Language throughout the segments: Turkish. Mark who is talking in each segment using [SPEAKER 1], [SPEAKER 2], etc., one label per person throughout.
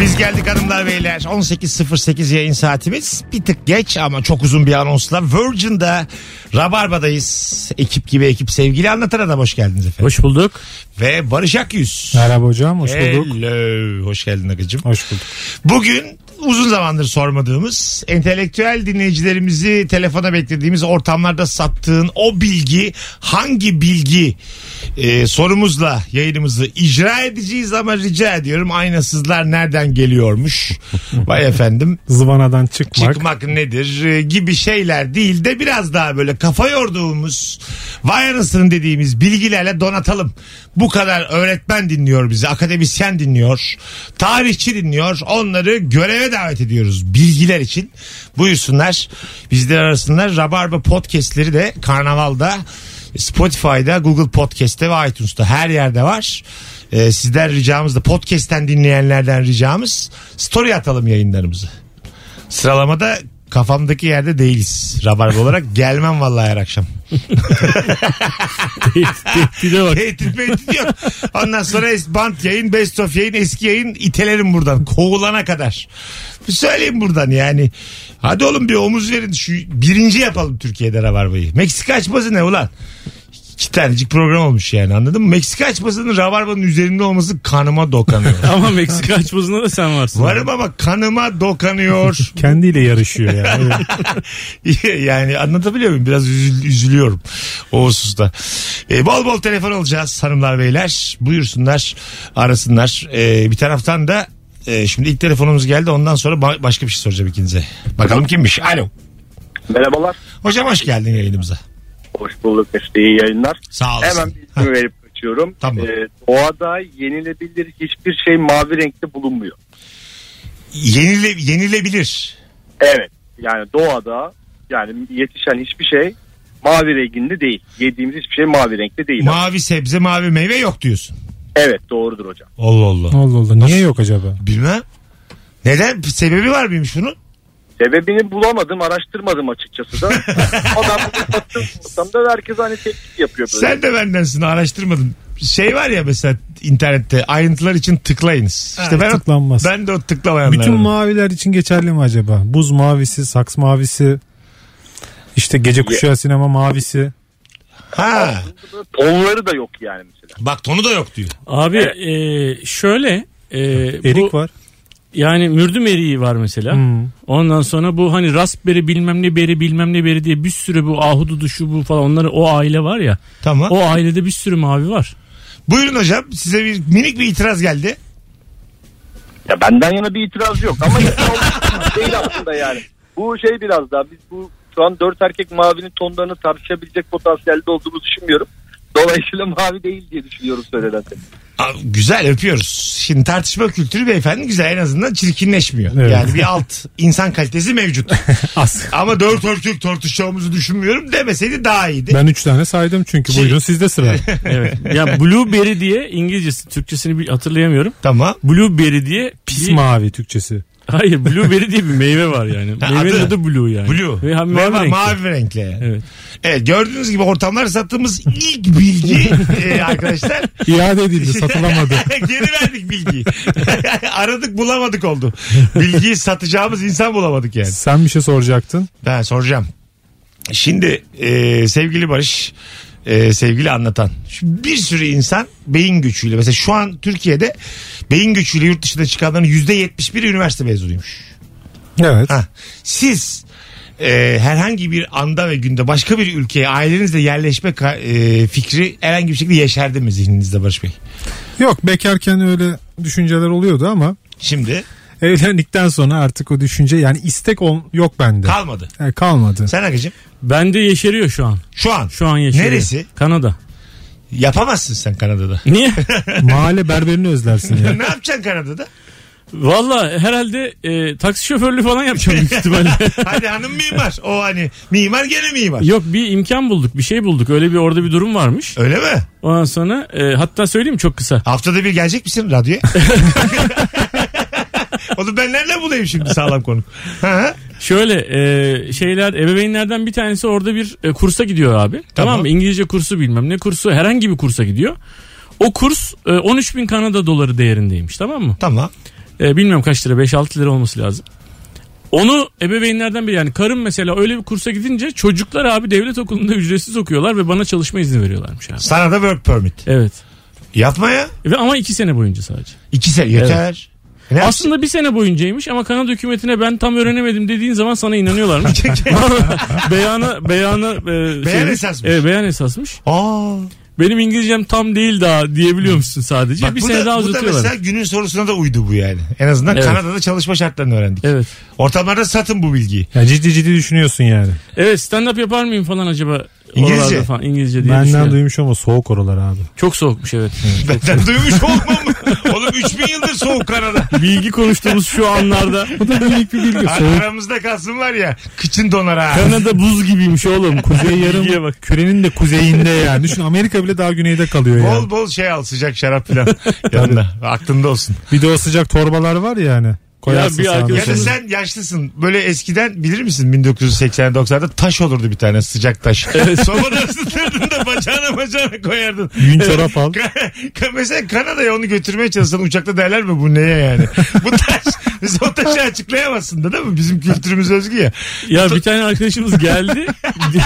[SPEAKER 1] Biz geldik hanımlar beyler. 18.08 yayın saatimiz. Bir tık geç ama çok uzun bir anonsla. Virgin'da Rabarba'dayız. Ekip gibi ekip. Sevgili anlatan adam hoş geldiniz efendim.
[SPEAKER 2] Hoş bulduk.
[SPEAKER 1] Ve Barış Akyüz.
[SPEAKER 2] Merhaba hocam, hoş bulduk.
[SPEAKER 1] Hello. Hoş geldin Akıcım.
[SPEAKER 2] Hoş bulduk.
[SPEAKER 1] Bugün uzun zamandır sormadığımız entelektüel dinleyicilerimizi telefona beklediğimiz ortamlarda sattığın o bilgi hangi bilgi Ee, sorumuzla yayınımızı icra edeceğiz ama rica ediyorum aynasızlar nereden geliyormuş vay efendim
[SPEAKER 2] Zıvanadan çıkmak.
[SPEAKER 1] çıkmak nedir e, gibi şeyler değil de biraz daha böyle kafa yorduğumuz vay anasının dediğimiz bilgilerle donatalım. Bu kadar öğretmen dinliyor bizi, akademisyen dinliyor, tarihçi dinliyor. Onları göreve davet ediyoruz bilgiler için. Buyursunlar bizler arasınlar. Rabarba podcastleri de karnavalda Spotify'da, Google Podcast'te ve iTunes'ta her yerde var. Ee, sizler ricamız da podcast'ten dinleyenlerden ricamız story atalım yayınlarımızı sıralamada kafamdaki yerde değiliz. Rabarba olarak gelmem vallahi her akşam.
[SPEAKER 2] Tehdide bak.
[SPEAKER 1] Tehdit mehdit yok. Ondan sonra es- bant yayın, best of yayın, eski yayın itelerim buradan. Kovulana kadar. Bir söyleyeyim buradan yani. Hadi oğlum bir omuz verin. Şu birinci yapalım Türkiye'de Rabarba'yı. Meksika açması ne ulan? İki tanecik program olmuş yani anladın mı? Meksika açmasının Rabarba'nın üzerinde olması kanıma dokunuyor.
[SPEAKER 2] Ama Meksika açmasında da sen varsın.
[SPEAKER 1] Varım ama kanıma dokunuyor.
[SPEAKER 2] Kendiyle yarışıyor yani. Evet.
[SPEAKER 1] yani anlatabiliyor muyum? Biraz üzül- üzülüyorum o hususta. Ee, bol bol telefon alacağız hanımlar beyler. Buyursunlar arasınlar. Ee, bir taraftan da e, şimdi ilk telefonumuz geldi ondan sonra ba- başka bir şey soracağım ikinize. Bakalım kimmiş? Alo.
[SPEAKER 3] Merhabalar.
[SPEAKER 1] Hocam hoş geldin yayınımıza.
[SPEAKER 3] Hoş bulduk Mesut. iyi yayınlar.
[SPEAKER 1] Sağ olasın.
[SPEAKER 3] Hemen bir
[SPEAKER 1] Ha,
[SPEAKER 3] isim verip açıyorum.
[SPEAKER 1] Tamam.
[SPEAKER 3] Ee, doğada yenilebilir hiçbir şey mavi renkte bulunmuyor.
[SPEAKER 1] yenile- yenilebilir.
[SPEAKER 3] Evet. Yani doğada yani yetişen hiçbir şey mavi renginde değil. Yediğimiz hiçbir şey mavi renkte değil.
[SPEAKER 1] Mavi sebze, mavi meyve yok diyorsun.
[SPEAKER 3] evet doğrudur hocam.
[SPEAKER 1] Allah Allah.
[SPEAKER 2] Allah Allah. Niye yok acaba?
[SPEAKER 1] Bilmem. Neden? Sebebi var mıymış bunun?
[SPEAKER 3] Sebebini bulamadım, araştırmadım açıkçası da. Ama ben bunu sattığım ortamda herkes hani tepki yapıyor böyle.
[SPEAKER 1] Sen de bendensin araştırmadım. Şey var ya mesela internette ayrıntılar için tıklayınız.
[SPEAKER 2] Ha,
[SPEAKER 1] İşte ben, o,
[SPEAKER 2] tıklanmaz.
[SPEAKER 1] ben de o tıklamayanlarım.
[SPEAKER 2] Bütün maviler için geçerli mi acaba? Buz mavisi, saks mavisi, işte gece kuşağı sinema mavisi.
[SPEAKER 1] Ha,
[SPEAKER 3] Tonları da yok yani mesela.
[SPEAKER 1] bak tonu da yok diyor.
[SPEAKER 4] Abi
[SPEAKER 3] Evet.
[SPEAKER 4] e, şöyle e,
[SPEAKER 2] Erik
[SPEAKER 4] bu,
[SPEAKER 2] var.
[SPEAKER 4] yani mürdüm eriği var mesela.
[SPEAKER 2] Hmm.
[SPEAKER 4] Ondan sonra bu hani raspberry bilmem ne beri bilmem ne beri diye bir sürü bu ahududu şu bu falan onları o aile var ya.
[SPEAKER 1] Tamam.
[SPEAKER 4] O ailede bir sürü mavi var.
[SPEAKER 1] Buyurun hocam size bir minik bir itiraz geldi.
[SPEAKER 3] Ya benden yana bir itiraz yok ama itiraz değil aslında yani. Bu şey biraz daha biz bu şu an dört erkek mavinin tonlarını tartışabilecek potansiyelde olduğumuzu düşünmüyorum. Dolayısıyla mavi değil diye düşünüyorum söylenen.
[SPEAKER 1] Aa, güzel öpüyoruz. Şimdi tartışma kültürü beyefendi güzel en azından çirkinleşmiyor.
[SPEAKER 2] Evet.
[SPEAKER 1] Yani bir alt insan kalitesi mevcut.
[SPEAKER 2] As.
[SPEAKER 1] Ama dört örtük tartışacağımızı düşünmüyorum demeseydi daha iyiydi.
[SPEAKER 2] Ben üç tane saydım çünkü buyurun sizde sıra.
[SPEAKER 4] Evet. ya blueberry diye İngilizcesi Türkçesini bir hatırlayamıyorum.
[SPEAKER 1] Tamam.
[SPEAKER 4] Blueberry diye
[SPEAKER 2] Pis
[SPEAKER 4] bir,
[SPEAKER 2] mavi Türkçesi.
[SPEAKER 4] Hayır blueberry diye bir meyve var yani.
[SPEAKER 1] Ha,
[SPEAKER 4] Meyvenin
[SPEAKER 1] adı?
[SPEAKER 4] adı, blue yani.
[SPEAKER 1] Blue.
[SPEAKER 4] Ve ha- mavi,
[SPEAKER 1] mavi,
[SPEAKER 4] renkli.
[SPEAKER 1] mavi renkli.
[SPEAKER 4] Evet.
[SPEAKER 1] Evet gördüğünüz gibi ortamlar sattığımız ilk bilgi e, arkadaşlar.
[SPEAKER 2] İade
[SPEAKER 4] E,
[SPEAKER 2] edildi satılamadı.
[SPEAKER 1] Geri verdik bilgiyi. Aradık bulamadık oldu. Bilgiyi satacağımız insan bulamadık yani.
[SPEAKER 2] Sen bir şey soracaktın.
[SPEAKER 1] Ben soracağım. Şimdi e, sevgili Barış, e, sevgili anlatan. Şu Bir sürü insan beyin güçüyle. Mesela şu an Türkiye'de beyin güçüyle yurt dışına çıkanların %71'i üniversite mezunuymuş.
[SPEAKER 2] Evet.
[SPEAKER 1] Ha. Siz e, herhangi bir anda ve günde başka bir ülkeye ailenizle yerleşme ka- e, fikri herhangi bir şekilde yeşerdi mi zihninizde Barış Bey?
[SPEAKER 2] Yok bekarken öyle düşünceler oluyordu ama
[SPEAKER 1] Şimdi
[SPEAKER 2] Evlendikten sonra artık o düşünce yani istek ol- yok bende.
[SPEAKER 1] kalmadı.
[SPEAKER 2] Yani kalmadı.
[SPEAKER 1] Sen Akıcım
[SPEAKER 4] Bende yeşeriyor şu an.
[SPEAKER 1] şu an.
[SPEAKER 4] Şu an yeşeriyor.
[SPEAKER 1] Neresi?
[SPEAKER 4] Kanada.
[SPEAKER 1] Yapamazsın sen Kanada'da.
[SPEAKER 4] Niye?
[SPEAKER 2] Mahalle berberini özlersin ya.
[SPEAKER 1] ne yapacaksın Kanada'da?
[SPEAKER 4] Valla herhalde e, taksi şoförlüğü falan yapacağım büyük ihtimalle.
[SPEAKER 1] Hadi hanım mimar. O hani mimar gene mimar.
[SPEAKER 4] Yok bir imkan bulduk bir şey bulduk öyle bir orada bir durum varmış.
[SPEAKER 1] Öyle mi?
[SPEAKER 4] Ondan sonra e, hatta söyleyeyim çok kısa.
[SPEAKER 1] Haftada bir gelecek misin radyoya? Oğlum ben nereden bulayım şimdi sağlam konuk? Hı hı.
[SPEAKER 4] Şöyle e, şeyler ebeveynlerden bir tanesi orada bir e, kursa gidiyor abi. Tamam.
[SPEAKER 1] Tamam.
[SPEAKER 4] mı? İngilizce kursu bilmem ne kursu herhangi bir kursa gidiyor. O kurs e, 13 bin Kanada doları değerindeymiş tamam mı?
[SPEAKER 1] tamam.
[SPEAKER 4] E, bilmiyorum kaç lira 5-6 lira olması lazım. Onu ebeveynlerden biri yani karım mesela öyle bir kursa gidince çocuklar abi devlet okulunda ücretsiz okuyorlar ve bana çalışma izni veriyorlarmış abi.
[SPEAKER 1] Sana da work permit.
[SPEAKER 4] Evet.
[SPEAKER 1] Yapma ya.
[SPEAKER 4] Ve ama iki sene boyunca sadece.
[SPEAKER 1] İki sene yeter. Ne yapsın?
[SPEAKER 4] Aslında bir sene boyuncaymış ama Kanada hükümetine ben tam öğrenemedim dediğin zaman sana inanıyorlarmış. beyana beyana e, şeymiş.
[SPEAKER 1] esasmış.
[SPEAKER 4] Evet, beyan esasmış.
[SPEAKER 1] Aa,
[SPEAKER 4] Benim İngilizcem tam değil daha diyebiliyor musun sadece?
[SPEAKER 1] bak
[SPEAKER 4] bir
[SPEAKER 1] bu
[SPEAKER 4] sene
[SPEAKER 1] da,
[SPEAKER 4] daha
[SPEAKER 1] bu da
[SPEAKER 4] uzatıyorlar.
[SPEAKER 1] mesela günün sorusuna da uydu bu yani. En azından
[SPEAKER 4] Evet.
[SPEAKER 1] Kanada'da çalışma şartlarını öğrendik.
[SPEAKER 4] Evet.
[SPEAKER 1] Ortamlarda satın bu bilgiyi.
[SPEAKER 2] Ya ciddi ciddi düşünüyorsun yani.
[SPEAKER 4] Evet stand up yapar mıyım falan acaba?
[SPEAKER 1] İngilizce.
[SPEAKER 4] Oralarda Falan, İngilizce diye
[SPEAKER 2] Benden
[SPEAKER 4] düşünüyorum.
[SPEAKER 2] duymuş ama soğuk oralar abi.
[SPEAKER 4] Çok soğukmuş evet.
[SPEAKER 1] Benden duymuş olmam. Oğlum 3000 yıldır soğuk Kanada.
[SPEAKER 4] Bilgi konuştuğumuz şu anlarda.
[SPEAKER 2] Bu da büyük bir bilgi.
[SPEAKER 1] Ar-
[SPEAKER 2] Soğuk.
[SPEAKER 1] Aramızda kalsın var ya. Kıçın donar ha.
[SPEAKER 4] Kanada buz gibiymiş oğlum.
[SPEAKER 2] Kuzey yarım kürenin de kuzeyinde yani. Düşün Amerika bile daha güneyde kalıyor ya.
[SPEAKER 1] Bol bol şey al sıcak şarap filan yanına. Aklında olsun.
[SPEAKER 2] Bir de o sıcak torbalar var ya hani. Koyarsın
[SPEAKER 4] bir
[SPEAKER 2] sağına
[SPEAKER 4] arkadaş-
[SPEAKER 1] Ya da
[SPEAKER 2] soluna.
[SPEAKER 1] sen yaşlısın. Böyle eskiden bilir misin 1980-90'da taş olurdu bir tane sıcak taş. Sobada ısıtırdın da bacağına bacağına koyardın.
[SPEAKER 2] Yün çorap al.
[SPEAKER 1] Ka- Mesela Kanada'ya onu götürmeye çalışsan uçakta derler mi bu neye yani? bu taş. Biz o taşı açıklayamazsın da değil mi? Bizim kültürümüz özgü ya.
[SPEAKER 4] Ya bir tane arkadaşımız geldi.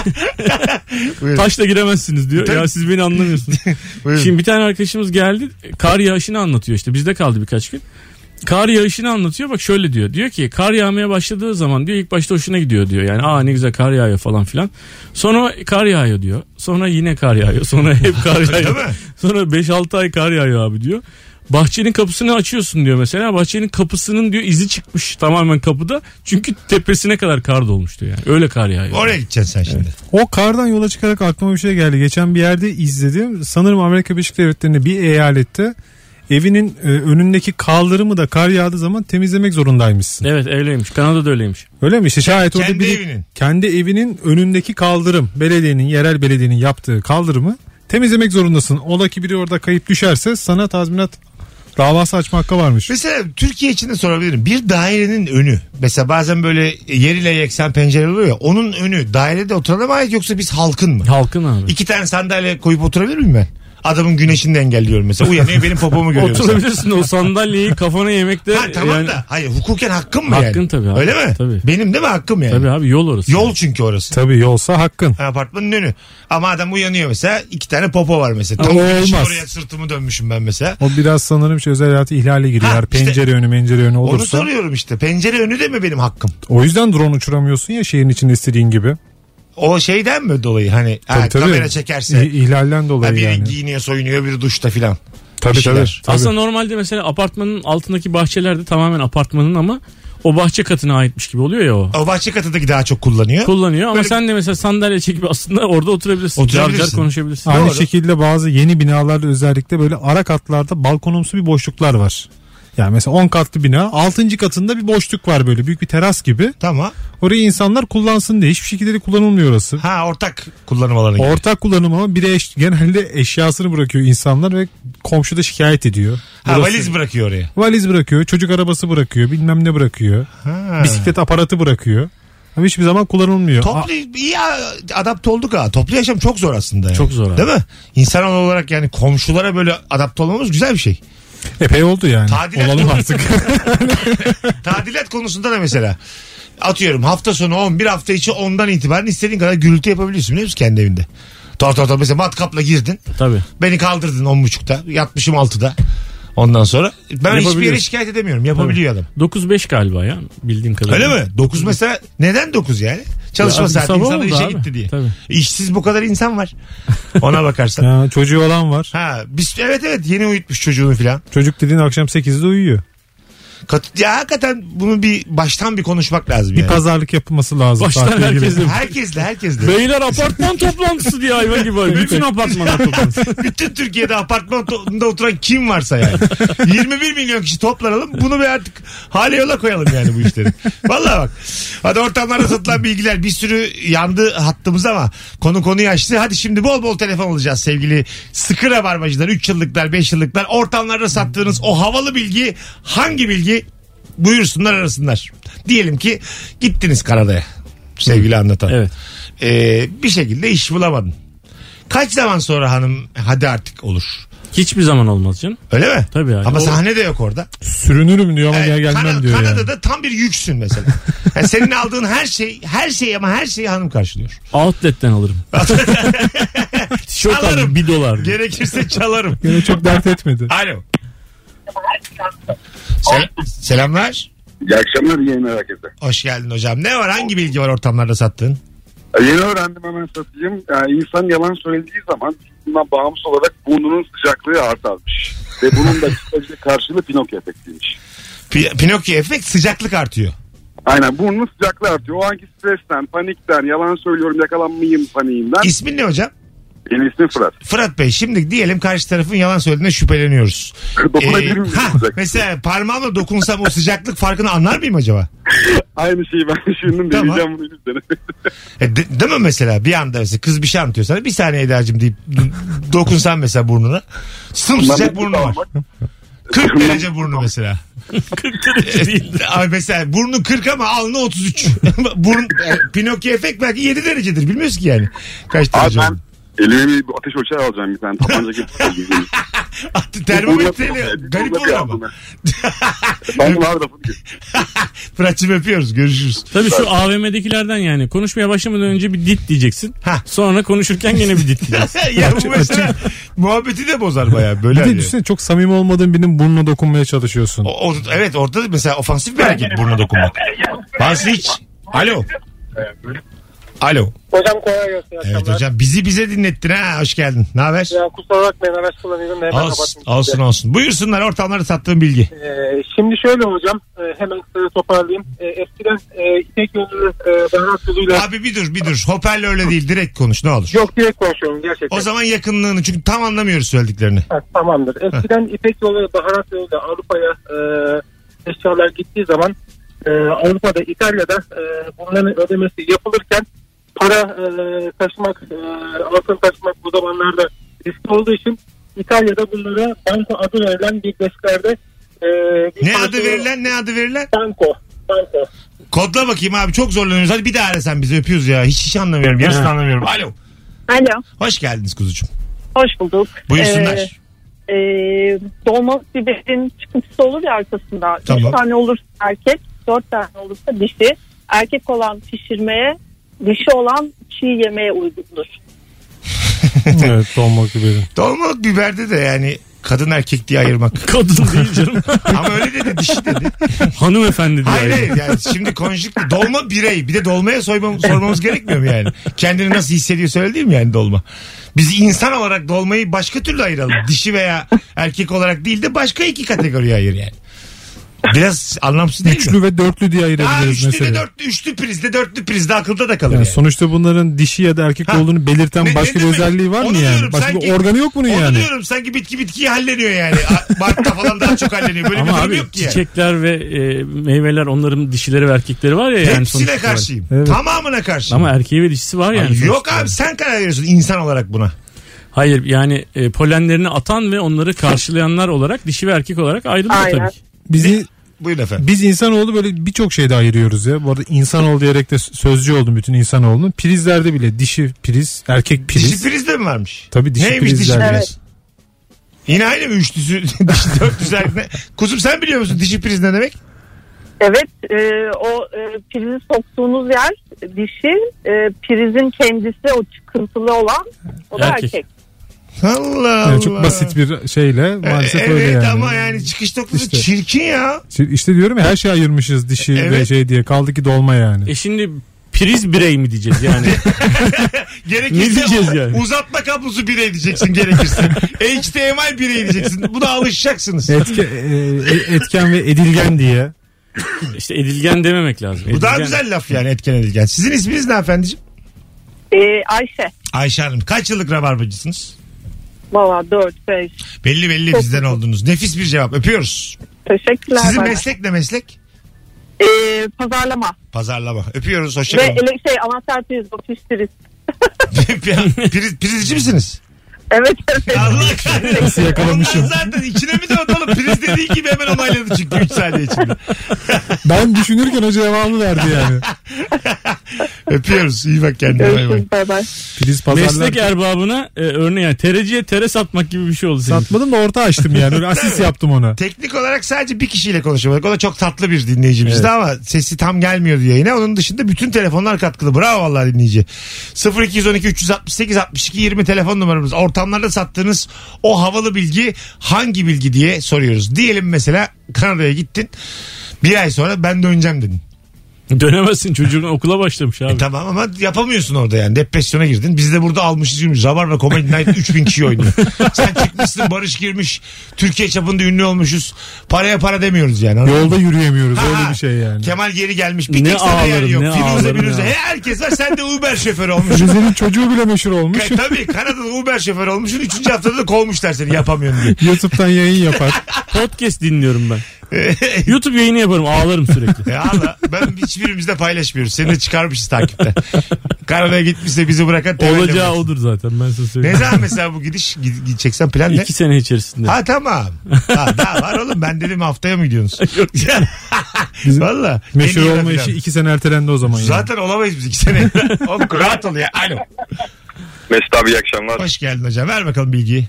[SPEAKER 1] Buyurun.
[SPEAKER 4] Taşla giremezsiniz diyor.
[SPEAKER 1] Tabii.
[SPEAKER 4] Ya siz beni anlamıyorsunuz.
[SPEAKER 1] Buyurun.
[SPEAKER 4] Şimdi bir tane arkadaşımız geldi. Kar yağışını anlatıyor işte. Bizde kaldı birkaç gün. Kar yağışını anlatıyor. Bak şöyle diyor. Diyor ki kar yağmaya başladığı zaman diyor ilk başta hoşuna gidiyor diyor. Yani aa ne güzel kar yağıyor falan filan. Sonra kar yağıyor diyor. Sonra yine kar yağıyor. Sonra hep kar yağıyor.
[SPEAKER 1] Değil mi?
[SPEAKER 4] Sonra 5-6 ay kar yağıyor abi diyor. Bahçenin kapısını açıyorsun diyor mesela. Bahçenin kapısının diyor izi çıkmış tamamen kapıda. Çünkü tepesine kadar kar dolmuş diyor yani. Öyle kar yağıyor.
[SPEAKER 1] Oraya gideceksin sen şimdi.
[SPEAKER 2] O kardan yola çıkarak aklıma bir şey geldi. Geçen bir yerde izledim. Sanırım Amerika Birleşik Devletleri'nde bir eyalette evinin e, önündeki kaldırımı da kar yağdığı zaman temizlemek zorundaymışsın.
[SPEAKER 4] Evet öyleymiş. Kanada'da öyleymiş.
[SPEAKER 2] Öyle mi? İşte şayet
[SPEAKER 1] Kendi
[SPEAKER 2] orada biri
[SPEAKER 1] evinin.
[SPEAKER 2] kendi evinin önündeki kaldırım, belediyenin, yerel belediyenin yaptığı kaldırımı temizlemek zorundasın. Ola ki biri orada kayıp düşerse sana tazminat davası açma hakkı varmış.
[SPEAKER 1] Mesela Türkiye için de sorabilirim. Bir dairenin önü. Mesela bazen böyle yeriyle yeksen pencere oluyor ya. Onun önü dairede oturana mı ait yoksa biz halkın mı?
[SPEAKER 4] Halkın abi.
[SPEAKER 1] İki tane sandalye koyup oturabilir miyim ben? Adamın güneşini de engelliyorum mesela. Uyanıyor benim popomu görüyor mesela.
[SPEAKER 4] Oturabilirsin o sandalyeyi kafana yemekte.
[SPEAKER 1] Ha tamam
[SPEAKER 4] yani,
[SPEAKER 1] da. Hayır hukuken hakkım mı yani?
[SPEAKER 4] Hakkın tabii abi.
[SPEAKER 1] Öyle mi?
[SPEAKER 4] Tabii.
[SPEAKER 1] Benim değil mi hakkım yani?
[SPEAKER 4] Tabii abi yol orası.
[SPEAKER 1] Yol çünkü orası.
[SPEAKER 2] Tabii yolsa hakkın.
[SPEAKER 1] Ha, Apartmanın önü. Ama adam uyanıyor mesela. iki tane popo var mesela. Tam
[SPEAKER 2] Ama o
[SPEAKER 1] güneşin
[SPEAKER 2] olmaz.
[SPEAKER 1] oraya sırtımı dönmüşüm ben mesela.
[SPEAKER 2] O biraz sanırım şey özel hayatı ihlale giriyor.
[SPEAKER 1] Ha,
[SPEAKER 2] Eğer
[SPEAKER 1] işte-
[SPEAKER 2] pencere önü mencere önü
[SPEAKER 1] Onu
[SPEAKER 2] olursa.
[SPEAKER 1] soruyorum işte. Pencere önü de mi benim hakkım?
[SPEAKER 2] O yüzden drone uçuramıyorsun ya şehrin içinde istediğin gibi.
[SPEAKER 1] O şeyden mi dolayı hani ha,
[SPEAKER 2] Tabii, tabii.
[SPEAKER 1] kamera çekerse
[SPEAKER 2] İ- ihlalden dolayı
[SPEAKER 1] ha, biri
[SPEAKER 2] yani.
[SPEAKER 1] giyiniyor soyunuyor biri duşta filan. bir
[SPEAKER 2] Tabii tabii.
[SPEAKER 1] şeyler.
[SPEAKER 2] tabii.
[SPEAKER 4] Aslında normalde mesela apartmanın altındaki bahçelerde tamamen apartmanın ama o bahçe katına aitmiş gibi oluyor ya o.
[SPEAKER 1] O bahçe katındaki daha çok kullanıyor.
[SPEAKER 4] Kullanıyor ama
[SPEAKER 1] Böyle-
[SPEAKER 4] sen de mesela sandalye çekip aslında orada oturabilirsin.
[SPEAKER 1] Oturabilirsin.
[SPEAKER 4] Car car konuşabilirsin.
[SPEAKER 2] Aynı
[SPEAKER 1] Doğru.
[SPEAKER 2] şekilde bazı yeni binalarda özellikle böyle ara katlarda balkonumsu bir boşluklar var. Yani mesela 10 katlı bina 6. katında bir boşluk var böyle büyük bir teras gibi.
[SPEAKER 1] tamam.
[SPEAKER 2] Orayı insanlar kullansın diye hiçbir şekilde de kullanılmıyor orası.
[SPEAKER 1] Ha ortak kullanım alanı. gibi.
[SPEAKER 2] Ortak kullanım ama biri eş- genelde eşyasını bırakıyor insanlar ve komşu da şikayet ediyor.
[SPEAKER 1] ha
[SPEAKER 2] Burası-
[SPEAKER 1] valiz bırakıyor oraya.
[SPEAKER 2] Valiz bırakıyor, çocuk arabası bırakıyor, bilmem ne bırakıyor.
[SPEAKER 1] Ha.
[SPEAKER 2] Bisiklet aparatı bırakıyor. Ama hiçbir zaman kullanılmıyor.
[SPEAKER 1] Toplu iyi a- adapte olduk ha. Toplu yaşam çok zor aslında. yani.
[SPEAKER 4] Çok zor abi.
[SPEAKER 1] Değil mi? İnsan olarak yani komşulara böyle adapte olmamız güzel bir şey.
[SPEAKER 2] A- epey oldu yani.
[SPEAKER 1] Tadilat-
[SPEAKER 2] Olalım artık.
[SPEAKER 1] Tadilat konusunda da mesela atıyorum hafta sonu 11 hafta içi 10'dan itibaren istediğin kadar gürültü yapabiliyorsun biliyor musun kendi evinde? Tor tor tor mesela matkapla girdin.
[SPEAKER 4] Tabii.
[SPEAKER 1] Beni kaldırdın 10.30'da. Yatmışım 6'da. Ondan sonra ben hiçbir yere
[SPEAKER 4] Yapabiliyor.
[SPEAKER 1] şikayet edemiyorum. Yapabiliyor adam.
[SPEAKER 4] 9-5 galiba ya bildiğim
[SPEAKER 1] Öyle
[SPEAKER 4] kadarıyla.
[SPEAKER 1] mi? 9 mesela neden 9 yani? Çalışma
[SPEAKER 4] Ya abi
[SPEAKER 1] saati
[SPEAKER 4] sabah
[SPEAKER 1] insanlar
[SPEAKER 4] oldu
[SPEAKER 1] işe
[SPEAKER 4] abi.
[SPEAKER 1] gitti diye.
[SPEAKER 4] Tabii.
[SPEAKER 1] İşsiz bu kadar insan var. Ona bakarsan.
[SPEAKER 2] Ya, çocuğu olan var.
[SPEAKER 1] ha biz evet evet yeni uyutmuş çocuğunu filan.
[SPEAKER 2] Çocuk dediğin akşam 8'de uyuyor.
[SPEAKER 1] Kat- ya hakikaten bunu bir baştan bir konuşmak lazım
[SPEAKER 2] Bir
[SPEAKER 1] yani.
[SPEAKER 2] pazarlık yapılması lazım.
[SPEAKER 4] Baştan
[SPEAKER 2] saatle ilgili.
[SPEAKER 4] herkese-
[SPEAKER 1] Herkesle herkesle.
[SPEAKER 4] Beyler apartman toplantısı diye hayvan gibi. var. Bütün apartmanlar toplantısı.
[SPEAKER 1] Bütün Türkiye'de apartmanında oturan kim varsa yani. 21 milyon kişi toplanalım. Bunu bir artık hale yola koyalım yani bu işleri. Vallahi bak. Hadi ortamlarda satılan bilgiler bir sürü yandı hattımız ama konu konuyu açtı. Hadi şimdi bol bol telefon alacağız sevgili sıkı rabarbacılar. 3 yıllıklar 5 yıllıklar ortamlarda sattığınız o havalı bilgi hangi bilgi buyursunlar arasınlar. Diyelim ki gittiniz Kanada'ya sevgili anlatan.
[SPEAKER 4] Evet.
[SPEAKER 1] Ee, bir şekilde iş bulamadın. Kaç zaman sonra hanım hadi artık olur.
[SPEAKER 4] Hiçbir zaman olmaz canım.
[SPEAKER 1] Öyle mi?
[SPEAKER 4] Tabii yani.
[SPEAKER 1] Ama
[SPEAKER 4] O-
[SPEAKER 1] sahne de yok orada.
[SPEAKER 2] Sürünürüm diyor ama
[SPEAKER 1] Yani
[SPEAKER 2] gel gelmem
[SPEAKER 1] Kana-
[SPEAKER 2] diyor yani.
[SPEAKER 1] Kanada'da tam bir yüksün mesela. Yani senin aldığın her şey, her şey ama her şeyi hanım karşılıyor.
[SPEAKER 4] Outlet'ten alırım. Tişört
[SPEAKER 1] Alırım.
[SPEAKER 4] alırım. Bir dolar.
[SPEAKER 1] Gerekirse çalarım.
[SPEAKER 2] Gene çok dert etmedi.
[SPEAKER 1] Alo. Sel- selamlar.
[SPEAKER 5] İyi akşamlar yayınlar herkese.
[SPEAKER 1] Hoş geldin hocam. Ne var? Hangi bilgi var ortamlarda sattığın?
[SPEAKER 5] E, Yeni öğrendim hemen satayım. Yani insan yalan söylediği zaman bundan bağımsız olarak burnunun sıcaklığı artarmış. Ve bunun da kısaca karşılığı Pinokyo efektiymiş.
[SPEAKER 1] Pi- Pinokyo efekt sıcaklık artıyor.
[SPEAKER 5] Aynen burnunun sıcaklığı artıyor. O anki stresten, panikten, yalan söylüyorum yakalanmayayım paniğinden.
[SPEAKER 1] İsmin ne hocam?
[SPEAKER 5] Yeni ismi Fırat.
[SPEAKER 1] Fırat Bey şimdi diyelim karşı tarafın yalan söylediğine şüpheleniyoruz.
[SPEAKER 5] Dokunabilir
[SPEAKER 1] Ee,
[SPEAKER 5] miyim
[SPEAKER 1] ha,
[SPEAKER 5] sıcaklığı?
[SPEAKER 1] mesela parmağımla dokunsam o sıcaklık farkını anlar mıyım acaba?
[SPEAKER 5] Aynı şeyi ben düşündüm.
[SPEAKER 1] Tamam.
[SPEAKER 5] Deneyeceğim bunu yüzden.
[SPEAKER 1] E, de- değil mi mesela bir anda mesela kız bir şey anlatıyor sana bir saniye Eda'cığım deyip do- dokunsan mesela burnuna sımsıcak burnu var. 40 derece burnu mesela.
[SPEAKER 4] 40 derece değil.
[SPEAKER 1] Abi mesela burnu 40 ama alnı 33. Burun, e, Pinokyo efekt belki 7 derecedir bilmiyoruz ki yani. Kaç
[SPEAKER 5] Abi
[SPEAKER 1] derece
[SPEAKER 5] ben
[SPEAKER 1] olduğunu.
[SPEAKER 5] elime bir ateş ölçer alacağım bir tane. Tabanca gibi.
[SPEAKER 1] Attı, Termometreyle
[SPEAKER 5] Burnu-
[SPEAKER 1] garip
[SPEAKER 5] burnu
[SPEAKER 1] olur ama.
[SPEAKER 5] yandı. ben var da fıkır.
[SPEAKER 1] Fırat'cığım öpüyoruz görüşürüz.
[SPEAKER 4] Tabii şu AVM'dekilerden yani konuşmaya başlamadan önce bir dit diyeceksin.
[SPEAKER 1] Hah.
[SPEAKER 4] Sonra konuşurken gene bir dit diyeceksin.
[SPEAKER 1] ya bu mesela muhabbeti de bozar bayağı böyle.
[SPEAKER 2] Bir de
[SPEAKER 1] hani.
[SPEAKER 2] düşünsene çok samimi olmadığın birinin burnuna dokunmaya çalışıyorsun.
[SPEAKER 1] O- o- evet orada da mesela ofansif bir hareket burnuna dokunmak. Bazı hiç. Alo. Alo.
[SPEAKER 3] Hocam kolay gelsin. iyi
[SPEAKER 1] Evet
[SPEAKER 3] akşamlar.
[SPEAKER 1] hocam bizi bize dinlettin ha hoş geldin. Ne haber?
[SPEAKER 3] Ya kusura bakmayın araç kullanıyorum da hemen
[SPEAKER 1] Olsun,
[SPEAKER 3] kapattım.
[SPEAKER 1] olsun olsun. Buyursunlar ortamları sattığın bilgi.
[SPEAKER 3] Ee, şimdi şöyle hocam e, hemen kısaca toparlayayım. E, eskiden e, ipek yolunu e, baharat yoluyla
[SPEAKER 1] Abi bir dur bir dur. Hoparlör öyle değil direkt konuş ne olur.
[SPEAKER 3] yok direkt konuşuyorum gerçekten.
[SPEAKER 1] O zaman yakınlığını çünkü tam anlamıyoruz söylediklerini.
[SPEAKER 3] Ha, tamamdır. Eskiden İpek yolu ve baharat yoluyla Avrupa'ya e, eşyalar gittiği zaman e, Avrupa'da İtalya'da e, bunların ödemesi yapılırken para e, taşımak e, altın taşımak bu zamanlarda riskli olduğu için İtalya'da bunlara banko adı verilen bir besklerde e, bir
[SPEAKER 1] Ne
[SPEAKER 3] banko-
[SPEAKER 1] adı verilen ne adı verilen?
[SPEAKER 3] Banko. Banko.
[SPEAKER 1] Kodla bakayım abi çok zorlanıyoruz. Hadi bir daha ara sen bizi öpüyoruz ya. Hiç hiç anlamıyorum. Yarısını anlamıyorum. Alo.
[SPEAKER 6] Alo,
[SPEAKER 1] Hoş geldiniz kuzucuğum.
[SPEAKER 6] hoş bulduk.
[SPEAKER 1] Buyursunlar.
[SPEAKER 6] Ee, e, dolma biberin çıkıntısı olur ya arkasında.
[SPEAKER 1] Tamam.
[SPEAKER 6] Üç tane olursa erkek, dört tane olursa dişi. Erkek olan pişirmeye, dişi olan çiğ yemeye uygundur.
[SPEAKER 2] evet dolmak biberin.
[SPEAKER 1] Dolmalık biberde de yani kadın erkek diye ayırmak.
[SPEAKER 4] Kadın değil canım.
[SPEAKER 1] Ama öyle dedi dişi dedi.
[SPEAKER 4] Hanımefendi diye. ayrı.
[SPEAKER 1] Hayır hayır yani şimdi konjük dolma birey. Bir de dolmaya soymam, sormamız gerekmiyor mu yani? Kendini nasıl hissediyor söylediğim yani dolma. Biz insan olarak dolmayı başka türlü ayıralım. Dişi veya erkek olarak değil de başka iki kategoriye ayır yani. Biraz anlamsız değil mi?
[SPEAKER 2] Üçlü ve dörtlü diye
[SPEAKER 1] Aa,
[SPEAKER 2] ayırabiliriz
[SPEAKER 1] üçlü de
[SPEAKER 2] mesela.
[SPEAKER 1] dörtlü, üçlü prizde dörtlü prizde akılda da kalır
[SPEAKER 2] Yani
[SPEAKER 1] yani.
[SPEAKER 2] sonuçta bunların dişi ya da erkek
[SPEAKER 1] Ha.
[SPEAKER 2] olduğunu belirten
[SPEAKER 1] Ne-
[SPEAKER 2] başka
[SPEAKER 1] ne
[SPEAKER 2] bir
[SPEAKER 1] demek?
[SPEAKER 2] özelliği var
[SPEAKER 1] Onu
[SPEAKER 2] mı yani?
[SPEAKER 1] diyorum,
[SPEAKER 2] Başka
[SPEAKER 1] sanki-
[SPEAKER 2] bir organı yok bunun
[SPEAKER 1] Onu
[SPEAKER 2] yani.
[SPEAKER 1] diyorum sanki bitki bitkiyi halleniyor yani. A- Mart'ta falan daha çok halleniyor. Böyle bir
[SPEAKER 4] Ama
[SPEAKER 1] durum
[SPEAKER 4] abi
[SPEAKER 1] yok ki yani.
[SPEAKER 4] çiçekler ve e, meyveler onların dişileri ve erkekleri var ya yani
[SPEAKER 1] Hepsine
[SPEAKER 4] sonuçta.
[SPEAKER 1] karşıyım.
[SPEAKER 2] Evet.
[SPEAKER 1] Tamamına karşıyım.
[SPEAKER 4] Ama erkeği ve dişisi var yani.
[SPEAKER 1] Ay, yok
[SPEAKER 4] sonuçta.
[SPEAKER 1] abi sen karar veriyorsun insan olarak buna.
[SPEAKER 4] Hayır yani e, polenlerini atan ve onları karşılayanlar olarak dişi ve erkek olarak ayrılıyor
[SPEAKER 6] Aynen.
[SPEAKER 4] tabii ki.
[SPEAKER 2] Bizi
[SPEAKER 1] Buyurun efendim.
[SPEAKER 2] biz insanoğlu böyle birçok şeyde ayırıyoruz ya. Bu arada insanoğlu diyerek de sözcü oldum bütün insanoğlunun. Prizlerde bile dişi priz, erkek priz.
[SPEAKER 1] Dişi priz de mi varmış?
[SPEAKER 2] Tabii dişi
[SPEAKER 1] Neymiş dişi
[SPEAKER 2] prizler.
[SPEAKER 1] priz?
[SPEAKER 6] Evet.
[SPEAKER 1] Yine aynı mı üçlüsü, dişi dörtlüsü ne? Kuzum sen biliyor musun dişi priz ne demek?
[SPEAKER 6] Evet, e, o e, prizi soktuğunuz yer dişi, e, prizin kendisi o çıkıntılı olan, o da
[SPEAKER 4] Erkek.
[SPEAKER 6] erkek.
[SPEAKER 1] Allah Allah.
[SPEAKER 2] Yani çok basit bir şeyle
[SPEAKER 1] Ee,
[SPEAKER 2] maalesef
[SPEAKER 1] evet
[SPEAKER 2] öyle yani.
[SPEAKER 1] ama yani çıkış noktası
[SPEAKER 2] İşte.
[SPEAKER 1] çirkin ya.
[SPEAKER 2] Şimdi İşte diyorum ya her şey ayırmışız dişi ve
[SPEAKER 1] E, Evet.
[SPEAKER 2] şey diye. Kaldı ki dolma yani.
[SPEAKER 4] E şimdi priz birey mi diyeceğiz yani?
[SPEAKER 1] Gerekirse
[SPEAKER 4] Ne diyeceğiz yani?
[SPEAKER 1] uzatma kablosu birey diyeceksin gerekirse. HDMI birey diyeceksin. Buna alışacaksınız.
[SPEAKER 2] Etke, e, etken ve edilgen diye.
[SPEAKER 4] işte edilgen dememek lazım.
[SPEAKER 1] Bu daha
[SPEAKER 4] Edilgen.
[SPEAKER 1] güzel laf yani etken edilgen. Sizin isminiz ne efendiciğim?
[SPEAKER 6] E, Ayşe,
[SPEAKER 1] Ayşe Hanım kaç yıllık rabarbacısınız?
[SPEAKER 6] valla 4, 5.
[SPEAKER 1] Belli belli
[SPEAKER 6] Çok.
[SPEAKER 1] bizden oldunuz. Nefis bir cevap öpüyoruz.
[SPEAKER 6] Teşekkürler.
[SPEAKER 1] Sizin
[SPEAKER 6] bay bay.
[SPEAKER 1] meslek ne meslek?
[SPEAKER 6] E, pazarlama
[SPEAKER 1] Pazarlama. Öpüyoruz
[SPEAKER 6] ve
[SPEAKER 1] hoşçakalın.
[SPEAKER 6] ele, şey, anahtar priz, bakış priz.
[SPEAKER 1] Priz, prizci misiniz?
[SPEAKER 6] Evet evet.
[SPEAKER 1] Allah kahretsin.
[SPEAKER 2] Nasıl yakalamışım?
[SPEAKER 1] Ondan zaten içine mi doğdu oğlum? Priz dediği gibi hemen onayladı çünkü 3 saniye içinde.
[SPEAKER 2] Ben düşünürken o cevabı verdi yani.
[SPEAKER 1] Öpüyoruz. İyi bak kendine. Bay bay.
[SPEAKER 6] Görüşürüz bay bay.
[SPEAKER 2] Filiz pazarlar.
[SPEAKER 1] er-
[SPEAKER 4] Meslek erbabına e, örneğin yani tereciye tere satmak gibi bir şey oldu senin.
[SPEAKER 2] Satmadım da orta açtım yani. Öyle asist yaptım ona.
[SPEAKER 1] Teknik olarak sadece bir kişiyle konuşamadık. O da çok tatlı bir dinleyicimizdi ama sesi tam gelmiyordu yayına. Onun dışında bütün telefonlar katkılı. Bravo vallahi dinleyici. 0212 368 62 20 telefon numaramız. Ortamlarda sattığınız o havalı bilgi hangi bilgi diye soruyoruz. Diyelim mesela Kanada'ya gittin. Bir ay sonra ben döneceğim dedin.
[SPEAKER 4] Dönemezsin çocuğun okula başlamış abi.
[SPEAKER 1] E tamam ama yapamıyorsun orada yani. Depresyona girdin. Biz de burada almışız yürümüş. Rabar ve Comedy Night 3000 kişi oynuyor. Sen çıkmışsın Barış girmiş. Türkiye çapında ünlü olmuşuz. Paraya para demiyoruz yani. Anladın
[SPEAKER 2] Yolda yürüyemiyoruz
[SPEAKER 1] Ha,
[SPEAKER 2] öyle bir şey yani.
[SPEAKER 1] Kemal geri gelmiş. Bir
[SPEAKER 4] Ne
[SPEAKER 1] tek sana yer
[SPEAKER 4] ağlarım,
[SPEAKER 1] yok.
[SPEAKER 4] ne
[SPEAKER 1] Firuze
[SPEAKER 4] ağlarım
[SPEAKER 1] Firuze.
[SPEAKER 4] ya.
[SPEAKER 1] Herkes var. Sen de Uber şoförü olmuşsun.
[SPEAKER 2] Rize'nin çocuğu bile meşhur olmuş.
[SPEAKER 1] Ka- Tabii Kanada'da Uber şoförü olmuşsun. Üçüncü haftada da kovmuşlar seni yapamıyorum diye.
[SPEAKER 2] YouTube'dan yayın yapar.
[SPEAKER 4] Podcast dinliyorum ben. YouTube yayını yaparım ağlarım sürekli.
[SPEAKER 1] E Allah ben hiçbirimizde paylaşmıyoruz. Seni de çıkarmışız takipte. Kanada'ya gitmişse bizi bırakan temelli
[SPEAKER 4] Olacağı
[SPEAKER 1] bıraksın.
[SPEAKER 4] odur zaten ben size
[SPEAKER 1] Ne
[SPEAKER 4] söyleyeyim.
[SPEAKER 1] zaman mesela bu gidiş Gide- gideceksen plan ne?
[SPEAKER 4] İki sene içerisinde.
[SPEAKER 1] Ha tamam. Ha, daha var oğlum. Ben dedim haftaya mı gidiyorsunuz? Valla.
[SPEAKER 2] Meşhur
[SPEAKER 1] En iyi
[SPEAKER 2] olma
[SPEAKER 1] yapacağım.
[SPEAKER 2] işi iki sene ertelendi o zaman yani.
[SPEAKER 1] Zaten olamayız biz iki sene. Oğlum rahat ol ya. Alo.
[SPEAKER 5] Mesut abi iyi akşamlar.
[SPEAKER 1] Hoş geldin hocam. Ver bakalım bilgiyi.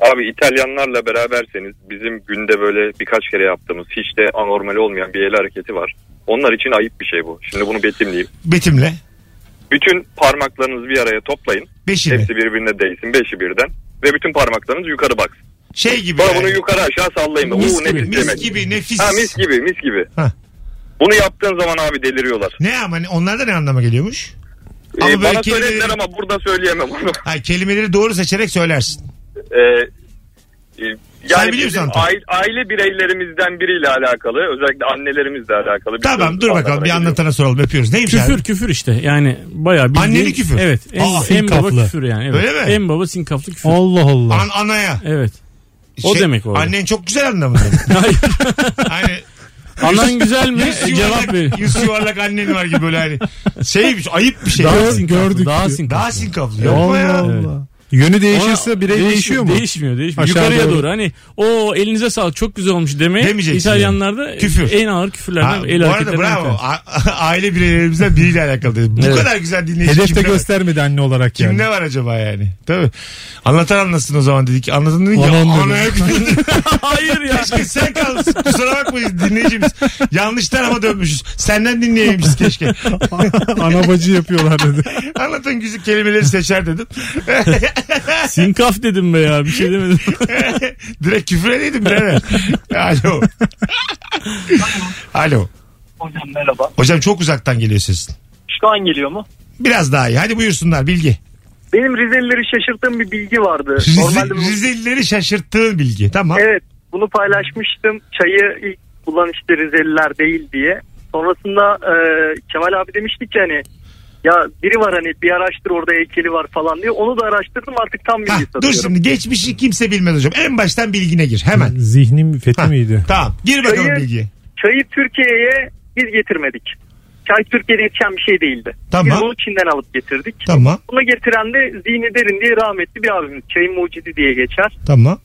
[SPEAKER 5] Abi İtalyanlarla beraberseniz bizim günde böyle birkaç kere yaptığımız hiç de anormal olmayan bir el hareketi var. Onlar için ayıp bir şey bu. Şimdi bunu betimleyeyim.
[SPEAKER 1] Betimle.
[SPEAKER 5] Bütün parmaklarınızı bir araya toplayın.
[SPEAKER 1] Beşini.
[SPEAKER 5] Hepsi birbirine değsin. Beşi birden. Ve bütün parmaklarınız yukarı baksın.
[SPEAKER 1] Şey gibi.
[SPEAKER 5] Sonra
[SPEAKER 1] yani.
[SPEAKER 5] bunu yukarı aşağı sallayın. da,
[SPEAKER 4] Mis
[SPEAKER 5] "Oo, nefis
[SPEAKER 4] gibi,
[SPEAKER 1] Mis
[SPEAKER 5] yemek."
[SPEAKER 1] gibi nefis.
[SPEAKER 5] Ha mis gibi mis gibi.
[SPEAKER 1] Hah.
[SPEAKER 5] Bunu yaptığın zaman abi deliriyorlar.
[SPEAKER 1] Ne ama ne- onlar da ne anlama geliyormuş? Ama
[SPEAKER 5] Ee,
[SPEAKER 1] böyle
[SPEAKER 5] bana
[SPEAKER 1] kelime-
[SPEAKER 5] söylediler ama burada söyleyemem onu.
[SPEAKER 1] Hayır, kelimeleri doğru seçerek söylersin.
[SPEAKER 5] Ee, e,
[SPEAKER 1] Sen
[SPEAKER 5] yani
[SPEAKER 1] biliyor
[SPEAKER 5] bizim
[SPEAKER 1] musun Antal?
[SPEAKER 5] aile, aile bireylerimizden biriyle alakalı özellikle annelerimizle alakalı. bir şey
[SPEAKER 1] Tamam
[SPEAKER 5] sözlük
[SPEAKER 1] dur
[SPEAKER 5] anlamına
[SPEAKER 1] bakalım bir
[SPEAKER 5] geliyor.
[SPEAKER 1] anlatana soralım öpüyoruz. Neymiş
[SPEAKER 4] Küfür
[SPEAKER 1] abi?
[SPEAKER 4] küfür işte yani bayağı bildiğin.
[SPEAKER 1] Anneli küfür.
[SPEAKER 4] Evet. En,
[SPEAKER 1] Aa,
[SPEAKER 4] en baba
[SPEAKER 2] sinkaflı.
[SPEAKER 4] küfür yani. Evet.
[SPEAKER 1] Öyle mi?
[SPEAKER 4] En baba sinkaflı küfür.
[SPEAKER 2] Allah Allah.
[SPEAKER 1] An- anaya. Şey,
[SPEAKER 4] Evet. O demek o.
[SPEAKER 1] Annen çok güzel anlamında.
[SPEAKER 4] Hayır.
[SPEAKER 1] hani
[SPEAKER 4] Anan güzel mi?
[SPEAKER 1] yüz
[SPEAKER 4] E,
[SPEAKER 1] yuvarlak,
[SPEAKER 4] cevap ver.
[SPEAKER 1] yüz yuvarlak annen var gibi böyle hani. Şey ayıp bir şey.
[SPEAKER 4] Daha
[SPEAKER 1] Daha,
[SPEAKER 4] sinkaflı.
[SPEAKER 2] gördük.
[SPEAKER 4] Daha sinkaflı.
[SPEAKER 1] sinkaflı. Yapma
[SPEAKER 2] Allah
[SPEAKER 1] ya.
[SPEAKER 2] Allah. Yönü değişirse
[SPEAKER 4] Ona-
[SPEAKER 2] birey
[SPEAKER 4] değiş-
[SPEAKER 2] değişiyor mu?
[SPEAKER 4] Değişmiyor değişmiyor.
[SPEAKER 2] Aşağı
[SPEAKER 4] Yukarıya
[SPEAKER 2] doğru.
[SPEAKER 4] doğru. Hani o elinize sağlık çok güzel olmuş demeye
[SPEAKER 1] Demeyeceksin
[SPEAKER 4] İtalyanlarda
[SPEAKER 1] Küfür.
[SPEAKER 4] en ağır küfürlerden
[SPEAKER 1] Ha,
[SPEAKER 4] el
[SPEAKER 1] bu arada
[SPEAKER 4] hareketlerinden.
[SPEAKER 1] bravo.
[SPEAKER 4] bir
[SPEAKER 1] A- aile bireylerimizden biriyle alakalı dedim. Bu
[SPEAKER 4] Evet.
[SPEAKER 1] kadar güzel dinleyici.
[SPEAKER 2] Hedefte
[SPEAKER 1] kimde var?
[SPEAKER 2] göstermedi anne olarak
[SPEAKER 1] Kim
[SPEAKER 2] yani.
[SPEAKER 1] ne var acaba yani? Tabii. Anlatan anlasın o zaman dedik. Anlatan dedin ki
[SPEAKER 2] Anam dedim.
[SPEAKER 1] anaya gidiyorsun."
[SPEAKER 4] tanesi. Hayır ya.
[SPEAKER 1] Keşke sen kalsın. Kusura bakmayın dinleyicimiz. Yanlış tarafa dönmüşüz. Senden dinleyeymişiz keşke.
[SPEAKER 2] Ana bacı yapıyorlar dedi.
[SPEAKER 1] Anlatan güzel kelimeleri seçer dedim.
[SPEAKER 4] Sinkaf dedim be ya bir şey demedim.
[SPEAKER 1] Direkt küfür edeydim birader. Alo. Alo.
[SPEAKER 3] Hocam merhaba.
[SPEAKER 1] Hocam çok uzaktan geliyor sesin.
[SPEAKER 3] Şu an geliyor mu?
[SPEAKER 1] Biraz daha iyi. Hadi buyursunlar bilgi.
[SPEAKER 3] Benim Rizelileri şaşırttığım bir bilgi vardı.
[SPEAKER 1] Rize-
[SPEAKER 3] Normalde bu-
[SPEAKER 1] Rizelileri şaşırttığın bilgi. Tamam.
[SPEAKER 3] Evet bunu paylaşmıştım. Çayı ilk bulan işte Rizeliler değil diye. Sonrasında e, Kemal abi demişti ki hani ya biri var hani bir araştır orada heykeli var falan diye. Onu da araştırdım artık tam bilgi
[SPEAKER 1] Ha, dur
[SPEAKER 3] satıyorum.
[SPEAKER 1] şimdi geçmişi kimse bilmez hocam. En baştan bilgine gir hemen.
[SPEAKER 2] Zihnim fethi
[SPEAKER 1] Ha,
[SPEAKER 2] miydi?
[SPEAKER 1] Tamam. Gir bakalım
[SPEAKER 3] Hayır.
[SPEAKER 1] bilgiye.
[SPEAKER 3] Çayı Türkiye'ye biz getirmedik. Çay Türkiye'de yetişen bir şey değildi.
[SPEAKER 1] Tamam.
[SPEAKER 3] Biz onu Çin'den alıp getirdik.
[SPEAKER 1] Tamam.
[SPEAKER 3] Bunu getiren de Zihni Derin diye rahmetli bir abimiz. Çayın mucidi diye geçer.
[SPEAKER 1] Tamam.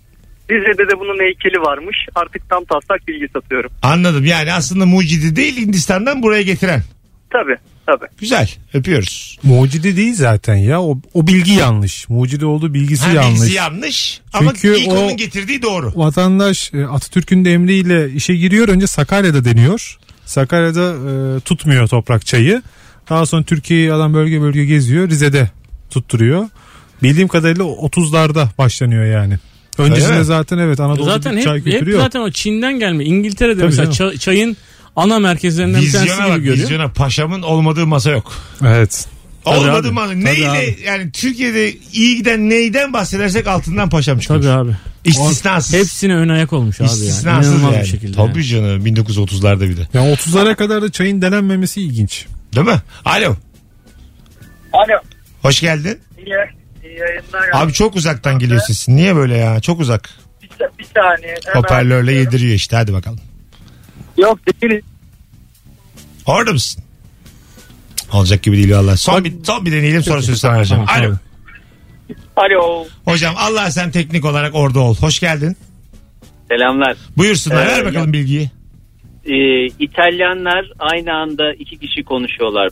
[SPEAKER 3] Rize'de de bunun heykeli varmış. Artık tam taslak bilgi satıyorum.
[SPEAKER 1] Anladım. Yani aslında mucidi değil Hindistan'dan buraya getiren.
[SPEAKER 3] Tabii tabii.
[SPEAKER 1] Güzel. Öpüyoruz.
[SPEAKER 2] Mucidi değil zaten ya. O, o bilgi yanlış. Mucidi olduğu bilgisi
[SPEAKER 1] Ha,
[SPEAKER 2] yanlış.
[SPEAKER 1] bilgisi yanlış. Ama
[SPEAKER 2] Çünkü
[SPEAKER 1] ilk
[SPEAKER 2] o-
[SPEAKER 1] onun getirdiği doğru.
[SPEAKER 2] Vatandaş e, Atatürk'ün de emriyle işe giriyor. Önce Sakarya'da deniyor. Sakarya'da e, tutmuyor toprak çayı. Daha sonra Türkiye'yi adam bölge bölge geziyor. Rize'de tutturuyor. Bildiğim kadarıyla 30'larda başlanıyor yani. Öncesinde
[SPEAKER 1] Öyle mi? E,
[SPEAKER 2] zaten evet Anadolu'da
[SPEAKER 4] E zaten
[SPEAKER 2] çay
[SPEAKER 4] hep, hep
[SPEAKER 2] kültürü yok.
[SPEAKER 4] zaten o Çin'den gelme. İngiltere'de
[SPEAKER 2] Tabii
[SPEAKER 4] mesela
[SPEAKER 2] canım.
[SPEAKER 4] ça- çayın ana merkezlerinden bir tanesi
[SPEAKER 1] Vizyona
[SPEAKER 4] gibi
[SPEAKER 1] bak.
[SPEAKER 4] görüyor.
[SPEAKER 1] Vizyona paşamın olmadığı masa yok.
[SPEAKER 2] Evet.
[SPEAKER 4] Tabii
[SPEAKER 1] olmadı
[SPEAKER 4] abi.
[SPEAKER 1] mı?
[SPEAKER 4] Tabii
[SPEAKER 1] Neyle
[SPEAKER 4] abi.
[SPEAKER 1] yani Türkiye'de iyi giden neyden bahsedersek altından paşam çıkmış.
[SPEAKER 4] Tabii abi.
[SPEAKER 1] İstisnasız.
[SPEAKER 4] Hepsine ön ayak olmuş abi yani.
[SPEAKER 1] İstisnasız
[SPEAKER 4] İnanılmaz
[SPEAKER 1] yani.
[SPEAKER 4] bir şekilde.
[SPEAKER 1] Tabii
[SPEAKER 4] yani.
[SPEAKER 1] canım 1930'larda bir de.
[SPEAKER 2] Yani 30'lara kadar da çayın denenmemesi ilginç.
[SPEAKER 1] Değil mi? Alo.
[SPEAKER 3] Alo.
[SPEAKER 1] Hoş geldin.
[SPEAKER 3] İyi, iyi yayınlar.
[SPEAKER 1] Abi çok uzaktan geliyor sesin. Niye böyle ya? Çok uzak.
[SPEAKER 3] Bir, bir saniye. Hemen
[SPEAKER 1] Hoparlörle yediriyor işte. Hadi bakalım.
[SPEAKER 3] Yok değil.
[SPEAKER 1] Orada mısın? Olacak gibi değil valla. Son bir, son bir deneyelim sonra sözü sana vereceğim.
[SPEAKER 4] Tamam,
[SPEAKER 1] Alo.
[SPEAKER 4] tamam.
[SPEAKER 7] Alo.
[SPEAKER 1] Hocam Allah sen teknik olarak orada ol. Hoş geldin.
[SPEAKER 7] Selamlar.
[SPEAKER 1] Buyursunlar.
[SPEAKER 7] Ee,
[SPEAKER 1] ver bakalım bilgiyi.
[SPEAKER 7] Ee, İtalyanlar aynı anda iki kişi konuşuyorlar.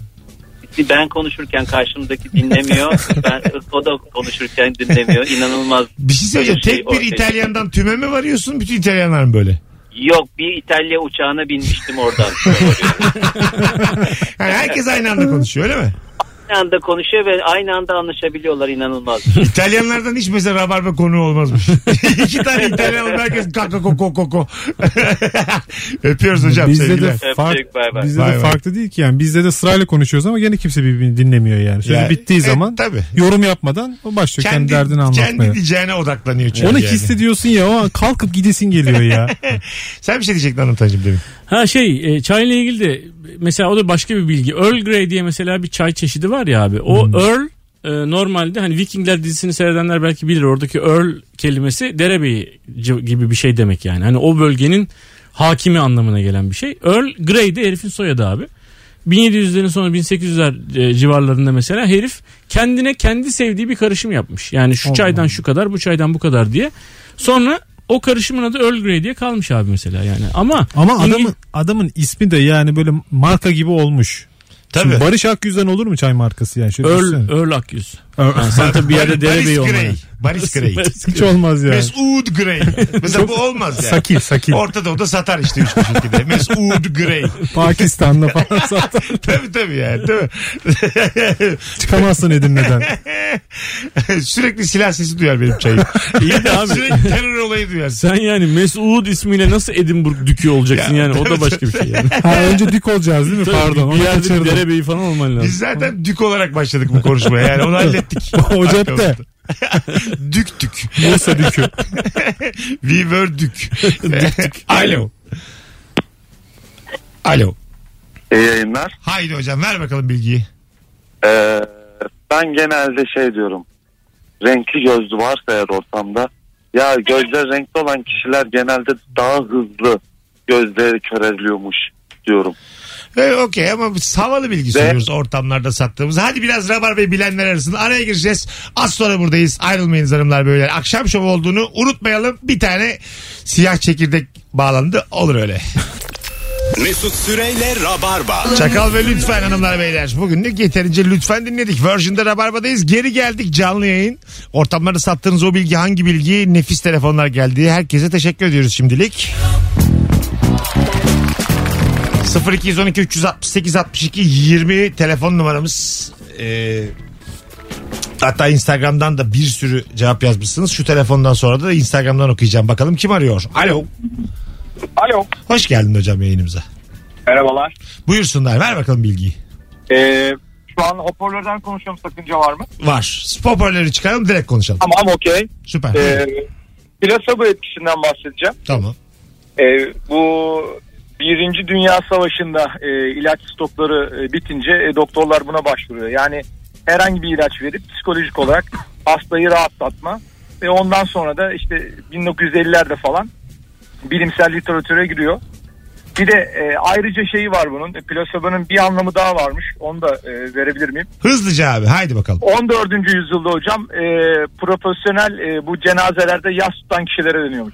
[SPEAKER 7] Ben konuşurken karşımdaki dinlemiyor. ben o da konuşurken dinlemiyor. İnanılmaz.
[SPEAKER 1] Bir şey söyleyeceğim.
[SPEAKER 7] şey
[SPEAKER 1] Tek bir
[SPEAKER 7] ortaya
[SPEAKER 1] İtalyandan tüme mi varıyorsun? Bütün İtalyanlar mı böyle?
[SPEAKER 7] Yok bir İtalya uçağına binmiştim oradan.
[SPEAKER 1] Yani herkes aynı anda konuşuyor öyle mi?
[SPEAKER 7] aynı anda konuşuyor ve aynı anda anlaşabiliyorlar inanılmaz.
[SPEAKER 1] İtalyanlardan hiç mesela rabarba konu olmazmış. İki tane İtalyan oldu, herkes kaka koko koko. Öpüyoruz hocam
[SPEAKER 2] Bizde
[SPEAKER 1] sevgiler.
[SPEAKER 2] de,
[SPEAKER 7] Öptük,
[SPEAKER 2] fark,
[SPEAKER 7] bay bay.
[SPEAKER 2] bizde
[SPEAKER 1] Bay
[SPEAKER 2] de
[SPEAKER 1] bay.
[SPEAKER 2] farklı değil ki yani. Bizde de sırayla konuşuyoruz ama gene kimse birbirini dinlemiyor yani. Sözü
[SPEAKER 1] Ya,
[SPEAKER 2] bittiği
[SPEAKER 1] e,
[SPEAKER 2] zaman
[SPEAKER 1] tabii.
[SPEAKER 2] yorum yapmadan o başlıyor kendi,
[SPEAKER 1] Kendi,
[SPEAKER 2] derdini anlatmaya.
[SPEAKER 1] kendi diyeceğine odaklanıyor çünkü.
[SPEAKER 2] Onu
[SPEAKER 1] yani.
[SPEAKER 2] hissediyorsun ya o an kalkıp gidesin geliyor ya.
[SPEAKER 1] Sen bir şey diyecektin Anlatancığım demin.
[SPEAKER 4] Ha şey e, çayla ilgili de mesela o da başka bir bilgi. Earl Grey diye mesela bir çay çeşidi var ya abi.
[SPEAKER 2] Hmm.
[SPEAKER 4] O Earl e, normalde hani Vikingler dizisini seyredenler belki bilir. Oradaki Earl kelimesi derebeyi ci- gibi bir şey demek yani. Hani o bölgenin hakimi anlamına gelen bir şey. Earl Grey de herifin soyadı abi. 1700'lerin sonu 1800'ler e, civarlarında mesela herif kendine kendi sevdiği bir karışım yapmış. Yani şu çaydan şu kadar, bu çaydan bu kadar diye. Sonra o karışımın adı Earl Grey diye kalmış abi mesela yani. Ama
[SPEAKER 2] Ama
[SPEAKER 4] İngil-
[SPEAKER 2] adamın adamın ismi de yani böyle marka gibi olmuş. Şimdi
[SPEAKER 1] Tabii.
[SPEAKER 2] Barış Akgüz'den olur mu çay markası yani? Şöyle
[SPEAKER 4] Earl,
[SPEAKER 2] düşünsene.
[SPEAKER 4] Earl Akyüz.
[SPEAKER 2] Earl-
[SPEAKER 4] Yani sen tabii bir yerde derebeyi
[SPEAKER 1] Baris
[SPEAKER 4] olmalı.
[SPEAKER 1] Gray. Baris Gray.
[SPEAKER 2] Hiç olmaz yani.
[SPEAKER 1] Mesut Gray. Mesela bu olmaz yani.
[SPEAKER 2] Sakil sakil.
[SPEAKER 1] Orta Doğu'da satar işte üç buçuk gibi. Mesut Gray.
[SPEAKER 2] Pakistan'da falan zaten
[SPEAKER 1] tabii tabii yani değil mi?
[SPEAKER 2] çıkamazsın Edirne'den.
[SPEAKER 1] Sürekli silah sesi duyar benim çayım.
[SPEAKER 4] İyi de abi.
[SPEAKER 1] Sürekli terör olayı duyar.
[SPEAKER 4] Sen yani Mesut ismiyle nasıl Edinburgh dükü olacaksın
[SPEAKER 1] Ya,
[SPEAKER 4] yani o da başka bir şey yani.
[SPEAKER 2] Ha, önce dik olacağız değil mi?
[SPEAKER 4] Tabii
[SPEAKER 2] Pardon.
[SPEAKER 4] bir
[SPEAKER 2] onu
[SPEAKER 4] yerde bir
[SPEAKER 2] kaçırdım.
[SPEAKER 4] derebeyi falan olman lazım.
[SPEAKER 1] Biz zaten dük olarak başladık bu konuşmaya. Yani onu hallettik.
[SPEAKER 2] O cepte.
[SPEAKER 1] dük dük.
[SPEAKER 2] Bursa dükü.
[SPEAKER 1] We were dük. Alo. Alo.
[SPEAKER 8] İyi yayınlar.
[SPEAKER 1] Haydi hocam ver bakalım bilgiyi.
[SPEAKER 8] Ee, ben genelde şey diyorum. Renkli gözlü varsa eğer ortamda. Ya gözler renkli olan kişiler genelde daha hızlı gözleri köreliyormuş diyorum.
[SPEAKER 1] Ee, Okey ama biz havalı bilgi söylüyoruz ortamlarda sattığımız. Hadi biraz Rabarbe'yi bilenler arasında araya gireceğiz. Az sonra buradayız. Ayrılmayınız hanımlar beyler. Akşam şovu olduğunu unutmayalım. Bir tane siyah çekirdek bağlandı. Olur öyle.
[SPEAKER 9] Mesut Süreyle Rabarba.
[SPEAKER 1] Çakal ve lütfen hanımlar beyler. Bugünlük yeterince lütfen dinledik. Virgin'de Rabarba'dayız. Geri geldik canlı yayın. Ortamlarda sattığınız o bilgi hangi bilgi? Nefis telefonlar geldi. Herkese teşekkür ediyoruz şimdilik. 0212 368 62 20 telefon numaramız. Ee, hatta Instagram'dan da bir sürü cevap yazmışsınız. Şu telefondan sonra da Instagram'dan okuyacağım. Bakalım kim arıyor? Alo.
[SPEAKER 8] Alo.
[SPEAKER 1] Hoş geldin hocam yayınımıza.
[SPEAKER 8] Merhabalar.
[SPEAKER 1] Buyursunlar. Ver bakalım bilgiyi.
[SPEAKER 8] Ee, şu an hoparlörden konuşuyorum sakınca var mı?
[SPEAKER 1] Var. Hoparlörü çıkaralım direkt konuşalım.
[SPEAKER 8] Tamam okey.
[SPEAKER 1] Süper.
[SPEAKER 8] Ee, plasebo etkisinden bahsedeceğim.
[SPEAKER 1] tamam.
[SPEAKER 8] Ee, bu Birinci Dünya Savaşı'nda e, ilaç stokları e, bitince e, doktorlar buna başvuruyor. Yani herhangi bir ilaç verip psikolojik olarak hastayı rahatlatma ve ondan sonra da işte 1950'lerde falan bilimsel literatüre giriyor. Bir de e, ayrıca şeyi var bunun. E, Plasebo'nun bir anlamı daha varmış. Onu da e, verebilir miyim?
[SPEAKER 1] Hızlıca abi haydi bakalım.
[SPEAKER 8] 14. yüzyılda hocam e, profesyonel e, bu cenazelerde yas tutan kişilere dönüyormuş.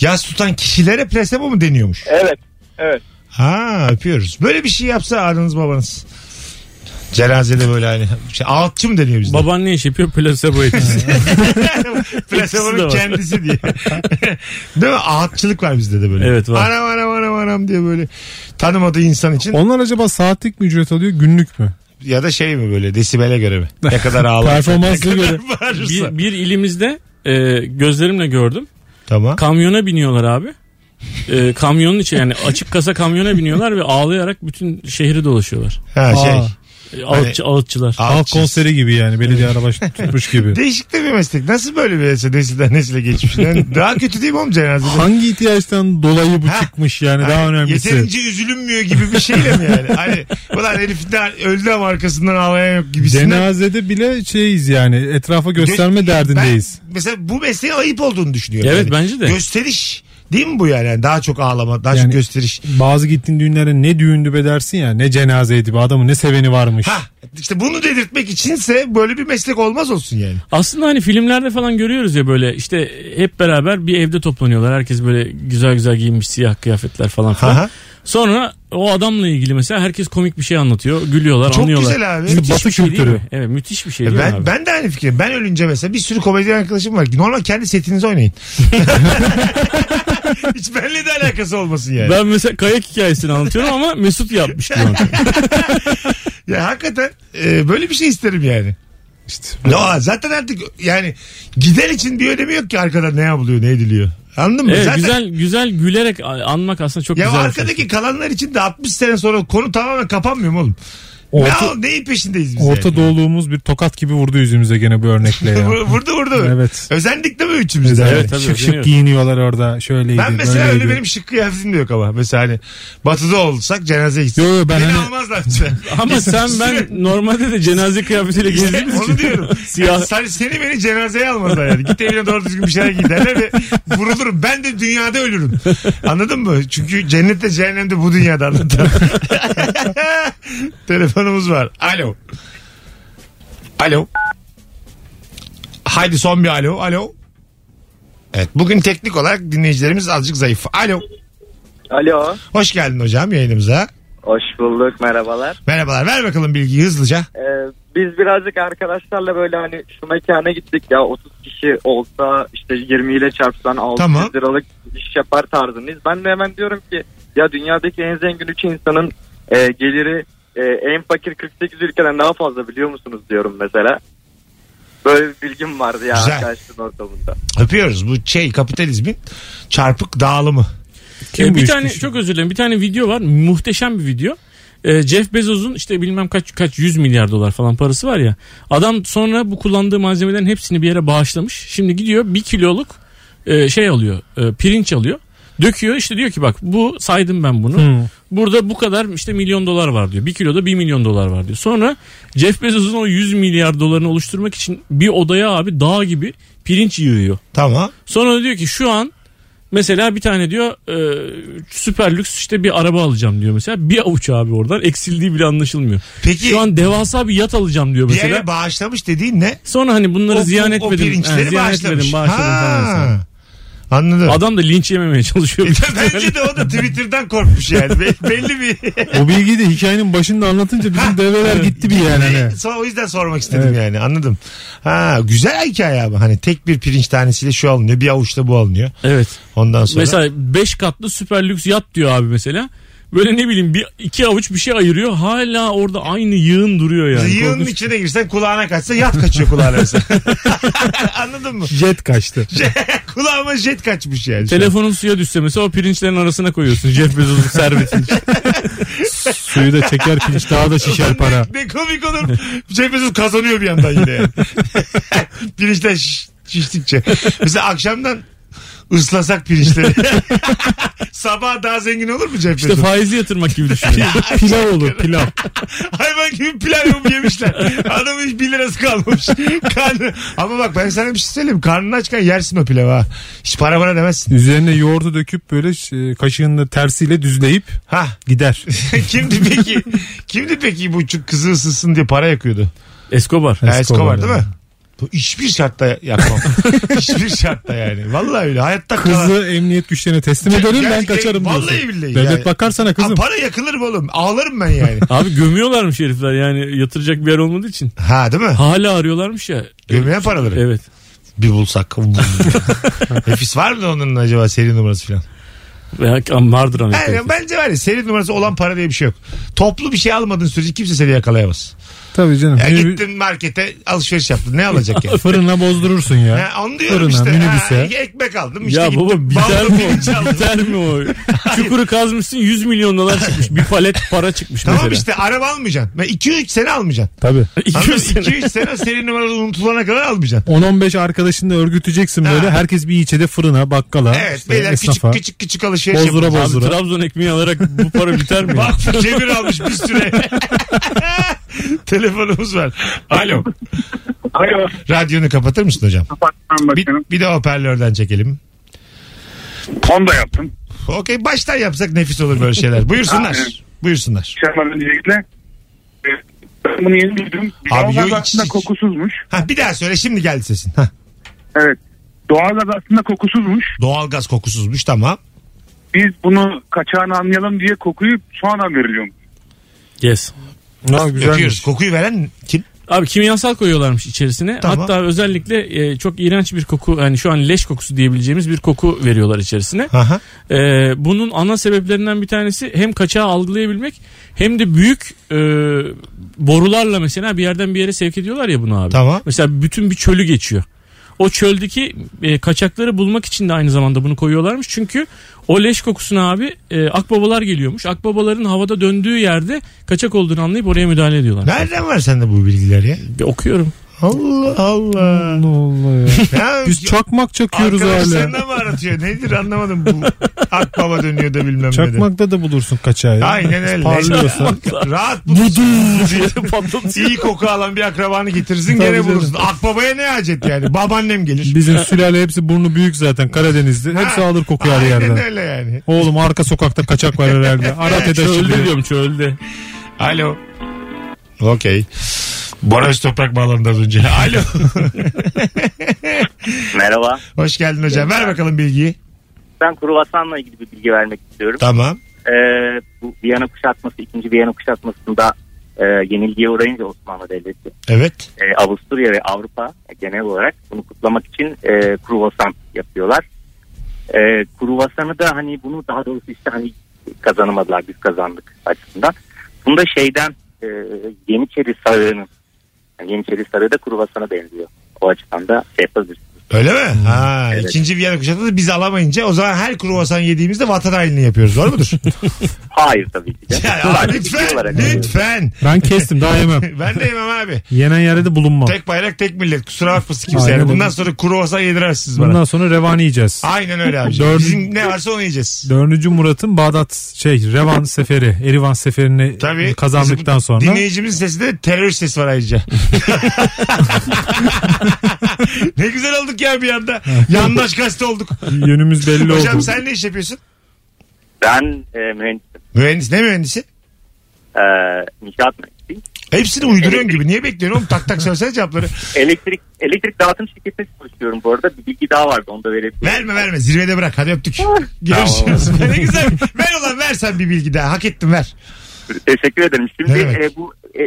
[SPEAKER 1] Yaz tutan kişilere plasebo mu deniyormuş?
[SPEAKER 8] Evet. Evet.
[SPEAKER 1] Ha öpüyoruz. Böyle bir şey yapsa ananız babanız. Cenazede böyle hani. Şey, ağıtçı mı deniyor bizde?
[SPEAKER 4] Baban ne iş yapıyor? Plasebo etkisi. İkisi de
[SPEAKER 1] Plasebonun
[SPEAKER 4] var.
[SPEAKER 1] kendisi diye. Değil mi? Ağıtçılık var bizde de böyle.
[SPEAKER 4] Evet, var.
[SPEAKER 1] Anam anam anam anam diye böyle tanımadığı insan için.
[SPEAKER 2] Onlar acaba saatlik mi ücret alıyor günlük mü?
[SPEAKER 1] Ya da şey mi böyle desibele göre mi? Ne kadar ağlar.
[SPEAKER 2] Performanslı göre.
[SPEAKER 4] bir, bir ilimizde e, gözlerimle gördüm.
[SPEAKER 1] Tamam.
[SPEAKER 4] Kamyona biniyorlar abi. E, kamyonun içi yani açık kasa kamyona biniyorlar ve ağlayarak bütün şehri dolaşıyorlar.
[SPEAKER 1] Ha şey.
[SPEAKER 2] Aa.
[SPEAKER 4] E, Ağıtçı, ağıtçılar.
[SPEAKER 2] Halk
[SPEAKER 1] ağıtçı.
[SPEAKER 2] konseri gibi yani belediye arabaş tutmuş gibi.
[SPEAKER 1] Değişik de bir meslek. Nasıl böyle bir meslek nesilden nesile geçmiş? Yani daha kötü değil mi oğlum cenazede?
[SPEAKER 2] Hangi ihtiyaçtan dolayı bu
[SPEAKER 1] Ha.
[SPEAKER 2] çıkmış yani daha
[SPEAKER 1] Hani
[SPEAKER 2] önemlisi.
[SPEAKER 1] Yeterince üzülünmüyor gibi bir şeyle mi yani? Hani ulan herif de öldü ama arkasından ağlayan yok gibisinden.
[SPEAKER 2] Cenazede bile şeyiz yani etrafa gösterme
[SPEAKER 1] Gö-
[SPEAKER 2] derdindeyiz.
[SPEAKER 4] hani
[SPEAKER 1] Ben mesela bu mesleğin ayıp olduğunu düşünüyorum.
[SPEAKER 4] Evet, bence de.
[SPEAKER 1] Gösteriş. Değil mi bu yani? Yani daha çok ağlama, daha
[SPEAKER 2] Yani-
[SPEAKER 1] çok gösteriş.
[SPEAKER 2] Bazı gittiğin düğünlere ne düğündü be dersin ya ne cenazeydi be adamın ne seveni varmış.
[SPEAKER 1] Ha işte bunu dedirtmek içinse böyle bir meslek olmaz olsun yani.
[SPEAKER 4] Aslında hani filmlerde falan görüyoruz ya böyle işte hep beraber bir evde toplanıyorlar. Herkes böyle güzel güzel giyinmiş siyah kıyafetler falan filan.
[SPEAKER 1] Aha.
[SPEAKER 4] Sonra o adamla ilgili mesela herkes komik bir şey anlatıyor. Gülüyorlar,
[SPEAKER 1] Çok
[SPEAKER 4] anlıyorlar.
[SPEAKER 1] güzel abi.
[SPEAKER 4] Müthiş
[SPEAKER 2] Batı
[SPEAKER 4] bir şey değil
[SPEAKER 2] kültürü.
[SPEAKER 4] mi? Evet müthiş bir şey
[SPEAKER 1] E
[SPEAKER 4] değil mi
[SPEAKER 1] Ben,
[SPEAKER 4] abi?
[SPEAKER 1] ben de aynı fikrim. Ben ölünce mesela bir sürü komedyen arkadaşım var. Normal kendi setinizi oynayın. Hiç benimle de alakası olmasın yani.
[SPEAKER 4] Ben mesela kayak hikayesini anlatıyorum ama Mesut yapmış diyor.
[SPEAKER 1] Ya hakikaten e, böyle bir şey isterim yani.
[SPEAKER 2] İşte.
[SPEAKER 1] No, zaten artık yani giden için bir önemi yok ki arkada ne yapılıyor ne ediliyor. Anladın mı?
[SPEAKER 4] Evet,
[SPEAKER 1] zaten
[SPEAKER 4] güzel güzel gülerek anmak aslında çok
[SPEAKER 1] ya
[SPEAKER 4] güzel. bir şey.
[SPEAKER 1] arkadaki kalanlar için de 60 sene sonra konu tamamen kapanmıyor mu oğlum? ne,
[SPEAKER 2] Orta,
[SPEAKER 1] o- neyin peşindeyiz biz
[SPEAKER 2] orta
[SPEAKER 1] yani?
[SPEAKER 2] doğuluğumuz bir tokat gibi vurdu yüzümüze gene bu örnekle ya.
[SPEAKER 1] Vur- Vurdu vurdu.
[SPEAKER 2] Evet.
[SPEAKER 1] Özendik değil mi üçümüz de?
[SPEAKER 4] Evet, tabii,
[SPEAKER 2] şık şık
[SPEAKER 4] özeniyoruz.
[SPEAKER 2] giyiniyorlar orada şöyleydi
[SPEAKER 1] Ben mesela öyle
[SPEAKER 2] böyleydi.
[SPEAKER 1] benim şık kıyafetim de yok ama. Mesela hani batıda olsak cenazeye gitsin.
[SPEAKER 2] Yo, yo, ben
[SPEAKER 1] Beni
[SPEAKER 2] hani-
[SPEAKER 1] almazlar mesela.
[SPEAKER 4] Ama sen ben normalde de cenaze kıyafetiyle
[SPEAKER 1] İşte
[SPEAKER 4] gezdiğimiz
[SPEAKER 1] onu
[SPEAKER 4] için.
[SPEAKER 1] diyorum.
[SPEAKER 4] Siyah.
[SPEAKER 1] Yani sen- seni beni cenazeye almazlar yani. Git evine doğru düzgün bir şeyler giy derler ve vurulurum. Ben de dünyada ölürüm. Anladın mı? Çünkü cennette cehennemde bu dünyada anlatan. Telefonumuz var. Alo. Alo. Haydi son bir alo. Alo. Evet bugün teknik olarak dinleyicilerimiz azıcık zayıf. Alo.
[SPEAKER 3] Alo.
[SPEAKER 1] Hoş geldin hocam yayınımıza.
[SPEAKER 3] Hoş bulduk merhabalar.
[SPEAKER 1] Merhabalar. Ver bakalım bilgiyi hızlıca.
[SPEAKER 3] Ee, biz birazcık arkadaşlarla böyle hani şu mekana gittik ya 30 kişi olsa işte 20 ile çarpsan 600
[SPEAKER 1] Tamam.
[SPEAKER 3] liralık iş yapar tarzındayız. Ben de hemen diyorum ki ya dünyadaki en zengin 3 insanın e, geliri e, en fakir 48 ülkeden daha fazla biliyor musunuz diyorum mesela. Böyle bir bilgim vardı ya
[SPEAKER 1] Güzel.
[SPEAKER 3] arkadaşların ortamında.
[SPEAKER 1] Öpüyoruz. Bu şey kapitalizmin çarpık dağılımı.
[SPEAKER 2] Kim
[SPEAKER 4] Ee,
[SPEAKER 2] bu
[SPEAKER 4] bir
[SPEAKER 2] üç
[SPEAKER 4] tane
[SPEAKER 2] kişi?
[SPEAKER 4] çok özür dilerim. Bir tane video var. Muhteşem bir video. Ee, Jeff Bezos'un işte bilmem kaç kaç 100 milyar dolar falan parası var ya. Adam sonra bu kullandığı malzemelerin hepsini bir yere bağışlamış. Şimdi gidiyor bir kiloluk e, şey alıyor. e, pirinç alıyor. Döküyor işte diyor ki bak bu saydım ben bunu.
[SPEAKER 2] Hmm.
[SPEAKER 4] Burada bu kadar işte milyon dolar var diyor. Bir kiloda bir milyon dolar var diyor. Sonra Jeff Bezos'un o 100 milyar dolarını oluşturmak için bir odaya abi dağ gibi pirinç yığıyor.
[SPEAKER 1] Tamam.
[SPEAKER 4] Sonra diyor ki şu an mesela bir tane diyor e, süper lüks işte bir araba alacağım diyor mesela. Bir avuç abi oradan eksildiği bile anlaşılmıyor.
[SPEAKER 1] Peki
[SPEAKER 4] Şu an devasa bir yat alacağım diyor
[SPEAKER 1] bir
[SPEAKER 4] mesela.
[SPEAKER 1] yere bağışlamış dediğin ne?
[SPEAKER 4] Sonra hani bunları
[SPEAKER 1] O-
[SPEAKER 4] ziyan
[SPEAKER 1] o- O
[SPEAKER 4] etmedim.
[SPEAKER 1] pirinçleri
[SPEAKER 4] He, ziyan
[SPEAKER 1] bağışlamış.
[SPEAKER 4] etmedim bağışladım falan. mesela.
[SPEAKER 1] ha. Anladım. E,
[SPEAKER 4] Adam da linç yememeye çalışıyor.
[SPEAKER 1] Bence de o da Twitter'dan korkmuş yani. Be- belli bir...
[SPEAKER 2] O bilgiyi de hikayenin başında anlatınca bizim develer gitti bir yani. hani.
[SPEAKER 1] Sonra o yüzden sormak istedim yani anladım. Ha güzel hikaye abi. Hani tek bir pirinç tanesiyle şu alınıyor. Bir avuçta bu alınıyor.
[SPEAKER 4] evet.
[SPEAKER 1] Ondan sonra.
[SPEAKER 4] Mesela 5 katlı süper lüks yat diyor abi mesela. Böyle ne bileyim bir iki avuç bir şey ayırıyor. Hala orada aynı yığın duruyor yani.
[SPEAKER 1] Yığının
[SPEAKER 4] Korkunç. şey.
[SPEAKER 1] içine girsen kulağına kaçsa yat kaçıyor kulağına mesela. Anladın mı?
[SPEAKER 2] Jet kaçtı.
[SPEAKER 1] Kulağıma jet kaçmış yani. şu an.
[SPEAKER 4] Telefonun suya düşse mesela o pirinçlerin arasına koyuyorsun. Jeff Bezos'un servetini.
[SPEAKER 2] Suyu da çeker pirinç daha da şişer para.
[SPEAKER 1] Ne komik olur. Jeff Bezos kazanıyor bir yandan yine. yani. Pirinçler şiş- şiştikçe. Mesela akşamdan ıslasak pirinçleri. Sabah daha zengin olur mu Jeff
[SPEAKER 4] İşte
[SPEAKER 1] Bezos?
[SPEAKER 4] faizi yatırmak gibi düşünüyorum.
[SPEAKER 2] pilav olur pilav.
[SPEAKER 1] Hayvan gibi pilav yapıp yemişler. Adamın hiç 1 lirası kalmamış. Karnı... Ama bak ben sana bir şey söyleyeyim. Karnını açken yersin o pilavı ha. Hiç para bana demezsin.
[SPEAKER 2] Üzerine yoğurdu döküp böyle e, kaşığın da tersiyle düzleyip
[SPEAKER 1] Ha.
[SPEAKER 2] gider.
[SPEAKER 1] kimdi peki? Kimdi peki bu çocuk kızı ısınsın diye para yakıyordu?
[SPEAKER 4] Escobar.
[SPEAKER 1] Escobar,
[SPEAKER 2] Escobar,
[SPEAKER 1] değil mi?
[SPEAKER 2] evet.
[SPEAKER 1] Bu hiçbir şartta yakmam. hiçbir şartta yani. Vallahi öyle. Hayatta kalan-
[SPEAKER 2] Kızı emniyet güçlerine teslim ederim ben
[SPEAKER 1] Gerçekten-
[SPEAKER 2] kaçarım diyorsun.
[SPEAKER 1] Vallahi billahi.
[SPEAKER 2] Devlet
[SPEAKER 1] Yani-
[SPEAKER 2] bakarsana
[SPEAKER 1] Ha,
[SPEAKER 2] kızım.
[SPEAKER 1] para yakılır mı oğlum? Ağlarım ben yani.
[SPEAKER 4] Abi gömüyorlarmış herifler yani yatıracak bir yer olmadığı için.
[SPEAKER 1] ha değil mi?
[SPEAKER 4] Hala arıyorlarmış ya.
[SPEAKER 1] Gömülen paraları.
[SPEAKER 4] Evet.
[SPEAKER 1] Bir bulsak. Nefis var mı onun acaba seri numarası falan?
[SPEAKER 4] Veya vardır
[SPEAKER 1] Hayır,
[SPEAKER 4] Amerika'da.
[SPEAKER 1] bence var ya seri numarası olan para diye bir şey yok. Toplu bir şey almadığın sürece kimse seni yakalayamaz.
[SPEAKER 2] Tabii canım.
[SPEAKER 1] Ya
[SPEAKER 2] Bir-
[SPEAKER 1] gittin markete alışveriş yaptın. Ne alacak yani?
[SPEAKER 2] Fırına bozdurursun ya.
[SPEAKER 1] Ha, onu diyorum
[SPEAKER 2] Fırına,
[SPEAKER 1] işte.
[SPEAKER 2] minibüse.
[SPEAKER 1] Ha, ekmek aldım. İşte
[SPEAKER 4] şey. ya baba
[SPEAKER 1] gittim,
[SPEAKER 4] biter
[SPEAKER 1] ballı
[SPEAKER 4] mi
[SPEAKER 1] pirinç
[SPEAKER 4] o?
[SPEAKER 1] aldım.
[SPEAKER 4] Biter mi o? Çukuru kazmışsın 100 milyon dolar çıkmış. Bir palet para çıkmış
[SPEAKER 1] Tamam
[SPEAKER 4] mesela.
[SPEAKER 1] işte araba almayacaksın. 2-3 sene almayacaksın.
[SPEAKER 2] Tabii.
[SPEAKER 4] 200 sene.
[SPEAKER 1] 2-3 sene seri numaralı unutulana kadar almayacaksın.
[SPEAKER 2] 10-15 arkadaşını örgüteceksin böyle.
[SPEAKER 1] Ha.
[SPEAKER 2] Herkes bir ilçede fırına, bakkala,
[SPEAKER 1] Evet
[SPEAKER 2] işte
[SPEAKER 1] beyler
[SPEAKER 2] esnafa.
[SPEAKER 1] küçük küçük küçük alışveriş
[SPEAKER 2] Bozdura
[SPEAKER 1] yapıyoruz.
[SPEAKER 4] Abi
[SPEAKER 2] bozdura.
[SPEAKER 4] Trabzon ekmeği alarak bu para biter mi? ya?
[SPEAKER 1] Bak cebir almış bir süre. Telefonumuz var. Alo.
[SPEAKER 10] Alo.
[SPEAKER 1] Radyonu kapatır mısın hocam? Bir, bir de hoparlörden çekelim.
[SPEAKER 11] Onu da yaptım.
[SPEAKER 1] Okey baştan yapsak nefis olur böyle şeyler. Buyursunlar. Buyursunlar.
[SPEAKER 11] Şerman öncelikle. e, Ben bunu yeni duydum.
[SPEAKER 1] Abi,
[SPEAKER 11] Doğalgaz
[SPEAKER 1] yo,
[SPEAKER 11] aslında
[SPEAKER 1] hiç-
[SPEAKER 11] kokusuzmuş.
[SPEAKER 1] Ha, bir daha söyle şimdi geldi sesin. Ha.
[SPEAKER 11] Evet. Doğalgaz aslında kokusuzmuş.
[SPEAKER 1] Doğalgaz kokusuzmuş tamam.
[SPEAKER 11] Biz bunu kaçağını anlayalım diye kokuyu sonradan veriliyor.
[SPEAKER 4] Yes.
[SPEAKER 2] Ne
[SPEAKER 1] Yapıyoruz.
[SPEAKER 2] güzelmiş.
[SPEAKER 1] Kokuyu veren kim?
[SPEAKER 4] Abi kimyasal koyuyorlarmış içerisine.
[SPEAKER 1] Tamam.
[SPEAKER 4] Hatta özellikle e, çok iğrenç bir koku hani şu an leş kokusu diyebileceğimiz bir koku veriyorlar içerisine.
[SPEAKER 1] Aha.
[SPEAKER 4] E, bunun ana sebeplerinden bir tanesi hem kaçağı algılayabilmek hem de büyük e, borularla mesela bir yerden bir yere sevk ediyorlar ya bunu abi.
[SPEAKER 1] Tamam.
[SPEAKER 4] Mesela bütün bir çölü geçiyor. O çöldeki e, kaçakları bulmak için de aynı zamanda bunu koyuyorlarmış. Çünkü o leş kokusuna abi e, akbabalar geliyormuş. Akbabaların havada döndüğü yerde kaçak olduğunu anlayıp oraya müdahale ediyorlar.
[SPEAKER 1] Nereden var sende bu bilgiler ya?
[SPEAKER 4] Bir Okuyorum.
[SPEAKER 1] Allah Allah.
[SPEAKER 2] Ne oldu ya?
[SPEAKER 1] Ya,
[SPEAKER 2] Biz çakmak çakıyoruz hala.
[SPEAKER 1] Arkadaşlarına mı aratıyor? Nedir anlamadım bu. Akbaba dönüyor da bilmem ne de.
[SPEAKER 2] Çakmakta da bulursun kaçağı. ya.
[SPEAKER 1] Aynen öyle.
[SPEAKER 2] Parlıyorsa.
[SPEAKER 1] Rahat bulursun. İyi koku alan bir akrabanı getirsin
[SPEAKER 2] Tabii
[SPEAKER 1] gene
[SPEAKER 2] canım.
[SPEAKER 1] bulursun. Akbabaya ne acet yani? Babaannem gelir.
[SPEAKER 2] Bizim sülale hepsi burnu büyük zaten Karadeniz'de. Hepsi
[SPEAKER 1] Ha,
[SPEAKER 2] alır kokuyu her
[SPEAKER 1] Aynen
[SPEAKER 2] yerden.
[SPEAKER 1] öyle yani.
[SPEAKER 2] Oğlum arka sokakta kaçak var herhalde. Arat
[SPEAKER 4] Çölde
[SPEAKER 2] edeşiliyor.
[SPEAKER 4] diyorum çölde.
[SPEAKER 1] Alo. Okey. Bora Öztoprak bağlandı az önce. Alo.
[SPEAKER 12] Merhaba.
[SPEAKER 1] Hoş geldin hocam. Ver bakalım bilgiyi.
[SPEAKER 12] Ben kruvasanla ilgili bir bilgi vermek istiyorum.
[SPEAKER 1] Tamam.
[SPEAKER 12] Ee, bu Viyana kuşatması, ikinci Viyana kuşatmasında e, yenilgiye uğrayınca Osmanlı Devleti,
[SPEAKER 1] Evet.
[SPEAKER 12] e, Avusturya ve Avrupa genel olarak bunu kutlamak için e, kruvasan yapıyorlar. E, kruvasanı da hani bunu daha doğrusu işte hani kazanamadılar biz kazandık açısından. Bunda şeyden e, Yeniçeri Sarığı'nın yani Yeniçeri Sarığı da kruvasana benziyor. O açıdan da şey yapabiliriz.
[SPEAKER 1] Öyle mi?
[SPEAKER 2] Hmm.
[SPEAKER 1] Ha,
[SPEAKER 12] Evet.
[SPEAKER 1] ikinci Viyana kuşatı da biz alamayınca o zaman her kruvasan yediğimizde vatan hainliğini yapıyoruz. Doğru mudur?
[SPEAKER 12] Hayır tabii ki de.
[SPEAKER 1] Ya, ama
[SPEAKER 12] Sadece bilgi
[SPEAKER 1] lütfen.
[SPEAKER 12] olarak.
[SPEAKER 1] Lütfen.
[SPEAKER 2] Ben kestim daha yemem.
[SPEAKER 1] Ben de yemem abi.
[SPEAKER 2] Yenen yere de bulunmam.
[SPEAKER 1] Tek bayrak tek millet. Kusura bakmasın kimse.
[SPEAKER 2] Aynen
[SPEAKER 1] Yani bundan
[SPEAKER 2] öyle.
[SPEAKER 1] sonra kruvasan yediremezsiniz bana.
[SPEAKER 2] Bundan sonra revan yiyeceğiz.
[SPEAKER 1] Aynen öyle abi.
[SPEAKER 2] Dördün-
[SPEAKER 1] Bizim ne varsa onu yiyeceğiz.
[SPEAKER 2] Dördüncü Murat'ın Bağdat şey Revan seferi, Erivan seferini
[SPEAKER 1] Tabii.
[SPEAKER 2] kazandıktan
[SPEAKER 1] bizim
[SPEAKER 2] sonra
[SPEAKER 1] Dinleyicimizin sesinde de terör sesi var ayrıca. ne güzel olduk ya bir anda. Yandaş gazete olduk.
[SPEAKER 2] yönümüz belli
[SPEAKER 1] Hocam
[SPEAKER 2] oldu.
[SPEAKER 1] sen ne iş yapıyorsun?
[SPEAKER 12] Ben e, mühendisim.
[SPEAKER 1] Mühendis ne mühendisi?
[SPEAKER 12] E, inşaat mühendisiyim.
[SPEAKER 1] Hepsini uyduruyorsun gibi. Niye bekliyorsun oğlum? Tak tak söylesene cevapları.
[SPEAKER 12] Elektrik elektrik dağıtım şirketinde çalışıyorum bu arada. Bir bilgi daha vardı onu da verebilirim.
[SPEAKER 1] Verme verme. Zirvede bırak. Hadi öptük. Görüşürüz. ne güzel. Ver ulan ver sen bir bilgi daha. Hak ettin ver.
[SPEAKER 12] Teşekkür ederim.
[SPEAKER 1] Ne
[SPEAKER 12] Şimdi
[SPEAKER 1] demek?
[SPEAKER 12] e, bu e,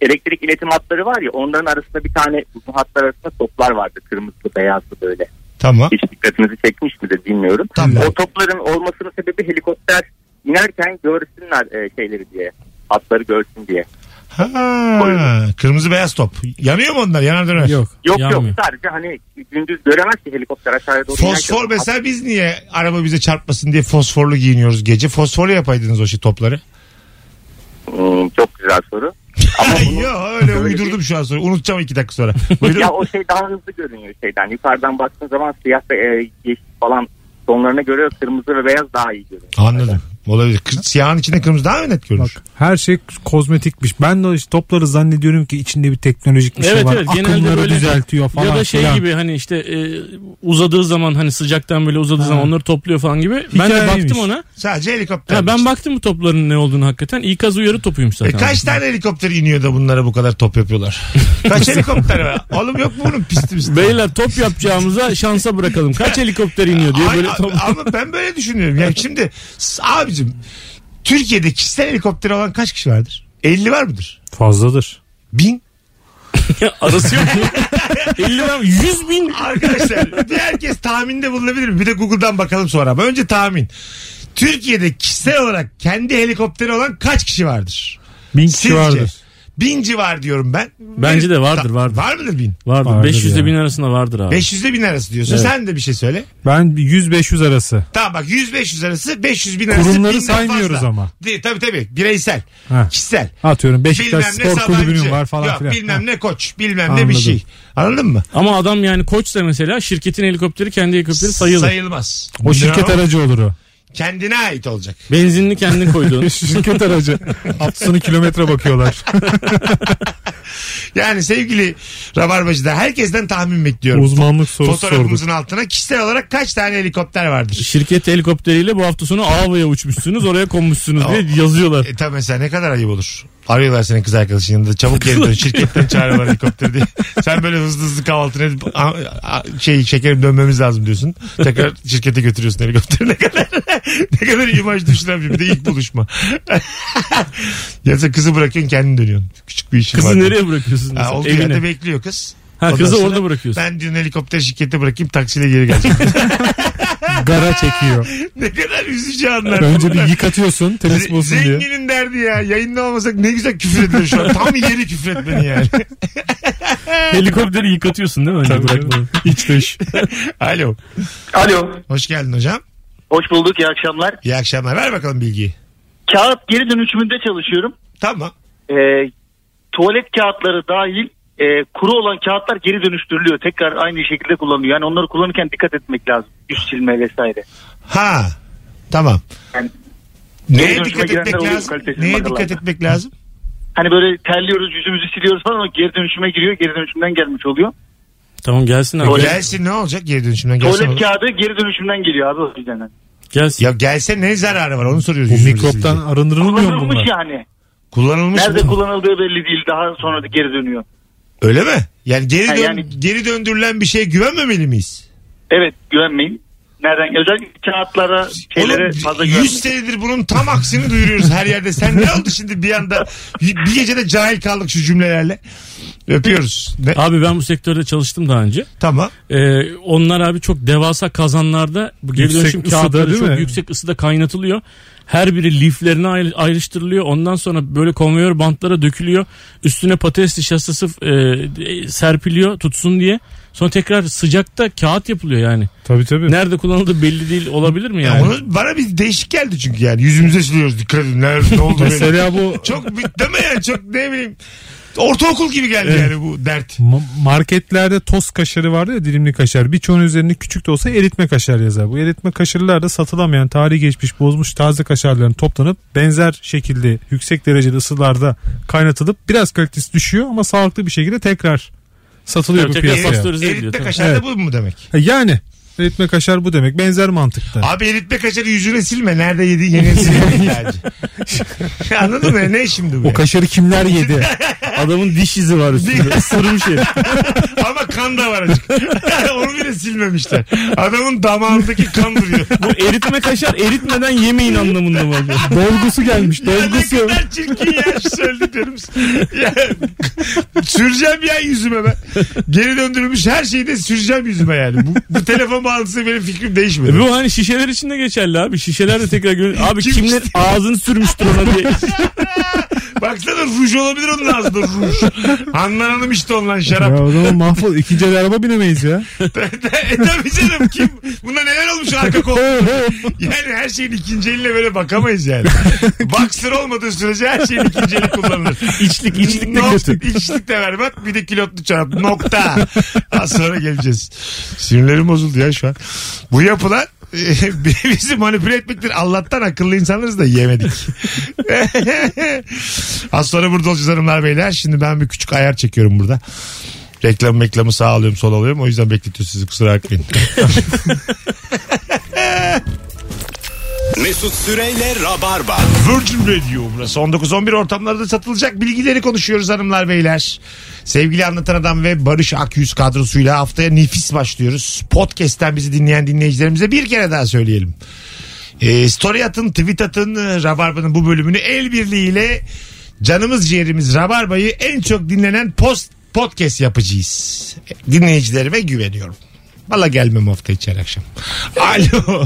[SPEAKER 12] elektrik iletim hatları var ya onların arasında bir tane uzun hatlar arasında toplar vardı. Kırmızı beyazlı böyle.
[SPEAKER 1] Tamam.
[SPEAKER 12] Hiç dikkatinizi çekmiş midir bilmiyorum.
[SPEAKER 1] Tamam.
[SPEAKER 12] O topların olmasının sebebi helikopter inerken görsünler e, şeyleri diye. Hatları görsün diye.
[SPEAKER 1] Ha, kırmızı beyaz top. Yanıyor mu onlar? Yanar döner.
[SPEAKER 2] Yok.
[SPEAKER 12] Yok
[SPEAKER 4] Yanmıyor.
[SPEAKER 12] yok sadece hani gündüz göremez ki helikopter aşağıya doğru
[SPEAKER 1] Fosfor
[SPEAKER 12] inerken-
[SPEAKER 1] mesela biz niye araba bize çarpmasın diye fosforlu giyiniyoruz gece. Fosforlu yapaydınız o şey topları.
[SPEAKER 12] Hmm, çok güzel soru. Ama bunu-
[SPEAKER 1] Yok öyle
[SPEAKER 12] Öyle
[SPEAKER 1] uydurdum şu an sonra. Unutacağım iki dakika sonra. Buyurun.
[SPEAKER 12] ya o şey daha hızlı görünüyor şeyden. Yukarıdan baktığın zaman siyah ve e, yeşil falan tonlarına göre kırmızı ve beyaz daha iyi görünüyor.
[SPEAKER 1] Anladım. Olabilir. Kır- Siyahın içinde kırmızı daha mı net görünür?
[SPEAKER 2] Bak, her şey kozmetikmiş. Ben de işte topları zannediyorum ki içinde bir teknolojik bir şey
[SPEAKER 4] Evet,
[SPEAKER 2] var.
[SPEAKER 4] evet, genelde
[SPEAKER 2] Akımları
[SPEAKER 4] böyle-
[SPEAKER 2] düzeltiyor falan.
[SPEAKER 4] ya da şey
[SPEAKER 2] filan.
[SPEAKER 4] gibi hani işte e, uzadığı zaman hani sıcaktan böyle uzadığı zaman onları topluyor falan gibi. ben de
[SPEAKER 2] Hikayeymiş.
[SPEAKER 4] baktım ona.
[SPEAKER 1] Sadece helikopter.
[SPEAKER 4] Ya ben baktım bu topların ne olduğunu hakikaten. İkaz uyarı topuymuş
[SPEAKER 1] E
[SPEAKER 4] zaten.
[SPEAKER 1] kaç tane helikopter iniyor da bunlara bu kadar top yapıyorlar? Kaç helikopter var? Oğlum yok mu bunun pisti pisti?
[SPEAKER 4] Beyler top yapacağımıza şansa bırakalım. Kaç helikopter iniyor diye
[SPEAKER 1] Ay-
[SPEAKER 4] böyle
[SPEAKER 1] a-
[SPEAKER 4] top.
[SPEAKER 1] Ama ben böyle düşünüyorum. Yani şimdi s- abicim Türkiye'de kişisel helikopteri olan kaç kişi vardır? 50 var mıdır?
[SPEAKER 2] Fazladır.
[SPEAKER 1] Bin?
[SPEAKER 4] Arası yok mu? 50 ben 100 bin.
[SPEAKER 1] Arkadaşlar bir herkes tahminde bulunabilir. Bir de Google'dan bakalım sonra. Ama önce tahmin. Türkiye'de kişisel olarak kendi helikopteri olan kaç kişi vardır?
[SPEAKER 2] Bin kişi
[SPEAKER 1] Sizce?
[SPEAKER 2] vardır.
[SPEAKER 1] Bin civar diyorum ben.
[SPEAKER 4] Bence de vardır, vardır.
[SPEAKER 1] Var mıdır bin?
[SPEAKER 4] Vardır.
[SPEAKER 2] Vardır
[SPEAKER 4] 500 ile
[SPEAKER 2] ya.
[SPEAKER 4] 1000 arasında vardır abi.
[SPEAKER 1] 500 ile bin arası diyorsun.
[SPEAKER 4] Evet.
[SPEAKER 1] Sen de bir şey söyle.
[SPEAKER 2] Ben 100-500 arası.
[SPEAKER 1] Tamam bak 100-500 arası 500 bin arası.
[SPEAKER 2] Kurumları
[SPEAKER 1] binden
[SPEAKER 2] saymıyoruz
[SPEAKER 1] fazla.
[SPEAKER 2] ama.
[SPEAKER 1] Değil, tabii tabii bireysel.
[SPEAKER 2] Ha.
[SPEAKER 1] Kişisel.
[SPEAKER 2] Atıyorum Beşiktaş
[SPEAKER 1] Bilmem ne
[SPEAKER 2] Spor Kulübü'nün
[SPEAKER 1] Sabancı.
[SPEAKER 2] var falan
[SPEAKER 1] Yok,
[SPEAKER 2] filan.
[SPEAKER 1] bilmem
[SPEAKER 2] Ha.
[SPEAKER 1] ne koç. Bilmem ne bir
[SPEAKER 2] Anladım.
[SPEAKER 1] şey. Anladın mı?
[SPEAKER 4] Ama adam yani koçsa mesela şirketin helikopteri kendi helikopteri sayılır.
[SPEAKER 1] Sayılmaz.
[SPEAKER 2] O şirket
[SPEAKER 1] Bravo.
[SPEAKER 2] aracı olur o.
[SPEAKER 1] Kendine ait olacak.
[SPEAKER 4] Benzinini kendin koyduğun.
[SPEAKER 2] şirket aracı. Hafta sonu kilometre bakıyorlar.
[SPEAKER 1] Yani sevgili Rabarbacı'da herkesten tahmin bekliyorum.
[SPEAKER 2] Uzmanlık sorusu
[SPEAKER 1] Fotoğrafımızın altına kişisel olarak kaç tane helikopter vardır?
[SPEAKER 4] Şirket helikopteriyle bu hafta sonu Ava'ya uçmuşsunuz oraya konmuşsunuz diye yazıyorlar.
[SPEAKER 1] E tabi mesela ne kadar ayıp olur. Arıyorlar senin kız arkadaşın yanında çabuk geri dön şirketten çağırıyorlar helikopter diye. Sen böyle hızlı hızlı kahvaltını edip "A- a- şey şekerim dönmemiz lazım diyorsun. Tekrar şirkete götürüyorsun helikopteri ne kadar ne kadar imaj düşünen bir de ilk buluşma. ya sen kızı bırakıyorsun kendin dönüyorsun. Küçük bir işin var.
[SPEAKER 4] Kızı nereye bırakıyorsun?
[SPEAKER 1] Ha, olduğu
[SPEAKER 4] Evine.
[SPEAKER 1] yerde bekliyor kız.
[SPEAKER 4] Ha,
[SPEAKER 1] Ondan
[SPEAKER 4] kızı
[SPEAKER 1] sonra
[SPEAKER 4] orada bırakıyorsun.
[SPEAKER 1] Ben diyorsun helikopter şirkete bırakayım taksiyle geri geleceğim.
[SPEAKER 2] Gara çekiyor.
[SPEAKER 1] ne kadar üzücü anlar.
[SPEAKER 2] Önce bir yıkatıyorsun temiz
[SPEAKER 1] Ze-
[SPEAKER 2] bulsun diye.
[SPEAKER 1] Zenginin derdi ya. Yayında olmasak ne güzel küfür edilir şu an. Tam yeri küfür etmeni yani.
[SPEAKER 4] Helikopteri yıkatıyorsun değil mi? Önce
[SPEAKER 2] Tabii.
[SPEAKER 4] bırakma. İç dış.
[SPEAKER 1] Alo.
[SPEAKER 13] Alo.
[SPEAKER 1] Hoş geldin hocam.
[SPEAKER 13] Hoş bulduk. iyi akşamlar.
[SPEAKER 1] İyi akşamlar. Ver bakalım bilgiyi.
[SPEAKER 13] Kağıt geri dönüşümünde çalışıyorum.
[SPEAKER 1] Tamam.
[SPEAKER 13] Ee, tuvalet kağıtları dahil e, kuru olan kağıtlar geri dönüştürülüyor. Tekrar aynı şekilde kullanılıyor. Yani onları kullanırken dikkat etmek lazım. Yüz silme vesaire.
[SPEAKER 1] Ha. Tamam.
[SPEAKER 13] Yani-
[SPEAKER 1] Neye dikkat
[SPEAKER 13] Geri dönüşüme
[SPEAKER 1] etmek
[SPEAKER 13] girenler oluyor,
[SPEAKER 1] lazım?
[SPEAKER 13] kalitesiz
[SPEAKER 1] Neye
[SPEAKER 13] markalarda.
[SPEAKER 1] dikkat etmek lazım?
[SPEAKER 13] Hani böyle terliyoruz yüzümüzü siliyoruz falan ama geri dönüşüme giriyor. Geri dönüşümden gelmiş oluyor.
[SPEAKER 4] Tamam gelsin abi.
[SPEAKER 13] Tuvalet-
[SPEAKER 1] Gelsin ne olacak geri dönüşümden gelsin.
[SPEAKER 13] Tuvalet kağıdı geri dönüşümden geliyor abi o yüzden.
[SPEAKER 4] Gelsin.
[SPEAKER 1] Ya gelse ne zararı var onu soruyoruz.
[SPEAKER 2] Bu
[SPEAKER 1] yüzümüzü
[SPEAKER 2] mikroptan
[SPEAKER 1] silince.
[SPEAKER 2] arındırılmıyor mu
[SPEAKER 13] Kullanılmış
[SPEAKER 2] bunlar?
[SPEAKER 13] yani.
[SPEAKER 1] Kullanılmış
[SPEAKER 13] Nerede
[SPEAKER 1] mı?
[SPEAKER 13] kullanıldığı belli değil. Daha sonra da geri dönüyor.
[SPEAKER 1] Öyle mi? Yani geri,
[SPEAKER 13] Ha,
[SPEAKER 1] dön-
[SPEAKER 13] yani-
[SPEAKER 1] geri döndürülen bir şeye güvenmemeli miyiz?
[SPEAKER 13] Evet güvenmeyin. Nereden? Özellikle kağıtlara şeylere
[SPEAKER 1] Oğlum,
[SPEAKER 13] fazla
[SPEAKER 1] 100
[SPEAKER 13] güvenmeyin.
[SPEAKER 1] senedir bunun tam aksini duyuruyoruz her yerde. Sen ne oldu şimdi bir anda? Bir gecede cahil kaldık şu cümlelerle. Öpüyoruz. Ne?
[SPEAKER 4] Abi ben bu sektörde çalıştım daha önce.
[SPEAKER 1] Tamam.
[SPEAKER 4] Ee, onlar abi çok devasa kazanlarda bu geri
[SPEAKER 2] Yüksek
[SPEAKER 4] dönüşüm
[SPEAKER 2] ısıda
[SPEAKER 4] kağıtları
[SPEAKER 2] değil
[SPEAKER 4] çok
[SPEAKER 2] mi?
[SPEAKER 4] yüksek ısıda kaynatılıyor. Her biri liflerine ayr- ayrıştırılıyor. Ondan sonra böyle konveyör bantlara dökülüyor. Üstüne patates nişastası e, e, serpiliyor tutsun diye. Sonra tekrar sıcakta kağıt yapılıyor yani.
[SPEAKER 2] Tabii tabii.
[SPEAKER 4] Nerede kullanıldığı belli değil olabilir mi
[SPEAKER 1] Ya
[SPEAKER 4] yani?
[SPEAKER 1] onu- bana bir değişik geldi çünkü yani. Yüzümüze siliyoruz. Dikkat edin. Ne, ne oldu böyle?
[SPEAKER 2] Mesela bu
[SPEAKER 1] Çok bir- değil mi yani? Çok ne bileyim. Ortaokul gibi geldi yani bu dert.
[SPEAKER 2] ma- marketlerde toz kaşarı vardı ya dilimli kaşar. Birçoğunun üzerinde küçük de olsa eritme kaşar yazar. Bu eritme kaşarlar da satılamayan, tarihi geçmiş, bozmuş taze kaşarların toplanıp benzer şekilde yüksek derecede ısılarda kaynatılıp biraz kalitesi düşüyor ama sağlıklı bir şekilde tekrar satılıyor
[SPEAKER 4] Tabii
[SPEAKER 2] bu
[SPEAKER 4] tekrar
[SPEAKER 2] piyasaya.
[SPEAKER 4] pastörize ediliyor,
[SPEAKER 1] Eritme
[SPEAKER 4] tabii.
[SPEAKER 1] kaşar da
[SPEAKER 2] Evet.
[SPEAKER 1] bu mu demek?
[SPEAKER 2] Yani eritme kaşar bu demek. Benzer mantıkta.
[SPEAKER 1] Abi eritme kaşarı yüzüne silme. Nerede yediğin yeni silme. Anladın mı? Ne şimdi bu?
[SPEAKER 2] o
[SPEAKER 1] yani?
[SPEAKER 2] kaşarı kimler yedi?
[SPEAKER 4] Adamın diş izi var üstünde. Isırmış herif.
[SPEAKER 1] Ama kan da var azıcık. Onu bile silmemişler. Adamın damağındaki kan duruyor.
[SPEAKER 4] Bu eritme kaşar eritmeden yemeyin anlamında mı? acaba?
[SPEAKER 2] dolgusu gelmiş,
[SPEAKER 1] Ya ne
[SPEAKER 2] dolgusu.
[SPEAKER 1] kadar çirkin ya şu söylediklerimiz. Ya, süreceğim ya yüzüme ben. Geri döndürülmüş her şeyi de süreceğim yüzüme yani. Bu, bu telefon bağlantısı benim fikrim değişmedi.
[SPEAKER 4] E Bu hani şişeler için de geçerli abi. Şişeler de tekrar gö- Abi
[SPEAKER 1] Kim-
[SPEAKER 4] kimler ağzını sürmüştür ona diye.
[SPEAKER 1] Baksana ruj olabilir onun ağzında ruj. Handan Hanım işte ondan şarap.
[SPEAKER 2] Ya o zaman mahvol. İkinci el araba binemeyiz ya.
[SPEAKER 1] e tabii canım kim? Bunda neler olmuş arka kol? Yani her şeyin ikinci eline böyle bakamayız yani. Boxer olmadığı sürece her şeyin ikinci eli kullanılır.
[SPEAKER 4] İçlik içlik de
[SPEAKER 1] Nok-
[SPEAKER 4] kötü.
[SPEAKER 1] İçlik de ver bak bir de kilotlu çorap nokta. Az sonra geleceğiz. Sinirlerim bozuldu ya şu an. Bu yapılan e, bizi manipüle etmektir. Allah'tan akıllı insanlarız da yemedik. Az sonra burada olacağız hanımlar beyler. Şimdi ben bir küçük ayar çekiyorum burada. Reklam reklamı sağ alıyorum sol alıyorum. O yüzden bekletiyor sizi kusura bakmayın.
[SPEAKER 14] Mesut Süreyle Rabarba.
[SPEAKER 1] Virgin Radio burası. 19-11 ortamlarda satılacak bilgileri konuşuyoruz hanımlar beyler. Sevgili Anlatan Adam ve Barış Akyüz kadrosuyla haftaya nefis başlıyoruz. Podcast'ten bizi dinleyen dinleyicilerimize bir kere daha söyleyelim. Ee, story atın, tweet atın. e, Rabarba'nın bu bölümünü el birliğiyle canımız ciğerimiz Rabarba'yı en çok dinlenen post podcast yapacağız. Dinleyicilerime güveniyorum. Valla gelmem hafta içi her akşam. Alo.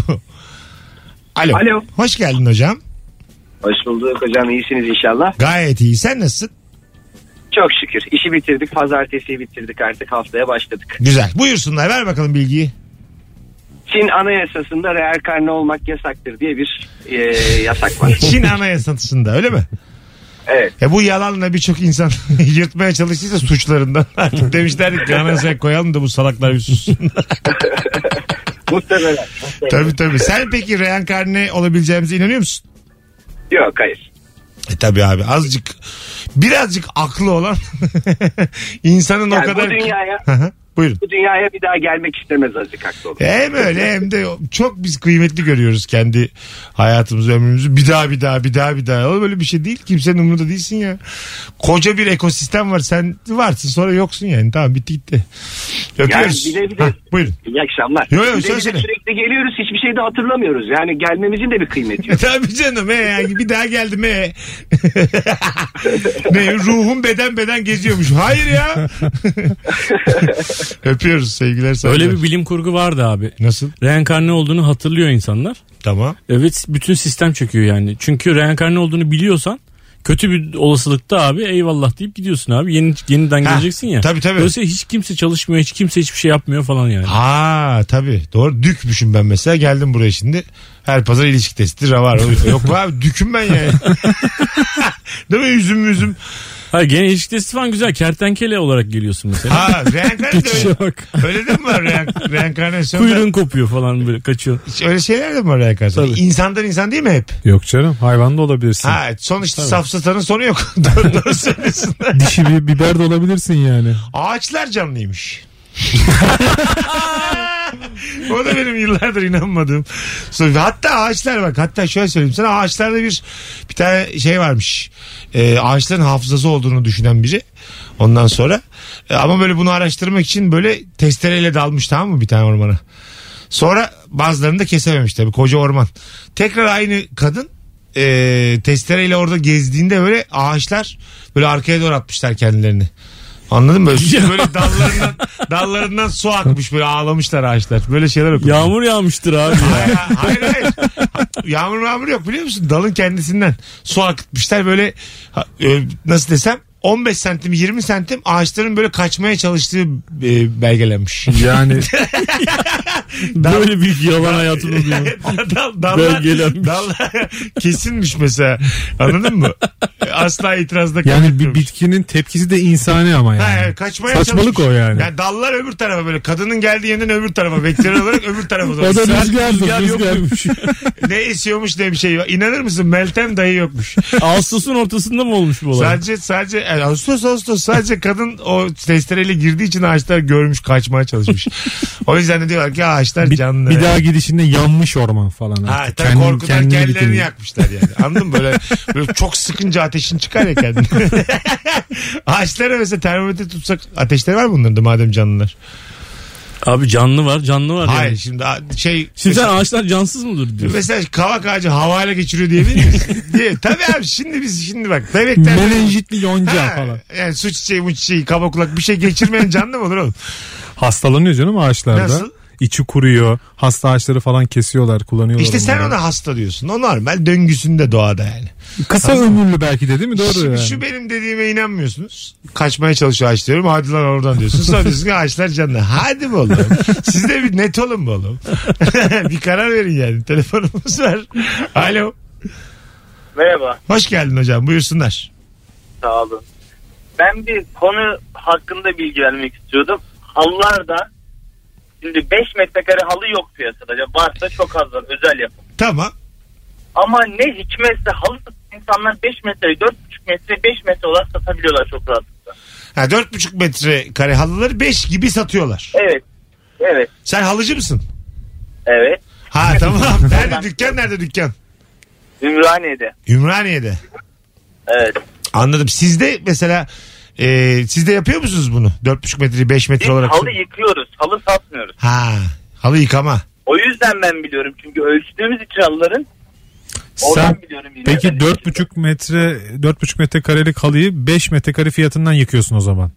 [SPEAKER 1] Alo.
[SPEAKER 12] Alo.
[SPEAKER 1] Hoş geldin hocam.
[SPEAKER 12] Hoş bulduk hocam iyisiniz inşallah.
[SPEAKER 1] Gayet iyi. Sen nasılsın?
[SPEAKER 12] Çok şükür işi bitirdik pazartesiyi bitirdik artık haftaya başladık.
[SPEAKER 1] Güzel. Buyursunlar. Ver bakalım bilgiyi.
[SPEAKER 12] Çin anayasasında reenkarne olmak yasaktır diye bir e, yasak var.
[SPEAKER 1] Çin anayasasında öyle mi?
[SPEAKER 12] Evet.
[SPEAKER 1] E bu yalanla birçok insan yırtmaya çalıştıysa suçlarından. Artık demişlerdi ki anayasaya koyalım da bu salaklar bir sussun.
[SPEAKER 12] Muhtemelen.
[SPEAKER 1] tabii tabii. Sen peki reenkarne olabileceğimize inanıyor musun?
[SPEAKER 12] Yok hayır.
[SPEAKER 1] E tabii abi azıcık birazcık aklı olan insanın
[SPEAKER 15] Yani
[SPEAKER 1] o kadar...
[SPEAKER 15] bu dünyaya-
[SPEAKER 1] Hı hı, Buyurun.
[SPEAKER 15] Bu dünyaya bir daha gelmek istemez azıcık haklı olur.
[SPEAKER 1] Hem öyle hem de çok biz kıymetli görüyoruz kendi hayatımızı, ömrümüzü. Bir daha bir daha bir daha bir daha. Oğlum böyle bir şey değil. Kimsenin umurunda değilsin ya. Koca bir ekosistem var. Sen varsın sonra yoksun yani. Tamam bitti gitti. Öpüyoruz.
[SPEAKER 15] Yani bile bile-
[SPEAKER 1] Hah, buyurun.
[SPEAKER 15] İyi akşamlar.
[SPEAKER 1] Yo, yo,
[SPEAKER 15] Bir de
[SPEAKER 1] söyle,
[SPEAKER 15] biz
[SPEAKER 1] söyle.
[SPEAKER 15] Sürekli geliyoruz hiçbir şey de hatırlamıyoruz. Yani gelmemizin de bir kıymeti yok.
[SPEAKER 1] Tabii canım he yani bir daha geldim he. ne ruhum beden beden geziyormuş. Hayır ya. Öpüyoruz sevgiler saygılar.
[SPEAKER 4] Öyle bir bilim kurgu vardı abi.
[SPEAKER 1] Nasıl?
[SPEAKER 4] Reenkarne olduğunu hatırlıyor insanlar.
[SPEAKER 1] Tamam.
[SPEAKER 4] Evet bütün sistem çöküyor yani. Çünkü reenkarne olduğunu biliyorsan kötü bir olasılıkta abi eyvallah deyip gidiyorsun abi. Yeni, yeniden
[SPEAKER 1] Ha,
[SPEAKER 4] geleceksin ya.
[SPEAKER 1] tabii, tabii.
[SPEAKER 4] Dolayısıyla hiç kimse çalışmıyor, hiç kimse hiçbir şey yapmıyor falan yani.
[SPEAKER 1] Ha tabii doğru dükmüşüm ben mesela geldim buraya şimdi her pazar ilişki testi var yok be abi düküm ben yani değil mi üzüm üzüm
[SPEAKER 4] Ha gene ilişkidesi falan güzel. Kertenkele olarak geliyorsun mesela.
[SPEAKER 1] ha reenkarnasyon
[SPEAKER 4] Geçişe bak.
[SPEAKER 1] öyle değil mi var Reen- reenkarnasyon
[SPEAKER 4] Kuyruğun kopuyor falan böyle kaçıyor.
[SPEAKER 1] öyle şeyler de mi var reenkarnasyon insandan insan değil mi hep
[SPEAKER 2] Yok canım hayvan da olabilirsin.
[SPEAKER 1] ha sonuçta safsatanın sonu yok doğru, doğru söylüyorsun
[SPEAKER 2] Dişi bir biber de olabilirsin yani.
[SPEAKER 1] ağaçlar canlıymış O da benim yıllardır inanmadığım. Sonra- Hatta ağaçlar bak. Hatta şöyle söyleyeyim sana ağaçlarda bir bir tane şey varmış. Ee, ağaçların hafızası olduğunu düşünen biri. Ondan sonra e, ama böyle bunu araştırmak için böyle testereyle dalmış tamam mı bir tane ormana. Sonra bazılarını da kesememiş tabii koca orman. Tekrar aynı kadın e, testereyle orada gezdiğinde böyle ağaçlar böyle arkaya doğru atmışlar kendilerini. Anladın mı? Böyle, böyle dallarından, dallarından su akmış böyle ağlamışlar ağaçlar. Böyle şeyler okumuş.
[SPEAKER 4] Yağmur yağmıştır abi.
[SPEAKER 1] Hayır, hayır hayır. Yağmur mağmur yok biliyor musun? Dalın kendisinden su akıtmışlar böyle ha, e, nasıl desem 15 santim 20 santim ağaçların böyle kaçmaya çalıştığı e, belgelenmiş.
[SPEAKER 2] Yani
[SPEAKER 4] böyle bir yalan hayatımız duyuyor.
[SPEAKER 1] Dal, dallar,
[SPEAKER 4] Belgelenmiş.
[SPEAKER 1] dallar
[SPEAKER 2] şey.
[SPEAKER 1] kesilmiş mesela. Anladın mı? Asla itirazda
[SPEAKER 2] yani bir
[SPEAKER 1] kabul
[SPEAKER 2] bitkinin tepkisi de insani ama yani.
[SPEAKER 1] Ha, evet, kaçmaya
[SPEAKER 2] Saçmalık
[SPEAKER 1] çalışmış.
[SPEAKER 2] o yani.
[SPEAKER 1] Dallar öbür tarafa böyle. Kadının geldiği yerden öbür tarafa. Vektörel olarak öbür tarafa. doğru.
[SPEAKER 2] O da
[SPEAKER 1] Sen-
[SPEAKER 2] rüzgardır,
[SPEAKER 4] Rüzgar yok
[SPEAKER 2] rüzgar.
[SPEAKER 4] muymuş?
[SPEAKER 1] ne esiyormuş diye bir şey var. İnanır mısın? Meltem dayı yokmuş.
[SPEAKER 4] Ağustos'un ortasında mı olmuş bu olay?
[SPEAKER 1] Sadece sadece yani Ağustos Ağustos sadece kadın o testereyle girdiği için ağaçlar görmüş kaçmaya çalışmış. o yüzden de diyorlar ki ağaçlar
[SPEAKER 2] Bir,
[SPEAKER 1] canlı.
[SPEAKER 2] bir daha gidişinde yanmış orman falan.
[SPEAKER 1] Ha,
[SPEAKER 2] artık.
[SPEAKER 1] tabii
[SPEAKER 2] Kendini-
[SPEAKER 1] korkudan
[SPEAKER 2] kendini
[SPEAKER 1] kendilerini
[SPEAKER 2] bitirmiş.
[SPEAKER 1] yakmışlar yani. Anladın mı? Böyle, böyle çok sıkınca ateşin çıkar ya kendini. Ağaçlara mesela termometre tutsak ateşleri var mı bunların da madem canlılar?
[SPEAKER 4] Abi canlı var, canlı var
[SPEAKER 1] Hayır
[SPEAKER 4] yani.
[SPEAKER 1] şimdi a- şey...
[SPEAKER 4] Şimdi sen ağaçlar cansız mıdır diyorsun?
[SPEAKER 1] Mesela kavak ağacı havayla geçiriyor diyebilir miyiz? Diye. Tabii abi şimdi biz şimdi bak. Bebekler
[SPEAKER 2] Menenjitli yonca
[SPEAKER 1] Ha,
[SPEAKER 2] falan.
[SPEAKER 1] Yani su çiçeği mu çiçeği kaba kulak bir şey geçirmeyen canlı mı olur oğlum?
[SPEAKER 2] Hastalanıyor canım ağaçlarda.
[SPEAKER 1] Nasıl?
[SPEAKER 2] İçi kuruyor. Hasta ağaçları falan kesiyorlar, kullanıyorlar.
[SPEAKER 1] İşte sen
[SPEAKER 2] onları.
[SPEAKER 1] ona hasta diyorsun. O normal döngüsünde doğada yani.
[SPEAKER 2] Kısa ömürlü belki de değil mi? Doğru
[SPEAKER 1] Şimdi
[SPEAKER 2] yani.
[SPEAKER 1] şu benim dediğime inanmıyorsunuz. Kaçmaya çalışıyor ağaç diyorum. Hadi lan oradan diyorsun. Sonra diyorsun ki ağaçlar canlı. Hadi mi oğlum? Siz de bir net olun mu oğlum? bir karar verin yani. Telefonumuz var. Alo.
[SPEAKER 16] Merhaba,
[SPEAKER 1] Hoş geldin hocam. Buyursunlar.
[SPEAKER 16] sağ olun. Ben bir konu hakkında bilgi vermek istiyordum. Halılarda şimdi 5 metrekare halı yok piyasada. Ya Varsa çok az var, özel yapım.
[SPEAKER 1] Tamam.
[SPEAKER 16] Ama ne hikmetse halı satan insanlar 5 metre, 4,5 metre, 5 metre olarak satabiliyorlar çok rahatlıkla.
[SPEAKER 1] Ha, 4,5 metre kare halıları 5 gibi satıyorlar.
[SPEAKER 16] Evet, evet,
[SPEAKER 1] Sen halıcı mısın?
[SPEAKER 16] evet.
[SPEAKER 1] Ha tamam. Nerede dükkan? Nerede dükkan?
[SPEAKER 16] Ümraniye'de.
[SPEAKER 1] Ümraniye'de.
[SPEAKER 16] Evet.
[SPEAKER 1] Anladım. Sizde mesela e, siz de yapıyor musunuz bunu? 4,5 metreyi 5 metre
[SPEAKER 16] Biz
[SPEAKER 1] olarak.
[SPEAKER 16] halı yıkıyoruz, halı satmıyoruz.
[SPEAKER 1] Ha. Halı yıkama.
[SPEAKER 16] O yüzden ben biliyorum çünkü ölçtüğümüz için halıların oradan
[SPEAKER 2] Sen
[SPEAKER 16] biliyorum. yine.
[SPEAKER 2] peki
[SPEAKER 16] Ben-
[SPEAKER 2] 4,5 metre 4,5 metrekarelik halıyı 5 metrekare fiyatından yıkıyorsun o zaman.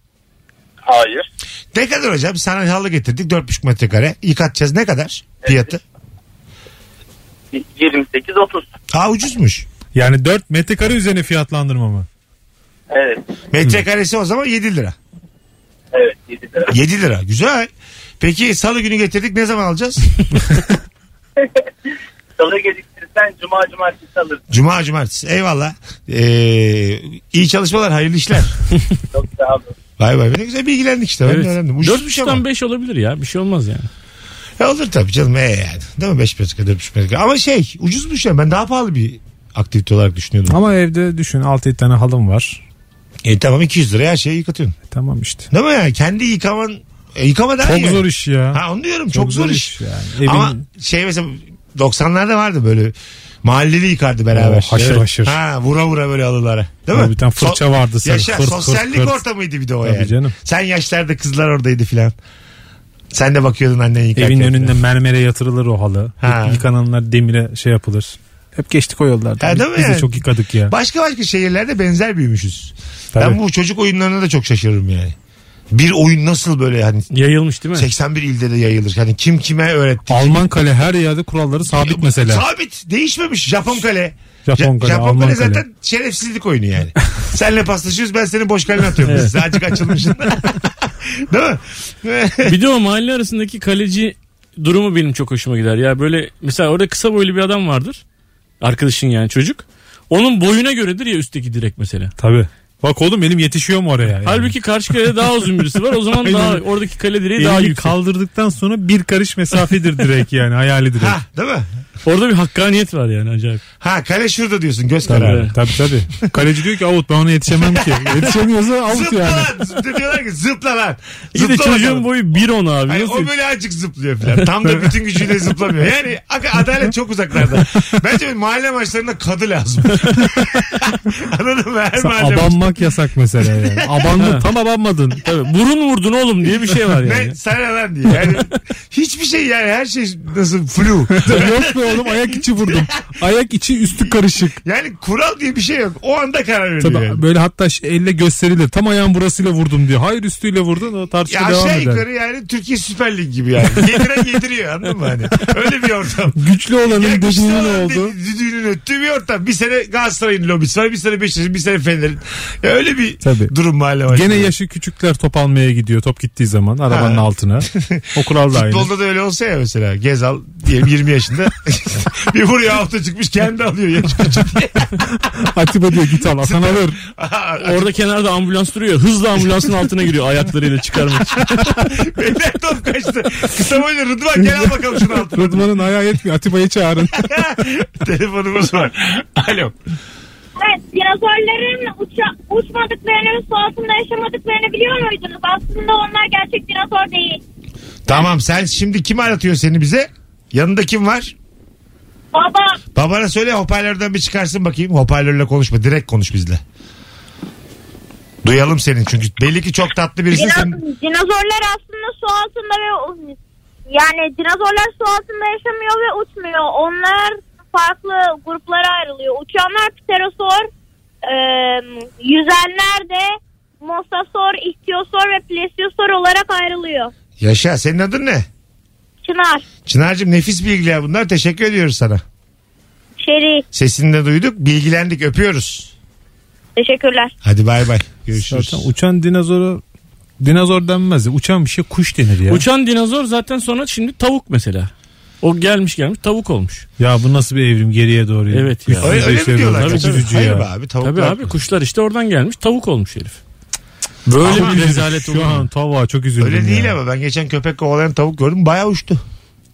[SPEAKER 16] Hayır.
[SPEAKER 1] Ne kadar hocam? Sana halı getirdik 4,5 metrekare. Yıkatacağız ne kadar fiyatı?
[SPEAKER 16] 28-30.
[SPEAKER 1] Ha ucuzmuş.
[SPEAKER 2] Yani 4 metrekare üzerine fiyatlandırma mı?
[SPEAKER 16] Evet,
[SPEAKER 1] Metrekaresi o zaman 7 lira.
[SPEAKER 16] evet. yedi lira.
[SPEAKER 1] 7 lira. Güzel. Peki salı günü getirdik ne zaman alacağız?
[SPEAKER 16] Salı geciktirirsen cuma cumartesi alırız.
[SPEAKER 1] Cuma cumartesi. Eyvallah. Ee, iyi çalışmalar, hayırlı işler.
[SPEAKER 16] Çok sağ olun.
[SPEAKER 1] Vay vay. Ne güzel bilgilendik işte. Ben
[SPEAKER 4] Evet.
[SPEAKER 1] de öğrendim. Ucuzmuş ama.
[SPEAKER 4] 4.5'tan 5 olabilir ya. Bir şey olmaz yani.
[SPEAKER 1] E olur tabii canım e yani. Değil mi 5 metrekare 4,5 metrekare. Ama şey ucuzmuş ya ben daha pahalı bir aktivite olarak düşünüyordum.
[SPEAKER 2] Ama evde düşün 6-7 tane halım var. E,
[SPEAKER 1] E tamam 200 liraya her şeyi yıkatıyorsun.
[SPEAKER 2] Tamam işte.
[SPEAKER 1] Değil mi yani? Kendi yıkaman e, yıkama daha
[SPEAKER 2] Çok
[SPEAKER 1] iyi.
[SPEAKER 2] zor iş ya.
[SPEAKER 1] Ha onu diyorum çok, zor iş.
[SPEAKER 2] yani. Evin-
[SPEAKER 1] Ama şey mesela 90'larda vardı böyle mahalleli yıkardı beraber.
[SPEAKER 2] Oo, haşır haşır.
[SPEAKER 1] Ha vura vura böyle alılara. Değil mi?
[SPEAKER 2] Tabii bir tane fırça vardı sarı.
[SPEAKER 1] Yaşa
[SPEAKER 2] Fırt, fırt,
[SPEAKER 1] sosyallik
[SPEAKER 2] fırt.
[SPEAKER 1] ortamıydı bir de o
[SPEAKER 2] Tabii
[SPEAKER 1] yani.
[SPEAKER 2] canım.
[SPEAKER 1] Sen yaşlarda kızlar oradaydı filan. Sen de bakıyordun annen yıkarken.
[SPEAKER 2] Evin önünde mermere yatırılır o halı.
[SPEAKER 1] Ha.
[SPEAKER 2] Yık- Yıkananlar demire şey yapılır. Hep geçtik o yollardan.
[SPEAKER 1] Ha,
[SPEAKER 2] Biz-
[SPEAKER 1] değil mi
[SPEAKER 2] Biz
[SPEAKER 1] yani?
[SPEAKER 2] de çok yıkadık ya.
[SPEAKER 1] Başka başka şehirlerde benzer büyümüşüz.
[SPEAKER 2] Tabii.
[SPEAKER 1] Ben bu çocuk oyunlarına da çok şaşırırım yani. Bir oyun nasıl böyle hani
[SPEAKER 4] Yayılmış değil mi?
[SPEAKER 1] 81 ilde de yayılır. Hani kim kime öğretti?
[SPEAKER 2] Alman kale her yerde kuralları sabit mesela.
[SPEAKER 1] Sabit değişmemiş Japon kale.
[SPEAKER 2] Japon
[SPEAKER 1] Ja-
[SPEAKER 2] kale,
[SPEAKER 1] Japon
[SPEAKER 2] Alman
[SPEAKER 1] kale
[SPEAKER 2] kale.
[SPEAKER 1] zaten şerefsizlik oyunu yani. Senle paslaşıyoruz ben senin boş kalene atıyorum. Siz Azıcık açılmışsın. Değil mi?
[SPEAKER 4] bir de o mahalle arasındaki kaleci durumu benim çok hoşuma gider. Ya böyle mesela orada kısa boylu bir adam vardır. Arkadaşın yani çocuk. Onun boyuna göredir ya üstteki direk mesela.
[SPEAKER 2] Tabii. Bak oğlum elim yetişiyor mu oraya? Yani?
[SPEAKER 4] Halbuki karşı kalede daha uzun birisi var. O zaman
[SPEAKER 2] Aynen.
[SPEAKER 4] daha oradaki kale direği
[SPEAKER 2] Elini
[SPEAKER 4] daha yüksek.
[SPEAKER 2] kaldırdıktan sonra bir karış mesafedir direkt yani hayali direkt.
[SPEAKER 1] ha, değil mi?
[SPEAKER 4] Orada bir hakkaniyet var yani acayip.
[SPEAKER 1] Ha kale şurada diyorsun göz kararı.
[SPEAKER 2] Tabii, tabii tabii. Kaleci diyor ki out ben ona yetişemem ki. Yetişemiyorsa out
[SPEAKER 1] Zıpla
[SPEAKER 2] yani.
[SPEAKER 1] lan. Zıpla diyorlar ki zıpla lan.
[SPEAKER 4] İyi de
[SPEAKER 1] Zıpla
[SPEAKER 4] çocuğun
[SPEAKER 1] bakalım.
[SPEAKER 4] boyu 1.10 abi.
[SPEAKER 1] Hayır,
[SPEAKER 4] Nasıl?
[SPEAKER 1] o böyle azıcık zıplıyor falan. Tam da bütün gücüyle zıplamıyor. Yani ak- adalet çok uzaklarda. Bence bir mahalle maçlarında kadı lazım. Anladın mı? Her
[SPEAKER 2] Sa-
[SPEAKER 1] mahalle maçı-
[SPEAKER 2] Abanmak yasak mesela yani. Abandın tam abanmadın.
[SPEAKER 4] Tabii, burun vurdun oğlum diye bir şey var yani.
[SPEAKER 1] Ne sana ne lan diye. Yani hiçbir şey yani her şey nasıl flu.
[SPEAKER 2] Yok be oğlum ayak içi vurdum. Ayak içi üstü karışık.
[SPEAKER 1] Yani kural diye bir şey yok. O anda karar veriyor.
[SPEAKER 2] Tabii
[SPEAKER 1] yani.
[SPEAKER 2] böyle hatta şey- elle gösterilir. Tam ayağın burasıyla vurdum diyor. Hayır üstüyle vurdun o tartışma
[SPEAKER 1] Ya şey
[SPEAKER 2] devam
[SPEAKER 1] aşağı
[SPEAKER 2] eder.
[SPEAKER 1] yukarı yani Türkiye Süper Lig gibi yani. Yediren yediriyor anladın mı hani? Öyle bir ortam.
[SPEAKER 2] Güçlü olanın
[SPEAKER 1] Yakıştı
[SPEAKER 2] dediğinin
[SPEAKER 1] olan
[SPEAKER 2] oldu.
[SPEAKER 1] dedi- Düdüğünün öttüğü bir ortam. Bir sene Galatasaray'ın lobisi var. Bir sene Beşiktaş'ın bir sene Fener'in. Ya öyle bir
[SPEAKER 2] Tabii.
[SPEAKER 1] durum mahalle var.
[SPEAKER 2] Gene yaşı küçükler top almaya gidiyor. Top gittiği zaman arabanın
[SPEAKER 1] Ha.
[SPEAKER 2] altına. O kural da aynı.
[SPEAKER 1] Futbolda da öyle olsa ya mesela Gezal diyelim 20 yaşında bir vuruyor hafta çıkmış kendi alıyor yaş küçük.
[SPEAKER 2] Atiba diyor git al Hasan alır.
[SPEAKER 4] Orada kenarda ambulans duruyor. Hızla ambulansın altına giriyor ayaklarıyla çıkarmak için.
[SPEAKER 1] Beyler top kaçtı. Kısa boylu Rıdvan gel al bakalım şunu altına.
[SPEAKER 2] Rıdvan'ın ayağı yetmiyor. Atiba'yı çağırın.
[SPEAKER 1] Telefonumuz var. Alo.
[SPEAKER 17] Evet, dinozorların uça, uçmadıklarını ve su altında yaşamadıklarını biliyor muydunuz? Aslında onlar gerçek dinozor değil.
[SPEAKER 1] Tamam sen şimdi kim aratıyor seni bize? Yanında kim var?
[SPEAKER 17] Baba,
[SPEAKER 1] Babana söyle hoparlörden bir çıkarsın bakayım. Hoparlörle konuşma. Direkt konuş bizle. Duyalım senin çünkü belli ki çok tatlı birisi. Sen...
[SPEAKER 17] dino- dinozorlar aslında su altında ve yani dinozorlar su altında yaşamıyor ve uçmuyor. Onlar farklı gruplara ayrılıyor. Uçanlar pterosaur, e, yüzenler de mosasaur, ichthyosaur ve plesiosaur olarak ayrılıyor.
[SPEAKER 1] Yaşa senin adın ne?
[SPEAKER 17] Çınar,
[SPEAKER 1] Çınar'cığım nefis bilgiler bunlar. Teşekkür ediyoruz sana.
[SPEAKER 17] Şeri,
[SPEAKER 1] Sesini de duyduk. Bilgilendik. Öpüyoruz.
[SPEAKER 17] teşekkürler.
[SPEAKER 1] Hadi bay bay. Görüşürüz.
[SPEAKER 2] Zaten uçan dinozoru dinozor denmez. ya. Uçan bir şey kuş denir ya.
[SPEAKER 4] Uçan dinozor zaten sonra şimdi tavuk mesela. O gelmiş gelmiş tavuk olmuş.
[SPEAKER 2] ya bu nasıl bir evrim geriye doğru? ya?
[SPEAKER 4] Evet ya.
[SPEAKER 2] Güçsüz
[SPEAKER 1] Öyle, öyle mi
[SPEAKER 2] yaşıyoruz.
[SPEAKER 1] diyorlar?
[SPEAKER 2] Çok
[SPEAKER 1] Tabii,
[SPEAKER 2] üzücü
[SPEAKER 1] tabii.
[SPEAKER 2] ya.
[SPEAKER 1] Hayır be abi. Tavuklar.
[SPEAKER 4] Tabii abi kuşlar işte oradan gelmiş tavuk olmuş herif. Böyle
[SPEAKER 1] Ama
[SPEAKER 4] bir rezalet olur.
[SPEAKER 2] Şu an
[SPEAKER 4] mu?
[SPEAKER 2] tava çok üzüldüm
[SPEAKER 1] Öyle
[SPEAKER 2] ya.
[SPEAKER 1] değil ama ben geçen köpek kovalayan tavuk gördüm. Bayağı uçtu.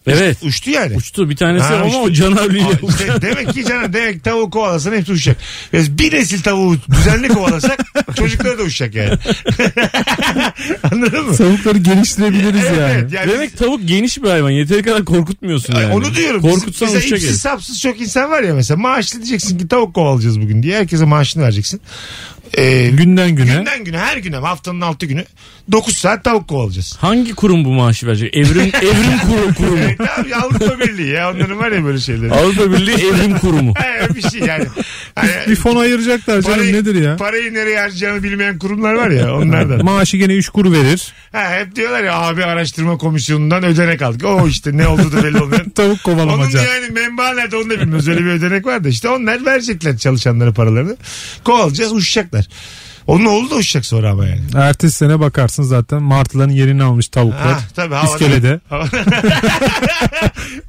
[SPEAKER 4] Evet.
[SPEAKER 1] Uçtu yani.
[SPEAKER 4] Uçtu bir tanesi
[SPEAKER 1] Ha,
[SPEAKER 4] ama
[SPEAKER 1] uçtu.
[SPEAKER 4] o canavliyle.
[SPEAKER 1] Aa, işte demek ki canım demek tavuğu kovalasın hepsi uçacak. Biz bir nesil tavuğu düzenli kovalasak çocukları da uçacak yani. Anladın mı?
[SPEAKER 2] Tavukları geliştirebiliriz yani.
[SPEAKER 1] Evet, yani biz-
[SPEAKER 4] Demek tavuk geniş bir hayvan. Yeteri kadar korkutmuyorsun
[SPEAKER 1] Ay,
[SPEAKER 4] yani.
[SPEAKER 1] Onu diyorum.
[SPEAKER 4] Korkutsan
[SPEAKER 1] Mesela
[SPEAKER 4] uçacak
[SPEAKER 1] ipsiz
[SPEAKER 4] herif.
[SPEAKER 1] sapsız çok insan var ya mesela maaşlı diyeceksin ki tavuk kovalayacağız bugün diye. Herkese maaşını vereceksin. Ee,
[SPEAKER 2] Günden güne.
[SPEAKER 1] günden güne her güne haftanın altı günü 9 saat tavuk kovalayacağız.
[SPEAKER 4] Hangi kurum bu maaşı verecek? Evrim evrim kuru- kurumu.
[SPEAKER 1] Evet, abi, Avrupa Birliği ya onların var ya böyle şeyleri.
[SPEAKER 4] Avrupa Birliği Evrim Kurumu.
[SPEAKER 1] Ha, bir şey yani. Hani
[SPEAKER 2] Bir fon ayıracaklar canım
[SPEAKER 1] parayı-
[SPEAKER 2] nedir ya?
[SPEAKER 1] Parayı nereye harcayacağını bilmeyen kurumlar var ya onlardan.
[SPEAKER 2] Maaşı gene 3 kur verir.
[SPEAKER 1] Ha, hep diyorlar ya abi araştırma komisyonundan ödenek aldık. O işte ne oldu da belli olmuyor.
[SPEAKER 2] Tavuk
[SPEAKER 1] Onun
[SPEAKER 2] kovalamaca.
[SPEAKER 1] da yani menba nerede onu da bilmiyoruz. Öyle bir ödenek var da işte onlar verecekler çalışanlara paralarını. Kovalayacağız uçacaklar. Onun oğlu da uçacak sonra ama yani.
[SPEAKER 2] Ertesi sene bakarsın zaten martıların yerini almış tavuklar.
[SPEAKER 1] Ha, Ah, tabii havada.
[SPEAKER 2] İskelede.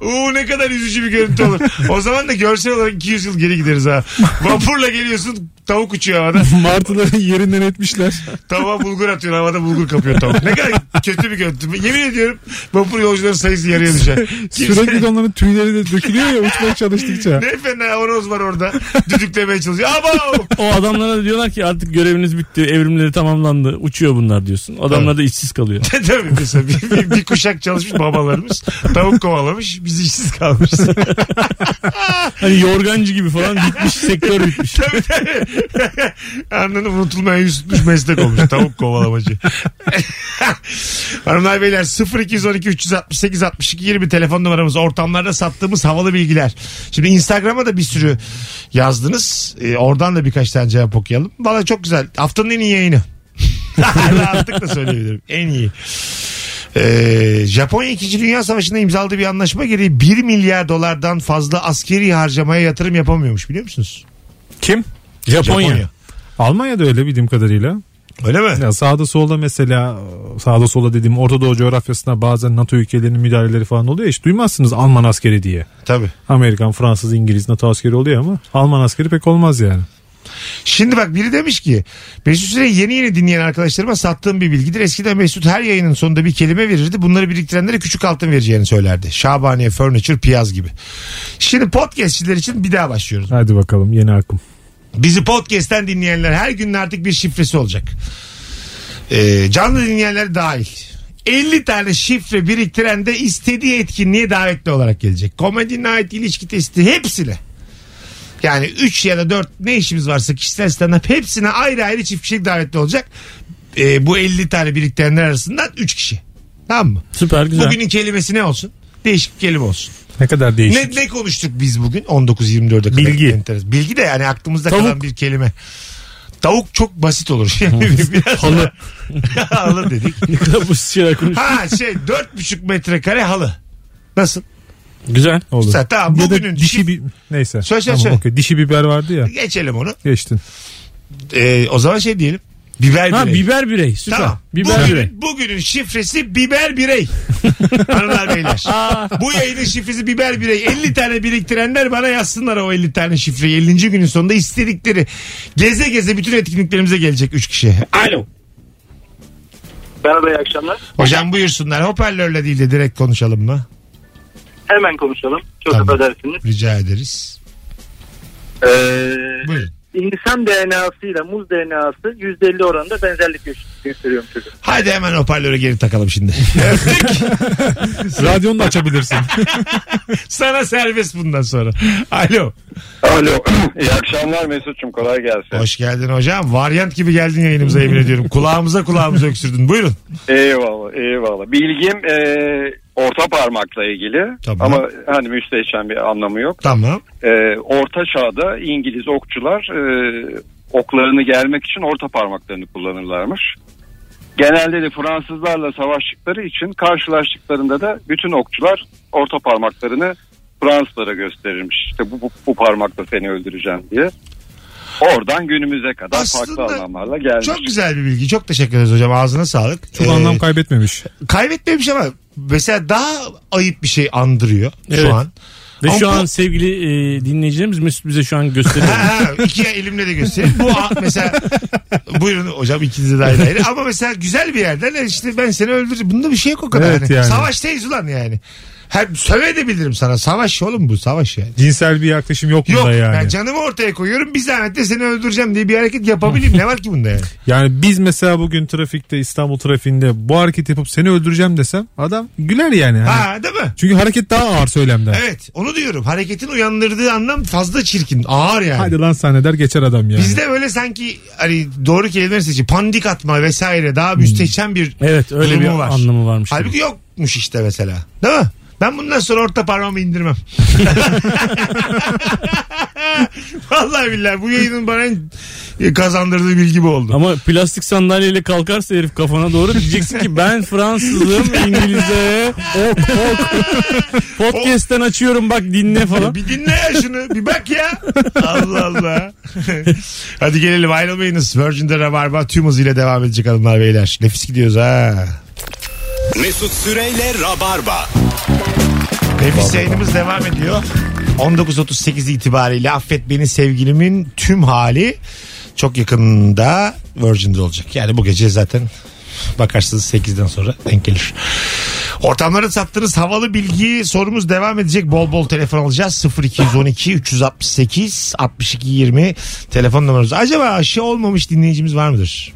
[SPEAKER 1] Uuu ne kadar üzücü bir görüntü olur. O zaman da görsel olarak 200 yıl geri gideriz ha. Vapurla geliyorsun Tavuk uçuyor havada.
[SPEAKER 2] Martıların yerinden etmişler.
[SPEAKER 1] Tavuğa bulgur atıyor havada bulgur kapıyor tavuk. Ne kadar kötü bir görüntü. Yemin ediyorum vapur yolcuların sayısı yarıya düşer. Kimse-
[SPEAKER 2] Sürekli de onların tüyleri de dökülüyor ya uçmaya çalıştıkça.
[SPEAKER 1] Ne fena horoz var orada. Düdüklemeye çalışıyor. Abo!
[SPEAKER 4] O adamlara da diyorlar ki artık göreviniz bitti, evrimleri tamamlandı, uçuyor bunlar diyorsun. Adamlar da işsiz kalıyor.
[SPEAKER 1] Tabii mesela bir, bir- bir kuşak çalışmış babalarımız. Tavuk kovalamış. Biz işsiz kalmışız.
[SPEAKER 4] Hani yorgancı gibi falan bitmiş, sektör bitmiş.
[SPEAKER 1] Tabii tabii. Anladın mı? unutulmaya yüz tutmuş meslek olmuş. Tavuk kovalamacı. Hanımlar beyler 0212 368 62 20 telefon numaramız. Ortamlarda sattığımız havalı bilgiler. Şimdi Instagram'a da bir sürü yazdınız. Ee, oradan da birkaç tane cevap okuyalım. Valla çok güzel. Haftanın en iyi yayını. Rahatlıkla söyleyebilirim. En iyi. Ee, Japonya 2. Dünya Savaşı'nda imzaladığı bir anlaşma gereği 1 milyar dolardan fazla askeri harcamaya yatırım yapamıyormuş biliyor musunuz?
[SPEAKER 2] Kim?
[SPEAKER 1] Japonya.
[SPEAKER 2] Almanya'da öyle bildiğim kadarıyla.
[SPEAKER 1] Öyle mi?
[SPEAKER 2] Ya sağda solda mesela sağda sola dediğim Orta Doğu coğrafyasına bazen NATO ülkelerinin müdahaleleri falan oluyor. Hiç duymazsınız Alman askeri diye.
[SPEAKER 1] Tabii.
[SPEAKER 2] Amerikan, Fransız, İngiliz NATO askeri oluyor ama Alman askeri pek olmaz yani.
[SPEAKER 1] Şimdi bak biri demiş ki Mesut Süreyi yeni yeni dinleyen arkadaşlarıma sattığım bir bilgidir. Eskiden Mesut her yayının sonunda bir kelime verirdi. Bunları biriktirenlere küçük altın vereceğini söylerdi. Şabaniye, Furniture, Piyaz gibi. Şimdi podcastçiler için bir daha başlıyoruz.
[SPEAKER 2] Hadi bakalım yeni akım.
[SPEAKER 1] Bizi podcast'ten dinleyenler her günün artık bir şifresi olacak. Ee, canlı dinleyenler dahil. 50 tane şifre biriktiren de istediği etkinliğe davetli olarak gelecek. Komedi night, ilişki testi hepsine. Yani 3 ya da 4 ne işimiz varsa kişisel stand up hepsine ayrı ayrı çift kişilik davetli olacak. Ee, bu 50 tane biriktirenler arasından 3 kişi. Tamam mı?
[SPEAKER 4] Süper güzel.
[SPEAKER 1] Bugünün kelimesi ne olsun? Değişik bir kelime olsun.
[SPEAKER 2] Ne kadar değişik.
[SPEAKER 1] Ne, ne konuştuk biz bugün 19-24'e kadar?
[SPEAKER 2] Bilgi.
[SPEAKER 1] Enteresan. Bilgi de yani aklımızda
[SPEAKER 2] Tavuk.
[SPEAKER 1] kalan bir kelime. Tavuk çok basit olur. Yani biraz halı. halı dedik.
[SPEAKER 4] Ne kadar bu şeyler konuşuyor.
[SPEAKER 1] Ha şey 4,5 metrekare halı. Nasıl?
[SPEAKER 4] Güzel.
[SPEAKER 2] Olur.
[SPEAKER 1] Sen tamam,
[SPEAKER 2] Ya da
[SPEAKER 1] bugünün
[SPEAKER 2] dişi
[SPEAKER 1] şif-
[SPEAKER 2] bir neyse.
[SPEAKER 1] Söyle, söyle,
[SPEAKER 2] Tamam,
[SPEAKER 1] söyle.
[SPEAKER 2] okey. Dişi biber vardı ya.
[SPEAKER 1] Geçelim onu.
[SPEAKER 2] Geçtin.
[SPEAKER 1] Ee, o zaman şey diyelim. Biber
[SPEAKER 4] Ha
[SPEAKER 1] birey.
[SPEAKER 4] biber birey süper.
[SPEAKER 1] Tamam.
[SPEAKER 4] Biber
[SPEAKER 1] Bugün-
[SPEAKER 4] birey.
[SPEAKER 1] Bugünün şifresi biber birey. Hanımlar beyler. Bu yayının şifresi biber birey. 50 tane biriktirenler bana yazsınlar o 50 tane şifreyi. 50. günün sonunda istedikleri geze geze bütün etkinliklerimize gelecek 3 kişi. Alo.
[SPEAKER 16] Merhaba iyi akşamlar.
[SPEAKER 1] Hocam buyursunlar. Hoparlörle değil de direkt konuşalım mı?
[SPEAKER 16] Hemen konuşalım. Çok
[SPEAKER 1] Tamam.
[SPEAKER 16] affedersiniz.
[SPEAKER 1] Rica ederiz.
[SPEAKER 16] Ee,
[SPEAKER 1] Buyurun.
[SPEAKER 16] insan DNA'sı ile muz DNA'sı %50 oranında benzerlik göster- gösteriyormuş hocam.
[SPEAKER 1] Hadi hemen hoparlörü geri takalım şimdi.
[SPEAKER 2] Radyonu da açabilirsin.
[SPEAKER 1] Sana serbest bundan sonra. Alo.
[SPEAKER 5] Alo. İyi akşamlar Mesut'cum. Kolay gelsin.
[SPEAKER 1] Hoş geldin hocam. Varyant gibi geldin yayınımıza yemin ediyorum. Kulağımıza kulağımıza öksürdün. Buyurun.
[SPEAKER 5] Eyvallah, eyvallah. Bilgim e, orta parmakla ilgili
[SPEAKER 1] Tamam.
[SPEAKER 5] ama hani müstehcen bir anlamı yok.
[SPEAKER 1] Tamam.
[SPEAKER 5] E, orta çağda İngiliz okçular e, oklarını gelmek için orta parmaklarını kullanırlarmış. Genelde de Fransızlarla savaştıkları için karşılaştıklarında da bütün okçular orta parmaklarını Fransızlara gösterirmiş. İşte bu, bu, bu parmakla seni öldüreceğim diye. Oradan günümüze kadar
[SPEAKER 1] Aslında
[SPEAKER 5] farklı anlamlarla gelmiş.
[SPEAKER 1] Çok güzel bir bilgi. Çok teşekkür ederiz hocam. Ağzına sağlık.
[SPEAKER 2] Çok
[SPEAKER 1] Ee,
[SPEAKER 2] anlam kaybetmemiş.
[SPEAKER 1] kaybetmemiş ama mesela daha ayıp bir şey andırıyor
[SPEAKER 4] Evet.
[SPEAKER 1] şu an.
[SPEAKER 4] Ve
[SPEAKER 1] Ama
[SPEAKER 4] şu
[SPEAKER 1] bu-
[SPEAKER 4] an sevgili e, dinleyicilerimiz Mesut bize şu an gösteriyor.
[SPEAKER 1] Ha, iki elimle de göstereyim. Bu a- mesela buyurun hocam ikinize de ayrı ayrı. Ama mesela güzel bir yerden "E işte ben seni öldüreceğim. Bunda bir şey yok o kadar.
[SPEAKER 2] Evet
[SPEAKER 1] hani.
[SPEAKER 2] yani.
[SPEAKER 1] Savaştayız ulan yani. Her, söve de bilirim sana. Savaş oğlum bu savaş yani.
[SPEAKER 2] Cinsel bir yaklaşım yok,
[SPEAKER 1] Yok
[SPEAKER 2] bunda yani.
[SPEAKER 1] ben canımı ortaya koyuyorum bir zahmet de seni öldüreceğim diye bir hareket yapabileyim. ne var ki bunda yani?
[SPEAKER 2] Yani biz mesela bugün trafikte İstanbul trafiğinde bu hareket yapıp seni öldüreceğim desem adam güler yani. Hani-
[SPEAKER 1] Ha değil mi?
[SPEAKER 2] Çünkü hareket daha ağır söylemden.
[SPEAKER 1] Evet onu diyorum. Hareketin uyandırdığı anlam fazla çirkin. Ağır yani.
[SPEAKER 2] Hadi lan sahne der geçer adam yani.
[SPEAKER 1] Bizde böyle sanki hani doğru kelimeleri seçip pandik atma vesaire daha müstehcen bir
[SPEAKER 4] evet öyle bir
[SPEAKER 1] durumu var.
[SPEAKER 4] anlamı varmış. gibi.
[SPEAKER 1] Halbuki yokmuş işte mesela. Değil mi? Ben bundan sonra orta parmağımı indirmem. Vallahi billahi bu yayının bana en kazandırdığı bilgi bu oldu.
[SPEAKER 4] Ama plastik sandalyeyle kalkarsa herif kafana doğru diyeceksin ki ben Fransızım İngilizce ok ok podcast'ten açıyorum bak dinle falan.
[SPEAKER 1] Bir dinle ya şunu. Bir bak ya. Allah Allah. Hadi gelelim ayrılmayınız. Virgin'de Rabarba tüm hızıyla devam edecek hanımlar beyler. Nefis gidiyoruz ha.
[SPEAKER 14] Mesut Süreyle Rabarba.
[SPEAKER 1] Nefis yayınımız devam ediyor. 19.38 itibariyle Affet Beni Sevgilimin tüm hali Çok yakında Virgin'de olacak. Yani bu gece zaten bakarsınız 8'den sonra denk gelir. Ortamlara sattığınız havalı bilgi sorumuz devam edecek. Bol bol telefon alacağız. 0212 368 62 20 telefon numaramız. Acaba aşı olmamış dinleyicimiz var mıdır?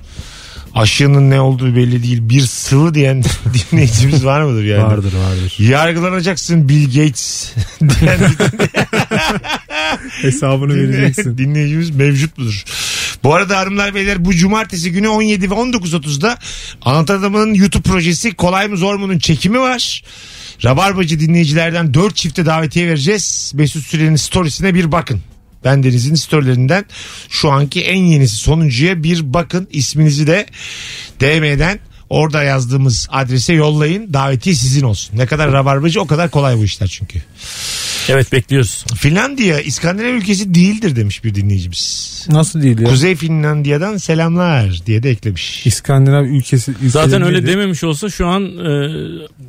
[SPEAKER 1] Aşının ne olduğu belli değil. Bir sıvı diyen dinleyicimiz var mıdır yani?
[SPEAKER 2] Vardır, vardır.
[SPEAKER 1] Yargılanacaksın Bill Gates diyen
[SPEAKER 2] Hesabını vereceksin.
[SPEAKER 1] Dinleyicimiz mevcut mudur? Bu arada hanımlar beyler bu cumartesi günü 17 ve 19.30'da Anlatan Adam'ın YouTube projesi Kolay mı Zor mu'nun çekimi var. Rabarbacı dinleyicilerden 4 çifte davetiye vereceğiz. Mesut Süren'in storiesine bir bakın. Ben Deniz'in storylerinden şu anki en yenisi sonuncuya bir bakın. İsminizi de DM'den orada yazdığımız adrese yollayın. Davetiye sizin olsun. Ne kadar rabarbacı o kadar kolay bu işler çünkü.
[SPEAKER 4] Evet bekliyoruz.
[SPEAKER 1] Finlandiya İskandinav ülkesi değildir demiş bir dinleyicimiz.
[SPEAKER 2] Nasıl değil ya?
[SPEAKER 1] Kuzey Finlandiya'dan selamlar diye de eklemiş.
[SPEAKER 2] İskandinav ülkesi.
[SPEAKER 4] Zaten öyle
[SPEAKER 2] değil
[SPEAKER 4] dememiş olsa şu an e,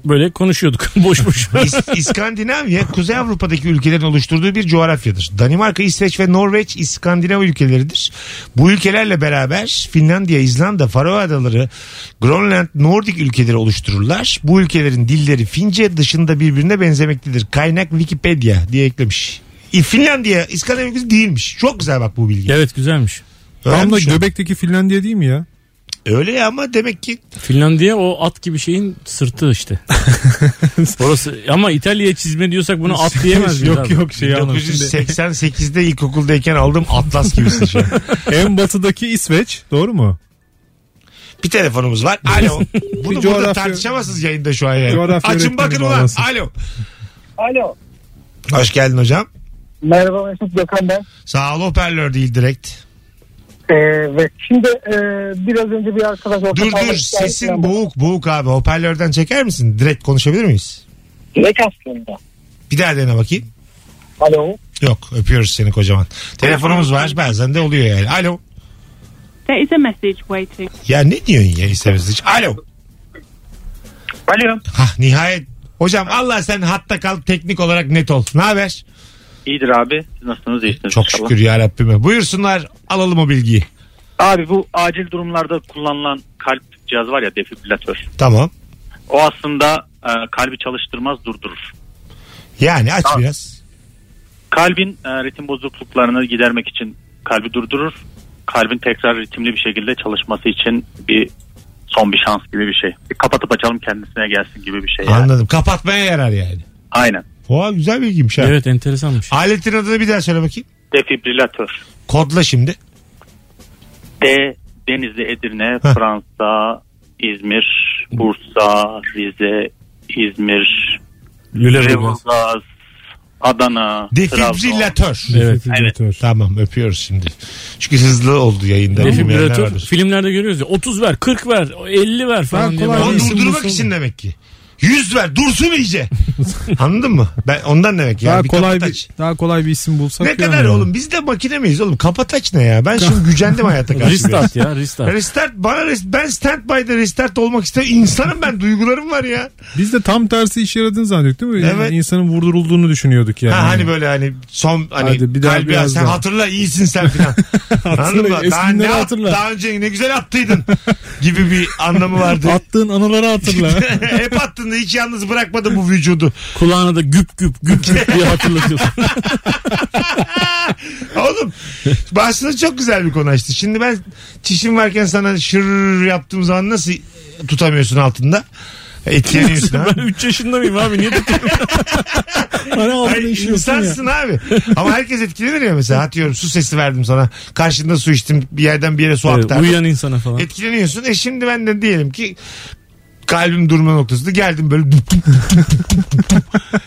[SPEAKER 4] böyle konuşuyorduk boş boş.
[SPEAKER 1] İs- İskandinavya Kuzey Avrupa'daki ülkelerin oluşturduğu bir coğrafyadır. Danimarka, İsveç ve Norveç İskandinav ülkeleridir. Bu ülkelerle beraber Finlandiya, İzlanda, Faroe Adaları, Grönland, Nordik ülkeleri oluştururlar. Bu ülkelerin dilleri Fince dışında birbirine benzemektedir. Kaynak Wikipedia diye eklemiş. E, Finlandiya İskandinav ülkesi değilmiş. Çok güzel bak bu bilgi.
[SPEAKER 4] Evet güzelmiş.
[SPEAKER 2] Tam da
[SPEAKER 1] Öğrenmiş olduk.
[SPEAKER 2] göbekteki Finlandiya değil mi ya?
[SPEAKER 1] Öyle ya ama demek ki
[SPEAKER 4] Finlandiya o at gibi şeyin sırtı işte. Orası ama İtalya'ya çizme diyorsak bunu at diyemez miyiz
[SPEAKER 2] Yok,
[SPEAKER 4] abi?
[SPEAKER 2] yok, şey anladım.
[SPEAKER 1] 1988'de ilkokuldayken aldığım atlas gibisin şu an.
[SPEAKER 2] en batıdaki İsveç doğru mu?
[SPEAKER 1] Bir telefonumuz var. Alo. Bunu burada
[SPEAKER 2] coğrafya-
[SPEAKER 1] tartışamazsınız yayında şu an yani.
[SPEAKER 2] Coğrafya
[SPEAKER 1] Açın
[SPEAKER 2] öğretmeni
[SPEAKER 1] bakın ulan.
[SPEAKER 2] bağlansın.
[SPEAKER 1] Alo.
[SPEAKER 10] Alo.
[SPEAKER 1] Hoş geldin hocam.
[SPEAKER 10] Merhaba Mesut Gökhan ben.
[SPEAKER 1] Sağ ol hoparlör değil direkt.
[SPEAKER 10] Ee, ve şimdi e, biraz önce bir arkadaş orta
[SPEAKER 1] Dur
[SPEAKER 10] sahada
[SPEAKER 1] dur
[SPEAKER 10] şikayet eden-
[SPEAKER 1] sesin boğuk boğuk abi. Hoparlörden çeker misin? Direkt konuşabilir miyiz?
[SPEAKER 10] Direkt aslında.
[SPEAKER 1] Bir daha dene bakayım.
[SPEAKER 10] Alo.
[SPEAKER 1] Yok öpüyoruz seni kocaman. Telefonumuz var bazen de oluyor yani. Alo.
[SPEAKER 18] There is a message waiting.
[SPEAKER 1] Ya ne diyorsun ya istemez hiç. Alo.
[SPEAKER 19] Alo.
[SPEAKER 1] Hah nihayet. Hocam Allah sen hatta kal teknik olarak net ol. Ne haber?
[SPEAKER 19] İyidir abi. Siz nasılsınız? İyisiniz.
[SPEAKER 1] Çok şükür ya Rabbime. Buyursunlar alalım o bilgiyi.
[SPEAKER 19] Abi bu acil durumlarda kullanılan kalp cihazı var ya defibrilatör.
[SPEAKER 1] Tamam.
[SPEAKER 19] O aslında e, kalbi çalıştırmaz durdurur.
[SPEAKER 1] Yani aç
[SPEAKER 19] Tamam.
[SPEAKER 1] biraz.
[SPEAKER 19] Kalbin e, ritim bozukluklarını gidermek için kalbi durdurur. Kalbin tekrar ritimli bir şekilde çalışması için bir son bir şans gibi bir şey. Bir kapatıp açalım kendisine gelsin gibi bir şey. yani.
[SPEAKER 1] Anladım. Kapatmaya yarar yani.
[SPEAKER 19] Aynen.
[SPEAKER 1] Oha güzel bilgiymiş ha.
[SPEAKER 4] Evet enteresanmış.
[SPEAKER 1] Aletin adını bir daha söyle bakayım.
[SPEAKER 19] Defibrilatör.
[SPEAKER 1] Kodla şimdi.
[SPEAKER 19] D Denizli, Edirne, Fransa, İzmir, Bursa, Rize, İzmir, Lüleburgaz, Adana,
[SPEAKER 1] Defibrillatör.
[SPEAKER 4] Evet.
[SPEAKER 1] Tamam öpüyoruz şimdi. Çünkü hızlı oldu yayında. Bilmeyenler
[SPEAKER 4] Defibrilatör
[SPEAKER 1] vardır.
[SPEAKER 4] filmlerde görüyoruz ya 30 ver 40 ver 50 ver falan diye.
[SPEAKER 1] Onu
[SPEAKER 4] böyle-
[SPEAKER 1] durdurmak için demek ki. Yüz ver dursun iyice. Anladın mı? Ben ondan demek ya.
[SPEAKER 2] daha
[SPEAKER 1] bir
[SPEAKER 2] kolay
[SPEAKER 1] kapataç.
[SPEAKER 2] bir daha kolay bir isim bulsak.
[SPEAKER 1] Ne kadar oğlum biz de makine miyiz oğlum? Kapataç ne ya? Ben şimdi gücendim hayata karşı.
[SPEAKER 4] Restart
[SPEAKER 1] biraz.
[SPEAKER 4] ya restart.
[SPEAKER 1] Restart bana rest, ben stand by'de restart olmak isteyen insanım ben duygularım var ya.
[SPEAKER 2] Biz de tam tersi işe yaradığını zannediyorduk değil mi? Yani
[SPEAKER 1] Evet.
[SPEAKER 2] insanın vurdurulduğunu düşünüyorduk yani.
[SPEAKER 1] Ha, hani böyle hani son hani
[SPEAKER 2] Hadi bir daha
[SPEAKER 1] kalbi
[SPEAKER 2] biraz
[SPEAKER 1] sen
[SPEAKER 2] daha.
[SPEAKER 1] hatırla iyisin sen filan. Anladın mı? Daha,
[SPEAKER 2] eski
[SPEAKER 1] ne,
[SPEAKER 2] günleri
[SPEAKER 1] at-
[SPEAKER 2] hatırla.
[SPEAKER 1] daha önce ne güzel attıydın gibi bir anlamı vardı.
[SPEAKER 2] Attığın anıları hatırla.
[SPEAKER 1] Hep attın da hiç yalnız bırakmadı bu vücudu.
[SPEAKER 4] Kulağına da güp güp güp güp diye hatırlatıyorsun.
[SPEAKER 1] Oğlum aslında çok güzel bir konu açtı. Şimdi ben çişim varken sana şır yaptığım zaman nasıl tutamıyorsun altında? Etkileniyorsun ha.
[SPEAKER 4] ben 3 yaşında mıyım abi niye tutuyorum? hani
[SPEAKER 1] Ay,
[SPEAKER 4] aldığını işiyorsun ya.
[SPEAKER 1] insansın abi. Ama herkes etkilenir ya mesela. Atıyorum su sesi verdim sana. Karşında su içtim. Bir yerden bir yere su
[SPEAKER 4] Evet,
[SPEAKER 1] aktardım.
[SPEAKER 4] uyuyan insana falan.
[SPEAKER 1] Etkileniyorsun. E şimdi ben de diyelim ki kalbim durma noktasında geldim böyle dup dup dup dup dup dup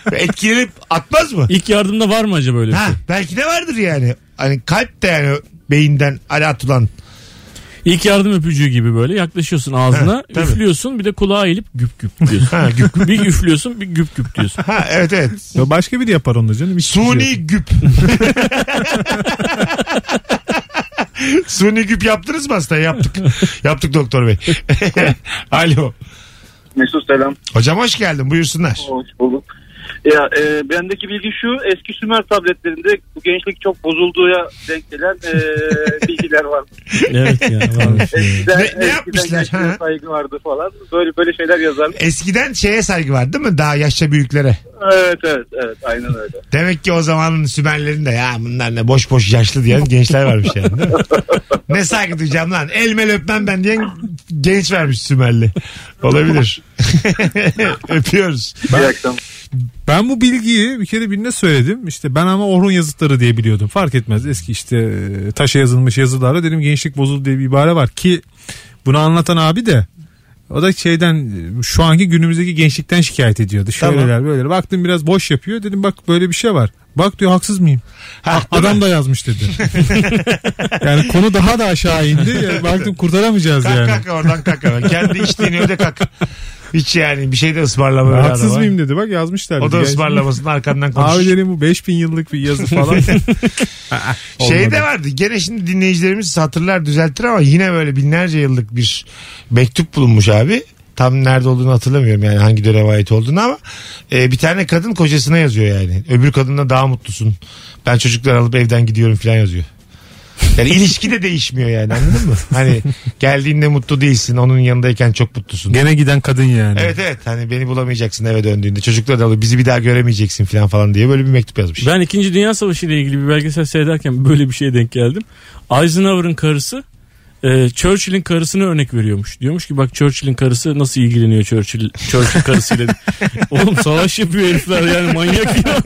[SPEAKER 1] dup. etkilenip atmaz mı?
[SPEAKER 4] İlk yardımda var mı acaba öyle bir
[SPEAKER 1] Ha,
[SPEAKER 4] şey?
[SPEAKER 1] belki de vardır yani. Hani kalp de yani beyinden ala atılan.
[SPEAKER 4] İlk yardım öpücüğü gibi böyle yaklaşıyorsun ağzına,
[SPEAKER 1] tabii.
[SPEAKER 4] üflüyorsun bir de kulağa eğilip güp güp diyorsun.
[SPEAKER 1] Ha, güp
[SPEAKER 4] bir üflüyorsun bir güp güp diyorsun.
[SPEAKER 1] Ha, evet evet.
[SPEAKER 2] Ya başka biri yapar onu canım. Hiç şey yok.
[SPEAKER 1] Suni güp. Suni güp yaptınız mı hasta? Yaptık. Yaptık doktor bey. Alo.
[SPEAKER 3] Mesut selam.
[SPEAKER 1] Hocam hoş geldin. Buyursunlar.
[SPEAKER 3] Hoş bulduk. Ya e, bendeki bilgi şu eski Sümer tabletlerinde bu gençlik çok bozulduğuya denk gelen e, bilgiler var.
[SPEAKER 4] Evet ya. varmış ya.
[SPEAKER 3] Eskiden,
[SPEAKER 1] ne yapmışlar?
[SPEAKER 3] Eskiden
[SPEAKER 1] Ha.
[SPEAKER 3] gençliğe saygı vardı falan. Böyle böyle şeyler yazarmış.
[SPEAKER 1] Eskiden şeye saygı var değil mi? Daha yaşça büyüklere.
[SPEAKER 3] Evet evet evet aynen öyle.
[SPEAKER 1] Demek ki o zamanın Sümerlerin de ya bunlar ne boş boş yaşlı diyen gençler varmış yani değil mi? ne saygı duyacağım lan elmel öpmem ben diyen genç vermiş Sümerli. Olabilir. Öpüyoruz.
[SPEAKER 3] İyi akşamlar.
[SPEAKER 2] Ben bu bilgiyi bir kere birine söyledim. İşte ben ama Orhun yazıtları diye biliyordum. Fark etmez. Eski işte e, taşa yazılmış yazılarla dedim gençlik bozuldu diye bir ibare var ki bunu anlatan abi de o da şeyden e, şu anki günümüzdeki gençlikten şikayet ediyordu. Şöyleler böyle. Baktım biraz boş yapıyor. Dedim bak böyle bir şey var. Bak diyor haksız mıyım? Adam da yazmış dedi. yani konu daha da aşağı indi. Yani baktım kurtaramayacağız
[SPEAKER 1] Kalk
[SPEAKER 2] yani.
[SPEAKER 1] kalk oradan kalk hemen. Kendi içtiğini öde kalk. Hiç yani bir şey de ısmarlamıyor.
[SPEAKER 2] Haksız
[SPEAKER 1] adama.
[SPEAKER 2] mıyım dedi bak yazmışlar.
[SPEAKER 1] O da
[SPEAKER 2] Yani-
[SPEAKER 1] ısmarlamasın arkandan konuş.
[SPEAKER 2] Abilerin bu 5000 yıllık bir yazı falan.
[SPEAKER 1] Şey
[SPEAKER 2] Olmadı.
[SPEAKER 1] de vardı. Gene şimdi dinleyicilerimiz hatırlar düzeltir ama yine böyle binlerce yıllık bir mektup bulunmuş abi. Tam nerede olduğunu hatırlamıyorum yani hangi döneme ait olduğunu ama e, bir tane kadın kocasına yazıyor yani. Öbür kadınla daha mutlusun. Ben çocukları alıp evden gidiyorum falan yazıyor. Yani ilişki de değişmiyor yani anladın mı? Hani geldiğinde mutlu değilsin onun yanındayken çok mutlusun.
[SPEAKER 2] Gene giden kadın yani.
[SPEAKER 1] Evet evet hani beni bulamayacaksın eve döndüğünde çocukları da alıp bizi bir daha göremeyeceksin falan falan diye böyle bir mektup yazmış.
[SPEAKER 4] Ben 2. Dünya Savaşı ile ilgili bir belgesel seyrederken böyle bir şeye denk geldim. Eisenhower'ın karısı e, Churchill'in karısını örnek veriyormuş. Diyormuş ki bak Churchill'in karısı nasıl ilgileniyor Churchill, Churchill karısıyla. Oğlum savaş yapıyor herifler yani manyak ya.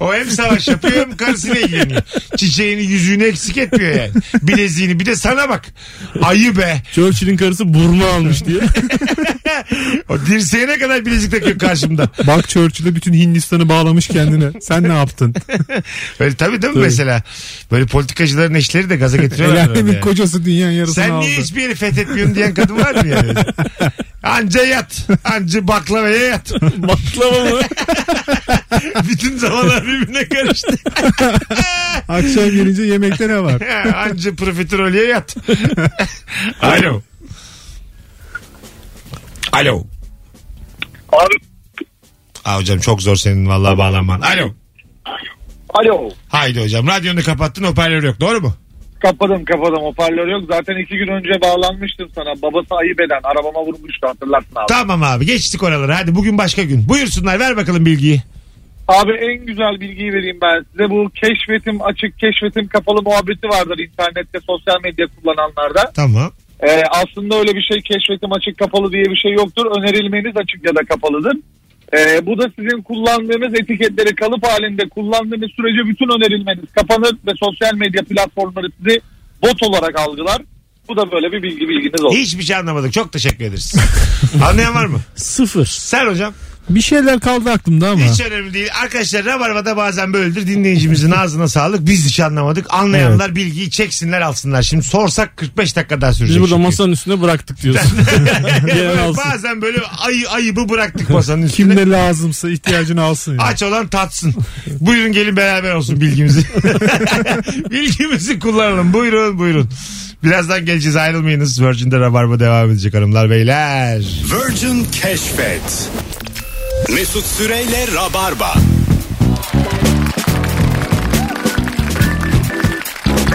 [SPEAKER 1] O hem savaş yapıyor hem karısıyla ilgileniyor. Çiçeğini yüzüğünü eksik etmiyor yani. Bileziğini bir de sana bak. Ayı be.
[SPEAKER 4] Churchill'in karısı burma almış diye.
[SPEAKER 1] O dirseğine kadar bilezik takıyor karşımda.
[SPEAKER 2] Bak Churchill'e bütün Hindistan'ı bağlamış kendine. Sen ne yaptın?
[SPEAKER 1] Öyle tabii değil mi
[SPEAKER 2] Tabii.
[SPEAKER 1] mesela? Böyle politikacıların eşleri de gaza getiriyorlar.
[SPEAKER 2] El
[SPEAKER 1] herhalde
[SPEAKER 2] alemin
[SPEAKER 1] yani.
[SPEAKER 2] kocası dünyanın yarısını
[SPEAKER 1] Sen
[SPEAKER 2] aldı.
[SPEAKER 1] niye hiçbir yeri fethetmiyorsun diyen kadın var mı yani? Anca yat. Anca baklavaya yat.
[SPEAKER 4] Baklava mı?
[SPEAKER 1] Bütün zamanlar birbirine karıştı.
[SPEAKER 2] Akşam gelince yemekte ne var?
[SPEAKER 1] Anca profiterolye yat. Alo. Alo.
[SPEAKER 3] Abi,
[SPEAKER 1] Aa, hocam çok zor senin vallahi bağlanman. Alo.
[SPEAKER 3] alo.
[SPEAKER 1] Haydi hocam radyonu kapattın hoparlör yok doğru mu?
[SPEAKER 3] Kapadım kapadım hoparlör yok. Zaten iki gün önce bağlanmıştım sana. Babası ayıp eden arabama vurmuştu hatırlarsın abi.
[SPEAKER 1] Tamam abi geçtik oraları hadi bugün başka gün. Buyursunlar ver bakalım bilgiyi.
[SPEAKER 3] Abi en güzel bilgiyi vereyim ben size. Bu keşfetim açık keşfetim kapalı muhabbeti vardır internette sosyal medya kullananlarda.
[SPEAKER 1] Tamam.
[SPEAKER 3] Ee, aslında öyle bir şey keşfetim açık kapalı diye bir şey yoktur. Önerilmeniz açık ya da kapalıdır. Ee, bu da sizin kullandığınız etiketleri kalıp halinde kullandığınız sürece bütün önerilmeniz kapanır ve sosyal medya platformları sizi bot olarak algılar. Bu da böyle bir bilgi bilginiz olsun.
[SPEAKER 1] Hiçbir şey anlamadık çok teşekkür ederiz. Anlayan var mı?
[SPEAKER 4] Sıfır.
[SPEAKER 1] Sen hocam.
[SPEAKER 2] Bir şeyler kaldı aklımda ama.
[SPEAKER 1] Hiç önemli değil. Arkadaşlar Rabarba'da bazen böyledir. Dinleyicimizin ağzına sağlık. Biz hiç anlamadık. Anlayanlar bilgiyi çeksinler alsınlar. Şimdi sorsak 45 dakika daha sürecek.
[SPEAKER 4] Biz burada
[SPEAKER 1] çünkü.
[SPEAKER 4] masanın üstüne bıraktık diyorsun. Gelen alsın.
[SPEAKER 1] Bazen böyle ayı, ayıbı bıraktık masanın üstüne.
[SPEAKER 2] Kim ne lazımsa ihtiyacını alsın. yani.
[SPEAKER 1] Aç olan tatsın. Buyurun gelin beraber olsun bilgimizi. bilgimizi kullanalım. Buyurun buyurun. Birazdan geleceğiz ayrılmayınız. Virgin'de Rabarba devam edecek hanımlar beyler.
[SPEAKER 14] Virgin Keşfet. Mesut Süreyle Rabarba.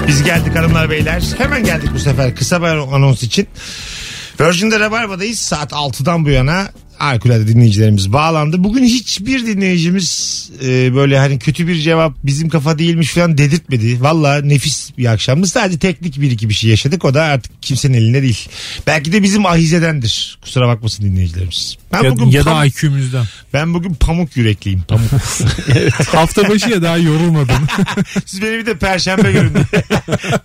[SPEAKER 1] Biz geldik hanımlar beyler. Hemen geldik bu sefer kısa bir anons için. Virgin'de Rabarba'dayız. Saat 6'dan bu yana Harikulade dinleyicilerimiz bağlandı. Bugün hiçbir dinleyicimiz e, böyle hani kötü bir cevap bizim kafa değilmiş falan dedirtmedi. Valla nefis bir akşamdı. Sadece teknik bir iki bir şey yaşadık. O da artık kimsenin elinde değil. Belki de bizim ahizedendir. Kusura bakmasın dinleyicilerimiz. Ben
[SPEAKER 2] Ya,
[SPEAKER 1] bugün
[SPEAKER 2] ya
[SPEAKER 1] pamuk-
[SPEAKER 2] da IQ'müzden.
[SPEAKER 1] ben bugün pamuk yürekliyim. Pamuk.
[SPEAKER 2] Hafta başı ya daha yorulmadım.
[SPEAKER 1] Siz beni bir de perşembe görün. diye.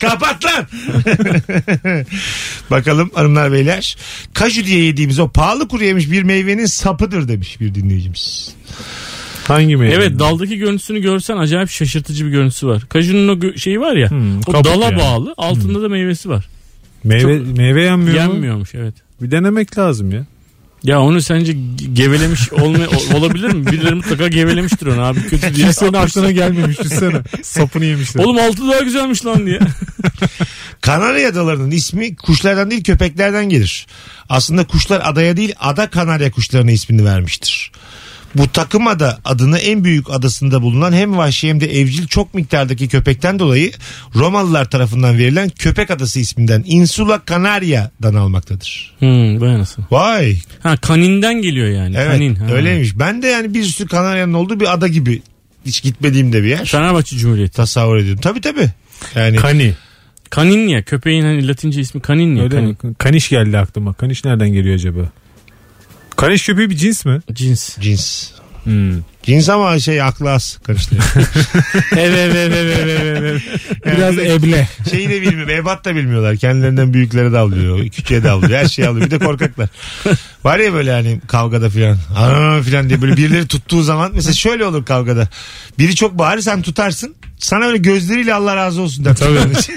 [SPEAKER 1] Kapat lan. Bakalım hanımlar beyler. Kaju diye yediğimiz o pahalı kuru yemiş bir meyvenin sapıdır demiş bir dinleyicimiz.
[SPEAKER 2] Hangi meyve?
[SPEAKER 4] Evet daldaki görüntüsünü görsen acayip şaşırtıcı bir görüntüsü var. Kajunun o gö- şeyi var ya o
[SPEAKER 2] kabuk
[SPEAKER 4] dala
[SPEAKER 2] yani.
[SPEAKER 4] bağlı altında da meyvesi var.
[SPEAKER 2] Meyve, meyve yenmiyor mu?
[SPEAKER 4] Yenmiyormuş evet.
[SPEAKER 2] Bir denemek lazım ya.
[SPEAKER 4] Ya onu sence ge- gevelemiş olma, o- olabilir mi? Birileri mutlaka gevelemiştir onu abi kötü diye.
[SPEAKER 2] Kimsenin aklına gelmemiş düşünsene. Sapını yemişler.
[SPEAKER 4] Oğlum altı daha güzelmiş lan diye.
[SPEAKER 1] Kanarya adalarının ismi kuşlardan değil köpeklerden gelir. Aslında kuşlar adaya değil ada kanarya kuşlarına ismini vermiştir. Bu takım ada adını en büyük adasında bulunan hem vahşi hem de evcil çok miktardaki köpekten dolayı Romalılar tarafından verilen Köpek Adası isminden Insula Canaria'dan almaktadır.
[SPEAKER 4] Hmm, vay anasını.
[SPEAKER 1] Vay.
[SPEAKER 4] Ha kaninden geliyor yani.
[SPEAKER 1] Evet
[SPEAKER 4] Kanin. Ha.
[SPEAKER 1] öyleymiş. Ben de yani bir sürü Kanarya'nın olduğu bir ada gibi hiç gitmediğim de bir yer.
[SPEAKER 4] Fenerbahçe Cumhuriyeti.
[SPEAKER 1] Tasavvur ediyorum. Tabii tabii. Yani
[SPEAKER 2] Kani.
[SPEAKER 4] Kanin ya köpeğin hani latince ismi kanin ya.
[SPEAKER 2] Öyle
[SPEAKER 4] Kanin.
[SPEAKER 2] mi? Kaniş geldi aklıma. Kaniş nereden geliyor acaba? Kaniş köpeği bir cins mi?
[SPEAKER 4] Cins.
[SPEAKER 1] cins. Cins ama şey aklı az karıştırıyor.
[SPEAKER 2] Ev ev ev ev ev ev ev. Biraz
[SPEAKER 1] Yani-
[SPEAKER 2] eble.
[SPEAKER 1] Şeyi de bilmiyorum. Ebat da bilmiyorlar. Kendilerinden büyüklere de avlıyor. Küçüğe de avlıyor. Her şeyi avlıyor. Bir de korkaklar. Var ya böyle hani kavgada filan. Ana filan diye böyle birileri tuttuğu zaman. Mesela şöyle olur kavgada. Biri çok bağırır sen tutarsın. Sana öyle gözleriyle Allah razı olsun der.
[SPEAKER 2] Tabii.
[SPEAKER 1] Tutmanın için.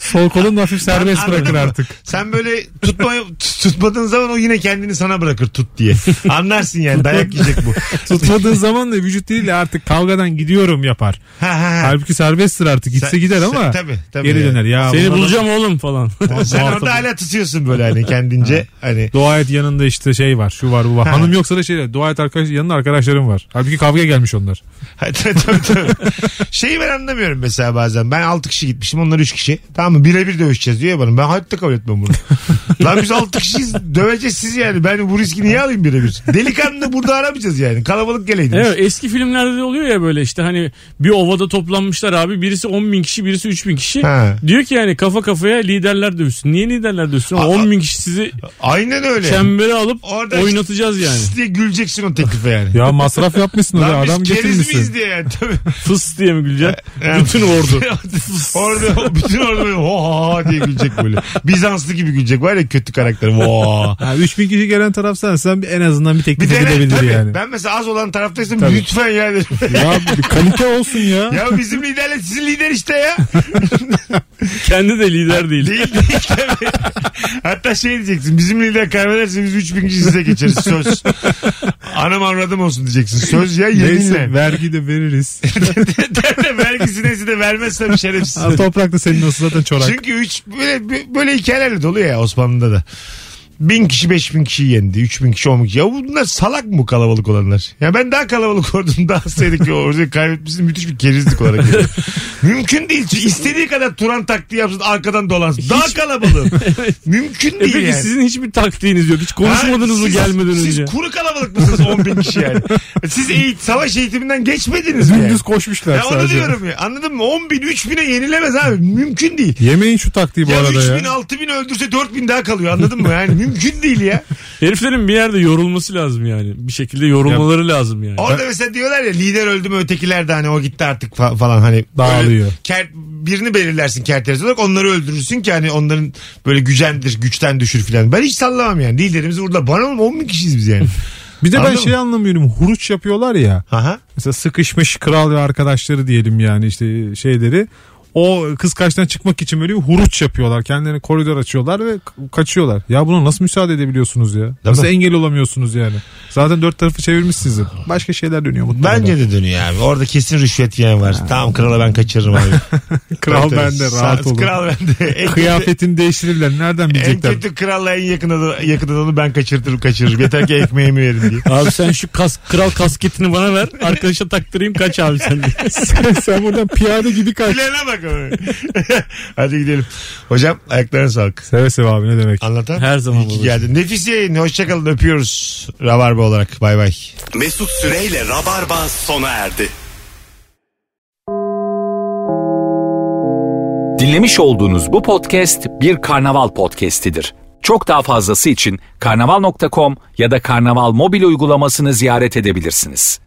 [SPEAKER 2] Sol kolun hafif serbest
[SPEAKER 1] Anladın
[SPEAKER 2] bırakır
[SPEAKER 1] mı?
[SPEAKER 2] artık.
[SPEAKER 1] Sen böyle tutma, tut- tutmadığın zaman o yine kendini sana bırakır tut diye. Anlarsın yani dayak yiyecek bu.
[SPEAKER 2] Tutmadığı zaman da vücut diliyle artık kavgadan gidiyorum yapar.
[SPEAKER 1] Ha, ha, ha.
[SPEAKER 2] Halbuki serbesttir artık. Gitse
[SPEAKER 1] Sen-
[SPEAKER 2] gider
[SPEAKER 1] sen-
[SPEAKER 2] ama
[SPEAKER 1] tabii, tabii
[SPEAKER 2] geri
[SPEAKER 1] yani.
[SPEAKER 2] döner. Ya
[SPEAKER 4] Seni
[SPEAKER 2] buna da-
[SPEAKER 4] bulacağım oğlum falan.
[SPEAKER 2] Bu
[SPEAKER 1] Sen
[SPEAKER 2] hafta-
[SPEAKER 1] orada hala tutuyorsun böyle hani kendince. Hani
[SPEAKER 2] Dua et yanında işte şey var şu var bu var. Hanım yoksa da şey dua et arkadaş, yanında arkadaşlarım var. Halbuki kavga gelmiş onlar.
[SPEAKER 1] Ha, tabii, tabii, tabii. Şeyi ben anlamıyorum mesela bazen. Ben 6 kişi gitmişim onlar 3 kişi. Tamam mı? Birebir dövüşeceğiz diyor ya bana. Ben hayatta kabul etmem bunu. Lan biz 6 kişiyiz döveceğiz sizi yani. Ben bu riski niye alayım birebir? Delikanlı burada aramayacağız yani. Kalabalık geleydiniz.
[SPEAKER 4] Evet eski filmlerde de oluyor ya böyle işte hani bir ovada toplanmışlar abi birisi 10 bin kişi birisi 3 bin kişi.
[SPEAKER 1] Ha.
[SPEAKER 4] Diyor ki yani kafa kafaya liderler dövüşsün. Niye liderler dövüşsün?
[SPEAKER 1] Aa,
[SPEAKER 4] 10 bin kişi sizi
[SPEAKER 1] Aynen öyle.
[SPEAKER 4] çembere alıp
[SPEAKER 1] Orada
[SPEAKER 4] oynatacağız yani.
[SPEAKER 1] Fıs diye güleceksin o teklife yani.
[SPEAKER 2] Ya masraf yapmışsın oraya
[SPEAKER 1] Lan
[SPEAKER 2] adam
[SPEAKER 1] biz keriz miyiz
[SPEAKER 2] getirmişsin.
[SPEAKER 1] diye yani. Tabii.
[SPEAKER 4] Fıs diye mi güleceksin?
[SPEAKER 1] Yani-
[SPEAKER 4] Bütün ordu.
[SPEAKER 1] orada bütün orada böyle ho ho ho diye gülecek böyle. Bizanslı gibi gülecek var ya kötü karakter. Voo.
[SPEAKER 2] Ha, 3000 kişi gelen taraf sensen en azından bir
[SPEAKER 1] Bir
[SPEAKER 2] teklif
[SPEAKER 1] de ne-
[SPEAKER 2] edebilir
[SPEAKER 1] tabii,
[SPEAKER 2] yani.
[SPEAKER 1] Ben mesela az olan taraftaysam
[SPEAKER 2] Tabii.
[SPEAKER 1] lütfen ya derim.
[SPEAKER 2] Ya bir kalite olsun ya.
[SPEAKER 1] Ya bizim liderle sizin lider işte ya.
[SPEAKER 4] Kendi de lider değil.
[SPEAKER 1] Değil değil tabii. Hatta şey diyeceksin bizim lider kaybederse biz 3000 kişi size geçeriz söz. Anam avradım olsun diyeceksin. Söz ya
[SPEAKER 2] Neyse
[SPEAKER 1] yeminle.
[SPEAKER 2] vergi de veririz.
[SPEAKER 1] Derler vergisi neyse de vermezsem şerefsiz.
[SPEAKER 2] Ha, Toprak da senin olsun zaten çorak.
[SPEAKER 1] Çünkü üç, böyle, böyle hikayelerle dolu ya Osmanlı'da da. Bin kişi beş bin kişi yendi. Üç bin kişi on bin kişi. Ya bunlar salak mı bu kalabalık olanlar? Ya ben daha kalabalık ordum daha saydık ya. Orada kaybetmişsin müthiş bir kerizlik olarak. geliyor. Mümkün değil. İstediği kadar turan taktiği yapsın arkadan dolansın. Daha kalabalığım. Mümkün
[SPEAKER 4] E
[SPEAKER 1] değil
[SPEAKER 4] peki
[SPEAKER 1] yani.
[SPEAKER 4] sizin hiçbir taktiğiniz yok. Hiç konuşmadınız
[SPEAKER 1] Ha,
[SPEAKER 4] mı
[SPEAKER 1] siz-
[SPEAKER 4] gelmeden önce?
[SPEAKER 1] Siz kuru kalabalık mısınız 10 bin kişi yani? Siz eğit, savaş eğitiminden geçmediniz mi? yani?
[SPEAKER 2] Gündüz koşmuşlar
[SPEAKER 1] Ya onu
[SPEAKER 2] sadece.
[SPEAKER 1] diyorum ya. Anladın mı? 10 bin 3 bine yenilemez abi. Mümkün değil.
[SPEAKER 2] Yemeyin şu taktiği bu
[SPEAKER 1] Ya
[SPEAKER 2] arada
[SPEAKER 1] 3 bin
[SPEAKER 2] ya.
[SPEAKER 1] 6 bin öldürse 4 bin daha kalıyor anladın mı? Yani mümkün değil ya.
[SPEAKER 4] Heriflerin bir yerde yorulması lazım yani. Bir şekilde yorulmaları lazım yani.
[SPEAKER 1] Orada mesela diyorlar ya lider öldü mü ötekiler de hani o gitti artık fa- falan hani.
[SPEAKER 2] Dağılıyor.
[SPEAKER 1] böyle Kert, birini belirlersin kerteriz olarak onları öldürürsün ki hani onların böyle gücendir güçten düşür filan. Ben hiç sallamam yani liderimizi vurdular. Bana oğlum 10 bin kişiyiz biz yani.
[SPEAKER 2] Bir de ben
[SPEAKER 1] Anladın
[SPEAKER 2] şey
[SPEAKER 1] mı?
[SPEAKER 2] anlamıyorum. Huruç yapıyorlar ya.
[SPEAKER 1] Aha.
[SPEAKER 2] Mesela sıkışmış kral ve arkadaşları diyelim yani işte şeyleri. O kıskaçtan çıkmak için böyle bir huruç yapıyorlar. Kendilerine koridor açıyorlar ve k- kaçıyorlar. Ya buna nasıl müsaade edebiliyorsunuz ya? Nasıl
[SPEAKER 1] mi?
[SPEAKER 2] engel olamıyorsunuz yani? Zaten dört tarafı çevirmişsiniz. Başka şeyler dönüyor mutlaka.
[SPEAKER 1] Bence de dönüyor abi. Orada kesin rüşvet yiyen var. Tamam krala ben kaçırırım abi.
[SPEAKER 2] kral
[SPEAKER 1] Tabii, tabii.
[SPEAKER 2] bende rahat
[SPEAKER 1] Sa-
[SPEAKER 2] olun.
[SPEAKER 1] Kral bende. En kötü-
[SPEAKER 2] Kıyafetini değiştirirler. Nereden
[SPEAKER 1] En
[SPEAKER 2] bilecekler?
[SPEAKER 1] kötü kralla en yakın, adam, yakın adamı ben kaçırtırım kaçırırım. Yeter ki ekmeğimi yerim diye.
[SPEAKER 4] Abi sen şu kas, kral kasketini bana ver. Arkadaşa taktırayım kaç abi sen diye.
[SPEAKER 2] sen, sen buradan piyade gibi kaç.
[SPEAKER 1] Bilene bak ama. Hadi gidelim. Hocam ayaklarına sağlık.
[SPEAKER 2] Seve seve abi ne demek.
[SPEAKER 1] Anlatan.
[SPEAKER 4] Her zaman
[SPEAKER 1] İyi ki
[SPEAKER 4] babacığım.
[SPEAKER 1] geldin. Nefis yayın. Hoşçakalın. Öpüyoruz. Rabarba olarak. Bay bay.
[SPEAKER 14] Mesut Süreyle Rabarba sona erdi.
[SPEAKER 20] Dinlemiş olduğunuz bu podcast bir karnaval podcastidir. Çok daha fazlası için karnaval.com ya da karnaval mobil uygulamasını ziyaret edebilirsiniz.